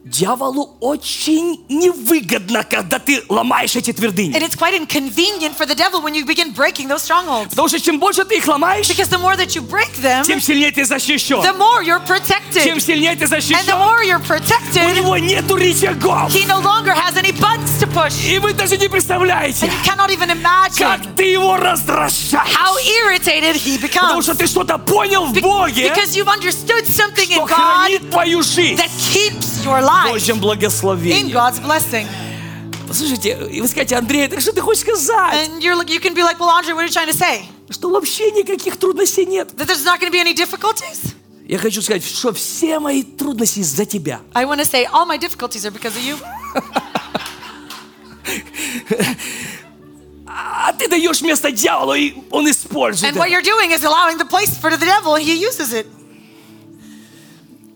Speaker 2: Дьяволу очень невыгодно, когда ты ломаешь эти
Speaker 3: And
Speaker 2: твердыни.
Speaker 3: it's quite inconvenient for the devil when you begin breaking those strongholds.
Speaker 2: Потому что чем больше ты их ломаешь,
Speaker 3: Because the more that you break them,
Speaker 2: тем сильнее ты защищен.
Speaker 3: the more you're
Speaker 2: Чем
Speaker 3: protected.
Speaker 2: сильнее ты
Speaker 3: And the
Speaker 2: защищен,
Speaker 3: more you're
Speaker 2: у
Speaker 3: protected,
Speaker 2: него нету рычагов.
Speaker 3: he no longer has any buttons to push.
Speaker 2: И вы даже не представляете,
Speaker 3: And you cannot even imagine
Speaker 2: как ты его раздражаешь.
Speaker 3: how irritated he
Speaker 2: Потому
Speaker 3: becomes.
Speaker 2: что ты что-то понял в
Speaker 3: Be-
Speaker 2: Боге,
Speaker 3: because you've understood something in
Speaker 2: что
Speaker 3: God
Speaker 2: хранит твою жизнь
Speaker 3: that keeps your
Speaker 2: в
Speaker 3: life
Speaker 2: Божьем
Speaker 3: in
Speaker 2: благословении.
Speaker 3: God's blessing.
Speaker 2: Послушайте, и вы скажете, Андрей, так что ты хочешь сказать?
Speaker 3: And you're, like- you can be like, well, Andre, what are you trying to say?
Speaker 2: Что вообще никаких трудностей нет.
Speaker 3: That there's not going to be any difficulties?
Speaker 2: Я хочу сказать, что все мои трудности из-за тебя.
Speaker 3: I want to say all my difficulties are because of you.
Speaker 2: А ты даешь место дьяволу, и он использует
Speaker 3: And what
Speaker 2: это.
Speaker 3: you're doing is allowing the place for the devil, and he uses it.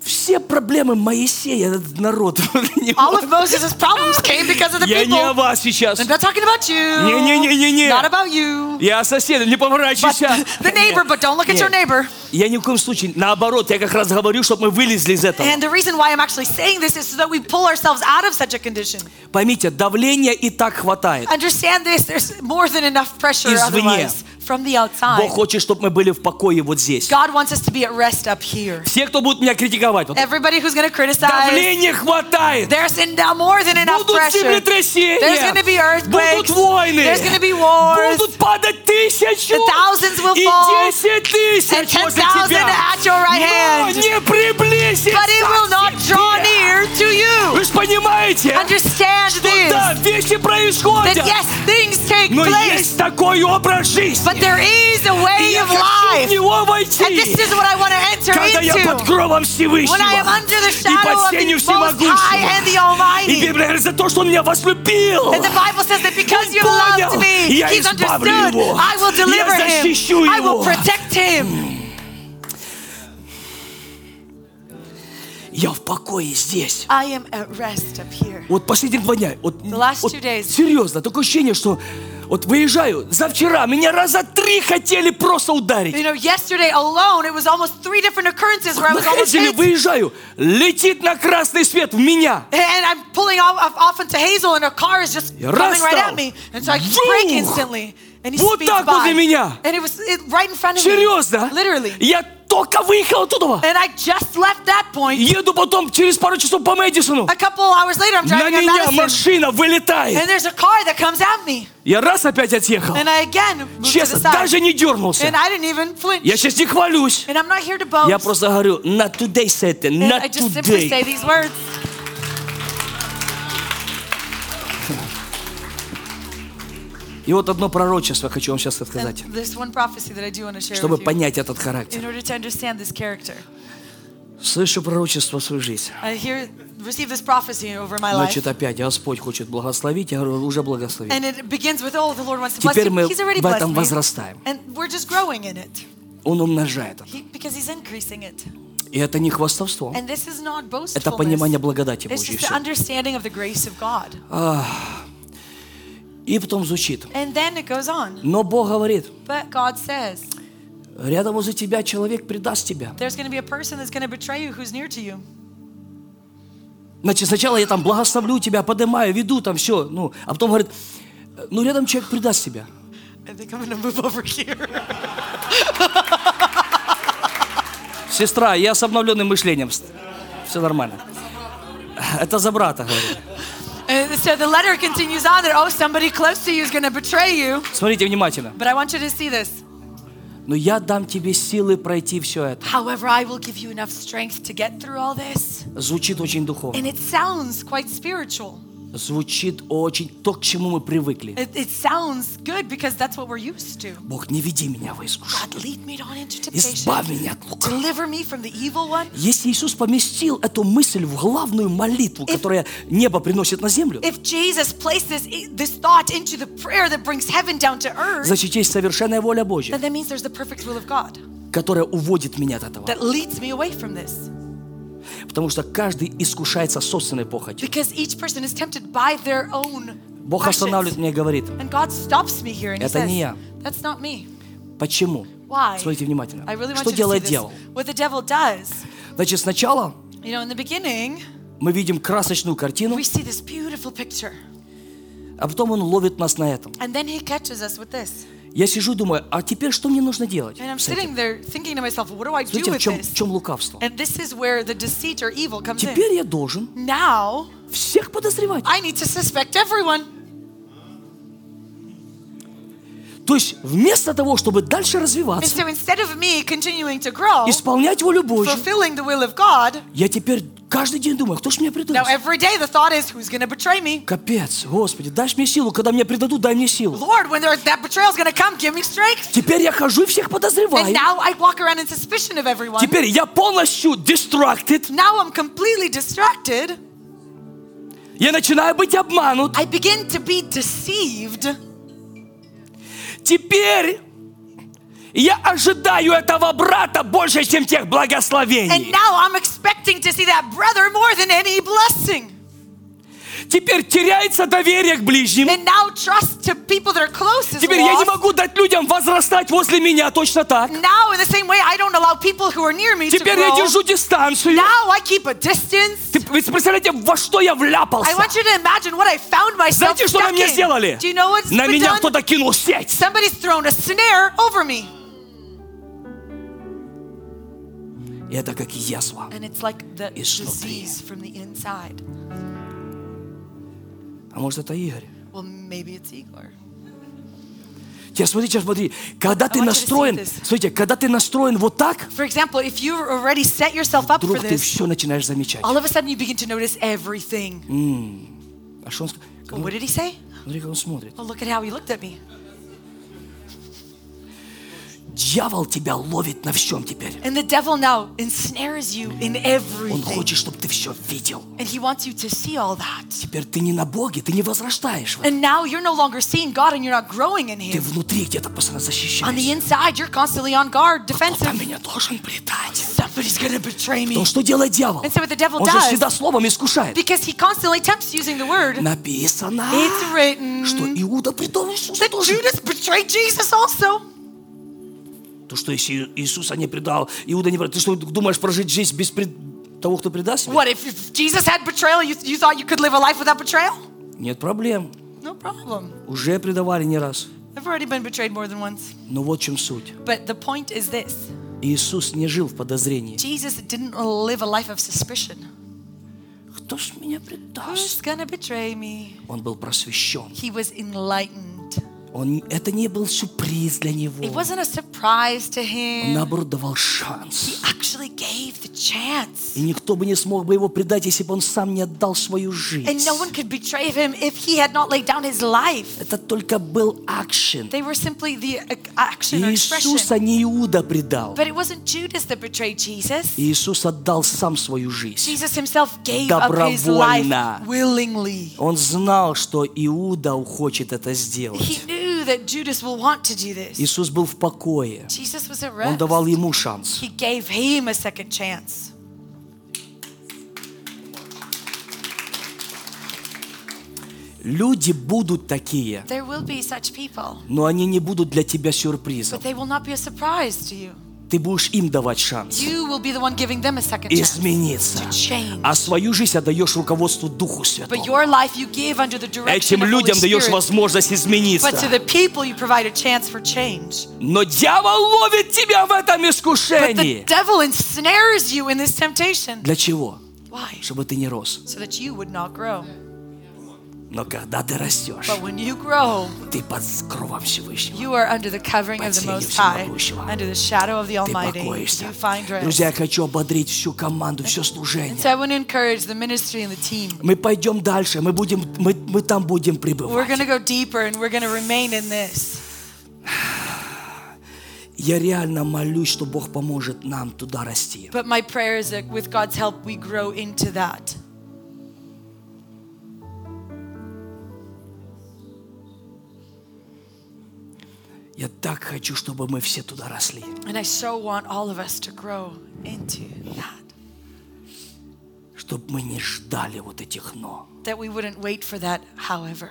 Speaker 2: все проблемы Моисея, этот народ.
Speaker 3: All of Moses' problems came because of the
Speaker 2: Я не о
Speaker 3: people.
Speaker 2: вас сейчас.
Speaker 3: I'm not talking about you.
Speaker 2: Не-не-не-не-не.
Speaker 3: Not about you.
Speaker 2: Я о соседе, не
Speaker 3: But
Speaker 2: поворачивайся.
Speaker 3: the neighbor, but don't look at your
Speaker 2: Нет.
Speaker 3: neighbor.
Speaker 2: Я ни в коем случае. Наоборот, я как раз говорю, чтобы мы вылезли из этого.
Speaker 3: And the reason why I'm actually saying this is so that we pull ourselves out of such a condition.
Speaker 2: Поймите, давления и так хватает.
Speaker 3: Understand this, there's more than enough pressure
Speaker 2: Извне.
Speaker 3: otherwise from the outside.
Speaker 2: Бог хочет, чтобы мы были в покое вот здесь.
Speaker 3: God wants us to be at rest up here.
Speaker 2: Все, кто будут меня критиковать, вот,
Speaker 3: Everybody who's going to criticize,
Speaker 2: давления хватает.
Speaker 3: there's in- now more than enough
Speaker 2: Будут
Speaker 3: pressure. There's going to be
Speaker 2: землетрясения, будут
Speaker 3: earthquakes.
Speaker 2: войны,
Speaker 3: There's going to be wars.
Speaker 2: будут падать тысячу
Speaker 3: The thousands will
Speaker 2: и
Speaker 3: fall.
Speaker 2: десять
Speaker 3: And
Speaker 2: тысяч
Speaker 3: ten
Speaker 2: возле
Speaker 3: thousand
Speaker 2: тебя.
Speaker 3: at your right
Speaker 2: Но
Speaker 3: hand.
Speaker 2: не приблизится
Speaker 3: But it will not
Speaker 2: к
Speaker 3: draw
Speaker 2: тебе.
Speaker 3: near to you.
Speaker 2: Вы же понимаете,
Speaker 3: Understand
Speaker 2: что да,
Speaker 3: this,
Speaker 2: вещи происходят,
Speaker 3: that yes, things take
Speaker 2: но
Speaker 3: place,
Speaker 2: есть такой образ жизни.
Speaker 3: but there is a
Speaker 2: И
Speaker 3: way
Speaker 2: я
Speaker 3: of
Speaker 2: хочу в
Speaker 3: life.
Speaker 2: него войти.
Speaker 3: And this is what I want to enter
Speaker 2: когда я под
Speaker 3: into.
Speaker 2: кровом
Speaker 3: When I am
Speaker 2: Всевышнего
Speaker 3: under the
Speaker 2: и
Speaker 3: shadow
Speaker 2: под
Speaker 3: of the
Speaker 2: сенью
Speaker 3: Most High and the
Speaker 2: Всемогущего. И
Speaker 3: Almighty.
Speaker 2: Библия говорит, за то, что Он меня возлюбил,
Speaker 3: And the Bible says that because
Speaker 2: Он
Speaker 3: you
Speaker 2: понял,
Speaker 3: loved me,
Speaker 2: я
Speaker 3: he's
Speaker 2: избавлю
Speaker 3: understood,
Speaker 2: его,
Speaker 3: I will deliver
Speaker 2: я
Speaker 3: him,
Speaker 2: защищу
Speaker 3: I will
Speaker 2: его.
Speaker 3: protect him.
Speaker 2: я в покое здесь.
Speaker 3: I am at rest up here.
Speaker 2: Вот последние два дня, вот,
Speaker 3: last
Speaker 2: вот
Speaker 3: two days.
Speaker 2: серьезно, такое ощущение, что вот выезжаю, за вчера меня раза три хотели просто
Speaker 3: You
Speaker 2: ударить.
Speaker 3: know, yesterday alone, it was almost three different occurrences where I was almost
Speaker 2: Находили,
Speaker 3: hit.
Speaker 2: выезжаю, летит на красный свет в меня.
Speaker 3: And I'm pulling off, off, off into Hazel, and a car is just
Speaker 2: Я
Speaker 3: coming right
Speaker 2: расстал.
Speaker 3: at me. And so I
Speaker 2: Вжух!
Speaker 3: brake instantly. And he
Speaker 2: Вот
Speaker 3: speeds
Speaker 2: так
Speaker 3: by.
Speaker 2: возле меня.
Speaker 3: And it was it, right in front of
Speaker 2: Серьезно?
Speaker 3: me. Literally.
Speaker 2: Я только выехал оттуда.
Speaker 3: And I just left that point.
Speaker 2: Еду потом через пару часов по Мэдисону.
Speaker 3: A couple hours later, I'm
Speaker 2: На
Speaker 3: driving on
Speaker 2: меня
Speaker 3: Madison.
Speaker 2: машина вылетает.
Speaker 3: And there's a car that comes at me.
Speaker 2: Я раз опять отъехал.
Speaker 3: And I again moved to the
Speaker 2: Честно,
Speaker 3: side.
Speaker 2: даже не дернулся.
Speaker 3: And I didn't even flinch.
Speaker 2: Я сейчас не хвалюсь.
Speaker 3: And I'm not here to boast.
Speaker 2: Я просто говорю, на today said it,
Speaker 3: And
Speaker 2: not
Speaker 3: I just simply say
Speaker 2: today.
Speaker 3: these words.
Speaker 2: И вот одно пророчество хочу вам сейчас
Speaker 3: And
Speaker 2: рассказать,
Speaker 3: there's one prophecy that I do want to share
Speaker 2: чтобы
Speaker 3: with you.
Speaker 2: понять этот характер.
Speaker 3: In order to understand this character,
Speaker 2: Слышу пророчество в свою жизнь.
Speaker 3: I hear receive this prophecy over my life.
Speaker 2: Значит, опять Господь хочет благословить. Я говорю, уже благословил.
Speaker 3: And it begins with, oh, the Lord wants to bless
Speaker 2: Теперь
Speaker 3: you.
Speaker 2: мы
Speaker 3: He's already
Speaker 2: в
Speaker 3: blessed
Speaker 2: этом
Speaker 3: me.
Speaker 2: возрастаем.
Speaker 3: And we're just growing in it
Speaker 2: Он умножает. это.
Speaker 3: he, because he's increasing it.
Speaker 2: И это не хвастовство.
Speaker 3: And this is not
Speaker 2: Это понимание
Speaker 3: boastfulness.
Speaker 2: благодати
Speaker 3: It's
Speaker 2: Божьей.
Speaker 3: just the
Speaker 2: всё.
Speaker 3: understanding of the grace of God.
Speaker 2: И потом звучит.
Speaker 3: And then it goes on.
Speaker 2: Но Бог говорит,
Speaker 3: But God says,
Speaker 2: рядом возле тебя человек предаст тебя.
Speaker 3: there's going to be a person that's going to betray you who's near to you.
Speaker 2: Значит, сначала я там благословлю тебя, поднимаю, веду там все. Ну, а потом говорит, ну рядом человек предаст тебя.
Speaker 3: I think I'm going to move over here.
Speaker 2: Сестра, я с обновленным мышлением. Все нормально. Это за брата, говорит.
Speaker 3: And Uh, so the letter continues on that, oh, somebody close to you is going to betray you.
Speaker 2: Смотрите внимательно.
Speaker 3: But I want you to see this.
Speaker 2: Но я дам тебе силы пройти все это.
Speaker 3: However, I will give you enough strength to get through all this.
Speaker 2: Звучит очень духовно.
Speaker 3: And it sounds quite spiritual.
Speaker 2: Звучит очень то, к чему мы привыкли.
Speaker 3: It, it sounds good because that's what we're used to.
Speaker 2: Бог, не веди меня в искушение.
Speaker 3: God, lead me not into temptation.
Speaker 2: Избавь меня от лука.
Speaker 3: Deliver me from the evil one.
Speaker 2: Если Иисус поместил эту мысль в главную молитву, которая небо приносит на землю,
Speaker 3: If Jesus placed this, this thought into the prayer that brings heaven down to earth,
Speaker 2: значит, есть совершенная воля Божья,
Speaker 3: then that means there's the perfect will of God
Speaker 2: которая уводит меня от этого.
Speaker 3: that leads me away from this.
Speaker 2: Потому что каждый искушается собственной похотью.
Speaker 3: Because each person is tempted by their own
Speaker 2: Бог останавливает
Speaker 3: passions.
Speaker 2: меня и говорит,
Speaker 3: And God stops me here and he
Speaker 2: Это не я.
Speaker 3: says, that's not me.
Speaker 2: почему?
Speaker 3: Why?
Speaker 2: Смотрите внимательно.
Speaker 3: I really want
Speaker 2: Что
Speaker 3: you to see
Speaker 2: делает
Speaker 3: this.
Speaker 2: дьявол?
Speaker 3: What the devil does,
Speaker 2: Значит, сначала
Speaker 3: you know, in the beginning,
Speaker 2: мы видим красочную картину,
Speaker 3: we see this beautiful picture.
Speaker 2: а потом он ловит нас на этом.
Speaker 3: And then he catches us with this.
Speaker 2: Я сижу и думаю, а теперь что мне нужно делать?
Speaker 3: And I'm
Speaker 2: с этим?
Speaker 3: sitting there thinking to myself, what do I do
Speaker 2: Смотрите, в
Speaker 3: with
Speaker 2: чем,
Speaker 3: this?
Speaker 2: в чем лукавство?
Speaker 3: And this is where the deceit or evil comes in.
Speaker 2: Теперь я должен
Speaker 3: Now,
Speaker 2: всех подозревать.
Speaker 3: I need to suspect everyone.
Speaker 2: То есть вместо того, чтобы дальше
Speaker 3: And
Speaker 2: развиваться,
Speaker 3: so instead of me continuing to grow,
Speaker 2: исполнять волю Божью,
Speaker 3: fulfilling the will of God,
Speaker 2: я теперь каждый день думаю, кто ж меня
Speaker 3: now
Speaker 2: предаст?
Speaker 3: every day the thought is, who's going to betray me?
Speaker 2: Капец, Господи, дашь мне силу, когда меня предадут, дай мне силу.
Speaker 3: Lord, when there, that betrayal is going to come, give me strength.
Speaker 2: Теперь я хожу и всех подозреваю.
Speaker 3: And now I walk around in suspicion of everyone.
Speaker 2: Теперь я полностью distracted.
Speaker 3: Now I'm completely distracted.
Speaker 2: Я начинаю быть обманут.
Speaker 3: I begin to be deceived.
Speaker 2: Теперь И я ожидаю этого брата больше, чем тех
Speaker 3: And
Speaker 2: благословений.
Speaker 3: now I'm expecting to see that brother more than any blessing.
Speaker 2: Теперь теряется доверие к ближним.
Speaker 3: And now trust to people that are close is
Speaker 2: Теперь я не
Speaker 3: lost.
Speaker 2: могу дать людям возрастать возле меня точно так.
Speaker 3: Now in the same way, I don't allow people who are near me to
Speaker 2: Теперь я
Speaker 3: grow.
Speaker 2: держу дистанцию.
Speaker 3: Now I keep a distance.
Speaker 2: Ты, вы представляете, во что я
Speaker 3: I
Speaker 2: вляпался?
Speaker 3: want you to imagine what I found myself
Speaker 2: Знаете, что на
Speaker 3: stuck
Speaker 2: меня
Speaker 3: in.
Speaker 2: сделали?
Speaker 3: Do you know what's
Speaker 2: На
Speaker 3: been
Speaker 2: меня
Speaker 3: done?
Speaker 2: кто-то кинул сеть.
Speaker 3: Somebody's thrown a snare over me.
Speaker 2: И это как язва.
Speaker 3: And it's like the
Speaker 2: Изнутри.
Speaker 3: disease from the inside.
Speaker 2: А может, это Игорь?
Speaker 3: Well, maybe it's Igor.
Speaker 2: Теперь смотрите, смотри, когда ты
Speaker 3: want you to
Speaker 2: настроен,
Speaker 3: see this.
Speaker 2: смотрите, когда ты настроен вот так,
Speaker 3: For example, if you already set yourself up for
Speaker 2: вдруг ты
Speaker 3: this,
Speaker 2: все начинаешь замечать.
Speaker 3: all of a sudden you begin to notice everything.
Speaker 2: А что он ск- как
Speaker 3: Well,
Speaker 2: он-
Speaker 3: what did he say?
Speaker 2: Смотри, как он смотрит.
Speaker 3: Oh, look at how he looked at me.
Speaker 2: Дьявол тебя ловит на всем теперь.
Speaker 3: And the devil now ensnares you in
Speaker 2: Он
Speaker 3: everything.
Speaker 2: хочет, чтобы ты все видел.
Speaker 3: And he wants you to see all that.
Speaker 2: Теперь ты не на Боге, ты не возрастаешь. в этом.
Speaker 3: And now you're no longer seeing God and you're not growing in
Speaker 2: Ты
Speaker 3: Him.
Speaker 2: внутри где-то постоянно
Speaker 3: On the
Speaker 2: защищаешься.
Speaker 3: inside, you're constantly on guard,
Speaker 2: Кто-то
Speaker 3: defensive.
Speaker 2: меня должен предать.
Speaker 3: Somebody's gonna betray
Speaker 2: Но
Speaker 3: me.
Speaker 2: что делает дьявол?
Speaker 3: And so what the devil
Speaker 2: Он же
Speaker 3: does-
Speaker 2: всегда словом искушает.
Speaker 3: Because he constantly tempts using the word.
Speaker 2: Написано,
Speaker 3: It's written
Speaker 2: что Иуда предал Иисуса
Speaker 3: that
Speaker 2: тоже.
Speaker 3: Judas betrayed Jesus also.
Speaker 2: То, что если Иисуса не предал, Иуда не предал. Ты что, думаешь прожить жизнь без пред- того, кто предаст тебя?
Speaker 3: What, if, if Jesus had betrayal, you, you thought you could live a life without betrayal?
Speaker 2: Нет проблем.
Speaker 3: No problem.
Speaker 2: Уже предавали не раз.
Speaker 3: I've already been betrayed more than once.
Speaker 2: Но вот в чем суть.
Speaker 3: But the point is this
Speaker 2: Иисус не жил в подозрении.
Speaker 3: Jesus didn't live a life of suspicion.
Speaker 2: Кто ж меня предаст?
Speaker 3: Who's gonna betray me?
Speaker 2: Он был просвещен.
Speaker 3: He was enlightened.
Speaker 2: Он, это не был сюрприз для
Speaker 3: It
Speaker 2: него.
Speaker 3: wasn't a surprise to
Speaker 2: Он,
Speaker 3: him.
Speaker 2: наоборот, давал шанс.
Speaker 3: actually gave the chance.
Speaker 2: И никто бы не смог бы его предать, если бы он сам не отдал свою жизнь.
Speaker 3: And no one could betray him if he had not laid down his life.
Speaker 2: Это только был акшен.
Speaker 3: They were simply the uh, action or
Speaker 2: Иисуса
Speaker 3: expression.
Speaker 2: не Иуда предал.
Speaker 3: But it wasn't Judas that betrayed Jesus.
Speaker 2: Иисус отдал сам свою жизнь.
Speaker 3: Jesus himself gave up his life
Speaker 2: Добровольно.
Speaker 3: willingly.
Speaker 2: Он знал, что Иуда хочет это сделать.
Speaker 3: He knew that Judas will want to do this.
Speaker 2: Иисус был в покое.
Speaker 3: Jesus was at
Speaker 2: Он
Speaker 3: rest.
Speaker 2: давал ему шанс.
Speaker 3: He gave him a second chance.
Speaker 2: Люди будут такие,
Speaker 3: There will be such people,
Speaker 2: но они не будут для тебя сюрпризом.
Speaker 3: but they will not be a surprise to you.
Speaker 2: Ты будешь им давать шанс
Speaker 3: You will be the one giving them a second chance
Speaker 2: измениться.
Speaker 3: to change.
Speaker 2: А свою жизнь отдаешь руководству Духу
Speaker 3: But
Speaker 2: Святому.
Speaker 3: your life you give under the direction
Speaker 2: Этим
Speaker 3: of Holy
Speaker 2: людям даешь
Speaker 3: Spirit.
Speaker 2: возможность
Speaker 3: But to
Speaker 2: измениться.
Speaker 3: the people, you provide a chance for change.
Speaker 2: Но дьявол ловит тебя в этом
Speaker 3: But the
Speaker 2: искушении.
Speaker 3: devil ensnares you in this temptation.
Speaker 2: Для чего?
Speaker 3: Why?
Speaker 2: Чтобы ты не рос.
Speaker 3: So that you would not grow.
Speaker 2: Но когда ты растешь,
Speaker 3: But when you grow,
Speaker 2: ты под кровом Всевышнего.
Speaker 3: you are under the covering of the
Speaker 2: Под
Speaker 3: Most
Speaker 2: сенью
Speaker 3: High,
Speaker 2: всемогущего.
Speaker 3: under the shadow of the
Speaker 2: Ты
Speaker 3: Almighty. You
Speaker 2: покоишься.
Speaker 3: find
Speaker 2: Друзья, я
Speaker 3: rest.
Speaker 2: хочу ободрить всю команду, все служение.
Speaker 3: And so I want to encourage the ministry and the team.
Speaker 2: Мы пойдем дальше, мы, будем, мы, мы там будем
Speaker 3: We're going
Speaker 2: пребывать.
Speaker 3: to go deeper and we're going to remain in this.
Speaker 2: Я реально молюсь, что Бог поможет нам туда расти.
Speaker 3: But my prayer is that with God's help, we grow into that.
Speaker 2: Я так хочу, чтобы мы все туда росли.
Speaker 3: And I so want all of us to grow into that.
Speaker 2: Чтобы мы не ждали вот этих «но».
Speaker 3: That we wouldn't wait for that, however.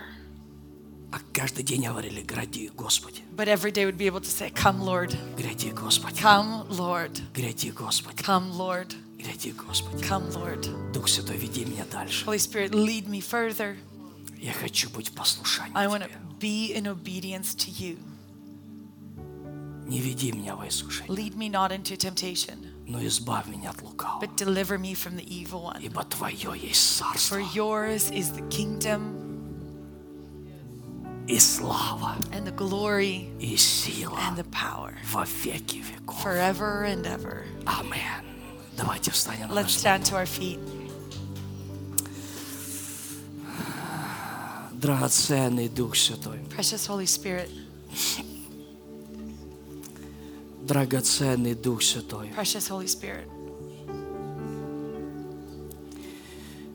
Speaker 2: А каждый день говорили «Гради, Господи!
Speaker 3: But every day would be able to say, Come, Lord.
Speaker 2: Гради, Господи!
Speaker 3: Come, Lord.
Speaker 2: Гради, Господи!
Speaker 3: Come, Lord.
Speaker 2: Гради, Господи!
Speaker 3: Come, Lord.
Speaker 2: Дух Святой, веди меня дальше.
Speaker 3: Holy Spirit, lead me further.
Speaker 2: Я хочу быть послушанием
Speaker 3: I want to
Speaker 2: Тебе.
Speaker 3: be in obedience to you.
Speaker 2: Не веди меня во искушение,
Speaker 3: Lead me not into temptation,
Speaker 2: но избавь меня от лукавого.
Speaker 3: but deliver me from the evil one.
Speaker 2: Ибо Твое есть царство
Speaker 3: For yours is the kingdom
Speaker 2: и слава,
Speaker 3: and the glory
Speaker 2: и сила
Speaker 3: and the power
Speaker 2: во веки веков.
Speaker 3: forever and ever.
Speaker 2: Амен. Давайте встанем. на
Speaker 3: Let's
Speaker 2: наши-
Speaker 3: stand to our feet.
Speaker 2: Драгоценный Дух Святой.
Speaker 3: Precious Holy Spirit,
Speaker 2: Драгоценный Дух Святой.
Speaker 3: precious Holy Spirit.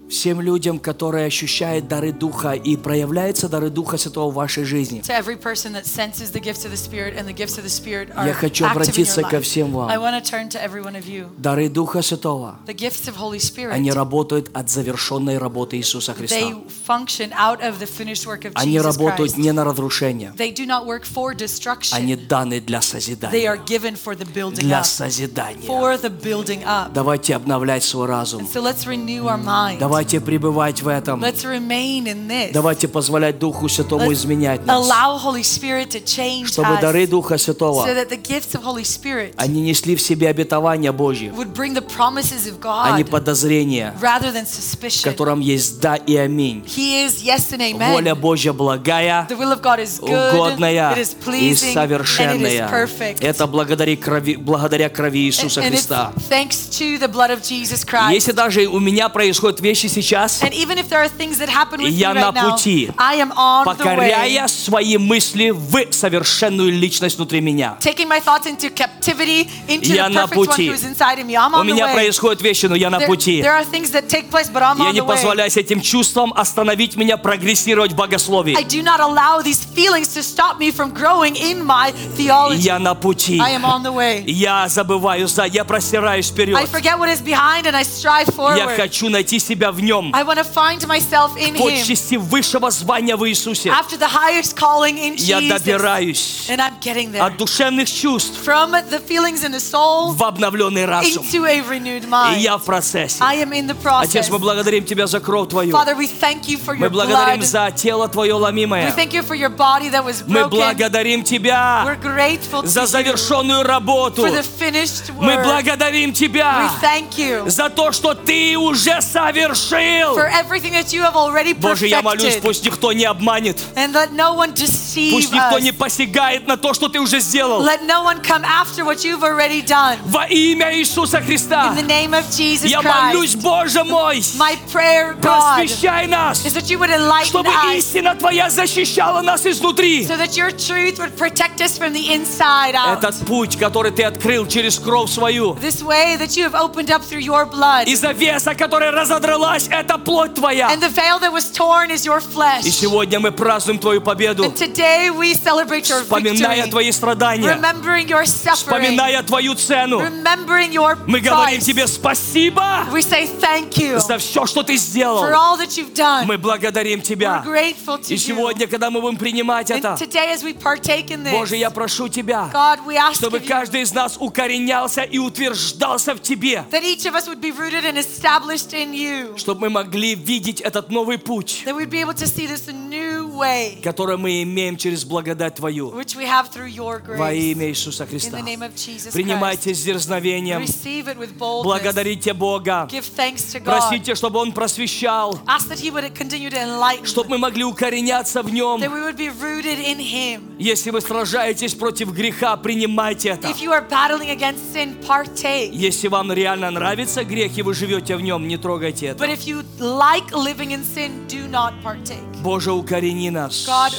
Speaker 2: всем людям, которые ощущают дары Духа и проявляются дары Духа Святого в вашей жизни.
Speaker 3: To every person that senses the gifts of the Spirit and the gifts of the Spirit are
Speaker 2: Я хочу
Speaker 3: active in
Speaker 2: обратиться
Speaker 3: your
Speaker 2: ко
Speaker 3: life.
Speaker 2: всем вам.
Speaker 3: I want to turn to every one of you.
Speaker 2: Дары Духа Святого,
Speaker 3: The gifts of Holy Spirit,
Speaker 2: они работают от завершенной работы Иисуса
Speaker 3: they
Speaker 2: Христа.
Speaker 3: function out of the finished work of
Speaker 2: Они
Speaker 3: Jesus
Speaker 2: работают
Speaker 3: Christ.
Speaker 2: не на разрушение,
Speaker 3: They do not work for destruction.
Speaker 2: они даны для
Speaker 3: They are
Speaker 2: созидания.
Speaker 3: given for the building
Speaker 2: Для
Speaker 3: up.
Speaker 2: созидания.
Speaker 3: For the building up.
Speaker 2: Давайте обновлять свой разум.
Speaker 3: So let's renew our mind.
Speaker 2: Давайте пребывать в этом.
Speaker 3: Let's remain in this.
Speaker 2: Давайте позволять Духу Святому
Speaker 3: Let's
Speaker 2: изменять нас.
Speaker 3: allow Holy Spirit to change
Speaker 2: Чтобы
Speaker 3: us
Speaker 2: дары Духа
Speaker 3: so
Speaker 2: Святого,
Speaker 3: that the gifts of Holy Spirit
Speaker 2: они несли в себе обетование Божье,
Speaker 3: would bring the promises of
Speaker 2: а не
Speaker 3: God
Speaker 2: подозрения,
Speaker 3: rather than
Speaker 2: в
Speaker 3: suspicion.
Speaker 2: котором есть да и аминь.
Speaker 3: He is yes and
Speaker 2: Воля
Speaker 3: amen.
Speaker 2: Божья благая,
Speaker 3: The will of God is good,
Speaker 2: угодная
Speaker 3: it is
Speaker 2: и
Speaker 3: pleasing, and it is
Speaker 2: совершенная.
Speaker 3: perfect.
Speaker 2: Это благодаря крови, благодаря крови Иисуса
Speaker 3: and it's
Speaker 2: Христа.
Speaker 3: thanks to the blood of Jesus Christ.
Speaker 2: Если даже у меня происходят вещи сейчас,
Speaker 3: And even if there are things that happen with
Speaker 2: Я
Speaker 3: me right
Speaker 2: на пути.
Speaker 3: now, I am on the way.
Speaker 2: покоряя свои мысли в совершенную личность внутри меня.
Speaker 3: Taking my thoughts into captivity, into
Speaker 2: Я
Speaker 3: the
Speaker 2: на
Speaker 3: perfect one
Speaker 2: пути.
Speaker 3: who is inside of me. I'm
Speaker 2: У
Speaker 3: on the
Speaker 2: меня
Speaker 3: way.
Speaker 2: происходят вещи, но я на
Speaker 3: There,
Speaker 2: пути.
Speaker 3: there are things that take place, but I'm
Speaker 2: Я
Speaker 3: on
Speaker 2: не
Speaker 3: the way.
Speaker 2: позволяю этим чувствам остановить меня прогрессировать в богословии.
Speaker 3: I do not allow these feelings to stop me from growing in my theology.
Speaker 2: Я на пути.
Speaker 3: I am on the way.
Speaker 2: Я забываю, за- я простираюсь вперед.
Speaker 3: I forget what is behind and I strive
Speaker 2: Я
Speaker 3: forward.
Speaker 2: хочу найти себя в нем.
Speaker 3: I want to find myself in
Speaker 2: По
Speaker 3: Him
Speaker 2: чести высшего звания в Иисусе.
Speaker 3: after the highest calling in
Speaker 2: Я
Speaker 3: Jesus. Э.
Speaker 2: добираюсь
Speaker 3: And I'm getting there.
Speaker 2: от душевных чувств
Speaker 3: From the feelings in the soul
Speaker 2: в обновленный разум.
Speaker 3: into a renewed
Speaker 2: И я
Speaker 3: mind.
Speaker 2: в процессе.
Speaker 3: I am in the
Speaker 2: Отец,
Speaker 3: process.
Speaker 2: мы благодарим Тебя за кровь Твою.
Speaker 3: Father, we thank you for
Speaker 2: Мы
Speaker 3: your blood.
Speaker 2: благодарим за тело Твое
Speaker 3: We
Speaker 2: ломимое.
Speaker 3: thank you for your body that was
Speaker 2: Мы
Speaker 3: broken.
Speaker 2: благодарим
Speaker 3: We're
Speaker 2: Тебя
Speaker 3: grateful to
Speaker 2: за
Speaker 3: you
Speaker 2: завершенную работу.
Speaker 3: for the finished
Speaker 2: Мы
Speaker 3: work.
Speaker 2: благодарим
Speaker 3: We
Speaker 2: Тебя
Speaker 3: thank you
Speaker 2: за то, что Ты уже совершил.
Speaker 3: for everything that you have already
Speaker 2: Боже, я молюсь,
Speaker 3: perfected.
Speaker 2: пусть никто не обманет.
Speaker 3: And let no one
Speaker 2: Пусть
Speaker 3: deceive
Speaker 2: никто не
Speaker 3: us.
Speaker 2: посягает на то, что Ты уже сделал.
Speaker 3: Let no one come after what you've already done.
Speaker 2: Во имя Иисуса Христа.
Speaker 3: In the name of Jesus
Speaker 2: Я
Speaker 3: Christ,
Speaker 2: молюсь, Боже мой,
Speaker 3: my prayer, God, is
Speaker 2: просвещай нас,
Speaker 3: that you would enlighten
Speaker 2: чтобы
Speaker 3: us,
Speaker 2: истина Твоя защищала нас изнутри.
Speaker 3: so that your truth would protect us from the inside out.
Speaker 2: Этот путь, который Ты открыл через кровь свою,
Speaker 3: This way that you have opened up through your blood.
Speaker 2: и завеса, которая разодралась, это плоть Твоя.
Speaker 3: And the veil that was torn is your
Speaker 2: И
Speaker 3: flesh.
Speaker 2: сегодня мы празднуем Твою победу,
Speaker 3: And today we celebrate your
Speaker 2: вспоминая
Speaker 3: victory,
Speaker 2: Твои страдания,
Speaker 3: remembering your suffering,
Speaker 2: вспоминая Твою цену.
Speaker 3: remembering your
Speaker 2: Мы говорим
Speaker 3: price.
Speaker 2: Тебе спасибо
Speaker 3: We say thank you
Speaker 2: за все, что Ты
Speaker 3: for
Speaker 2: сделал.
Speaker 3: all that you've done.
Speaker 2: Мы благодарим
Speaker 3: We're
Speaker 2: Тебя.
Speaker 3: grateful to
Speaker 2: И
Speaker 3: you.
Speaker 2: сегодня, когда мы будем принимать это,
Speaker 3: And today as we partake in this,
Speaker 2: Боже, я прошу Тебя,
Speaker 3: God, we ask
Speaker 2: чтобы
Speaker 3: of you
Speaker 2: каждый из нас укоренялся и утверждался в Тебе,
Speaker 3: that each of us would be rooted and established in you,
Speaker 2: чтобы мы могли видеть этот новый путь,
Speaker 3: that we'd be able to see this new way
Speaker 2: который мы имеем через благодать Твою.
Speaker 3: which we have through your
Speaker 2: Во
Speaker 3: grace.
Speaker 2: имя Иисуса
Speaker 3: In
Speaker 2: Христа.
Speaker 3: the name of Jesus Christ,
Speaker 2: Принимайте с дерзновением.
Speaker 3: receive it with boldness.
Speaker 2: Благодарите Бога.
Speaker 3: Give thanks to God.
Speaker 2: Просите, чтобы Он просвещал,
Speaker 3: Ask that He would continue to enlighten,
Speaker 2: чтобы мы могли укореняться в
Speaker 3: that
Speaker 2: Нем.
Speaker 3: we would be rooted in Him.
Speaker 2: Если вы сражаетесь против греха, принимайте это.
Speaker 3: If you are battling against sin, partake.
Speaker 2: Если вам реально нравится грех, и вы живете в нем, не трогайте это.
Speaker 3: But if you like living in sin, do not partake.
Speaker 2: Боже, укорени нас.
Speaker 3: God,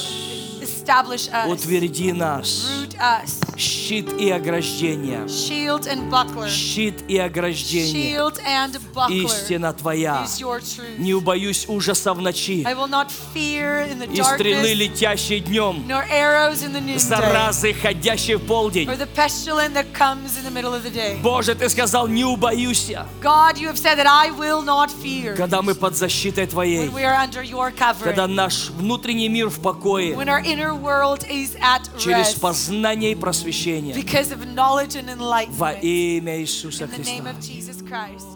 Speaker 3: establish us,
Speaker 2: Утверди нас.
Speaker 3: root us,
Speaker 2: Щит и ограждение.
Speaker 3: shield and buckler.
Speaker 2: Щит и ограждение.
Speaker 3: Shield and buckler
Speaker 2: Истина Твоя.
Speaker 3: is your truth.
Speaker 2: Не убоюсь ужаса в ночи
Speaker 3: I will not fear in the
Speaker 2: и стрелы,
Speaker 3: darkness,
Speaker 2: летящие днем,
Speaker 3: nor arrows in the noonday,
Speaker 2: заразы, ходящие в полдень.
Speaker 3: or the pestilence that comes in the middle of the day.
Speaker 2: Боже, Ты сказал, не убоюсь я,
Speaker 3: God, you have said that I will not fear
Speaker 2: когда мы под защитой Твоей,
Speaker 3: when we are under your
Speaker 2: когда
Speaker 3: covering,
Speaker 2: наш внутренний мир в покое,
Speaker 3: when our inner world is at
Speaker 2: через
Speaker 3: rest
Speaker 2: познание и просвещение.
Speaker 3: because of knowledge and
Speaker 2: Во
Speaker 3: enlightenment. In
Speaker 2: имя Иисуса
Speaker 3: the name
Speaker 2: Христа.
Speaker 3: of Jesus Christ.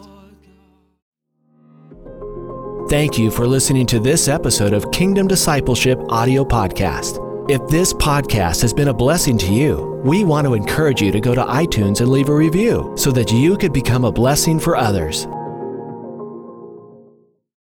Speaker 1: Thank you for listening to this episode of Kingdom Discipleship Audio Podcast. If this podcast has been a blessing to you, we want to encourage you to go to iTunes and leave a review so that you could become a blessing for others.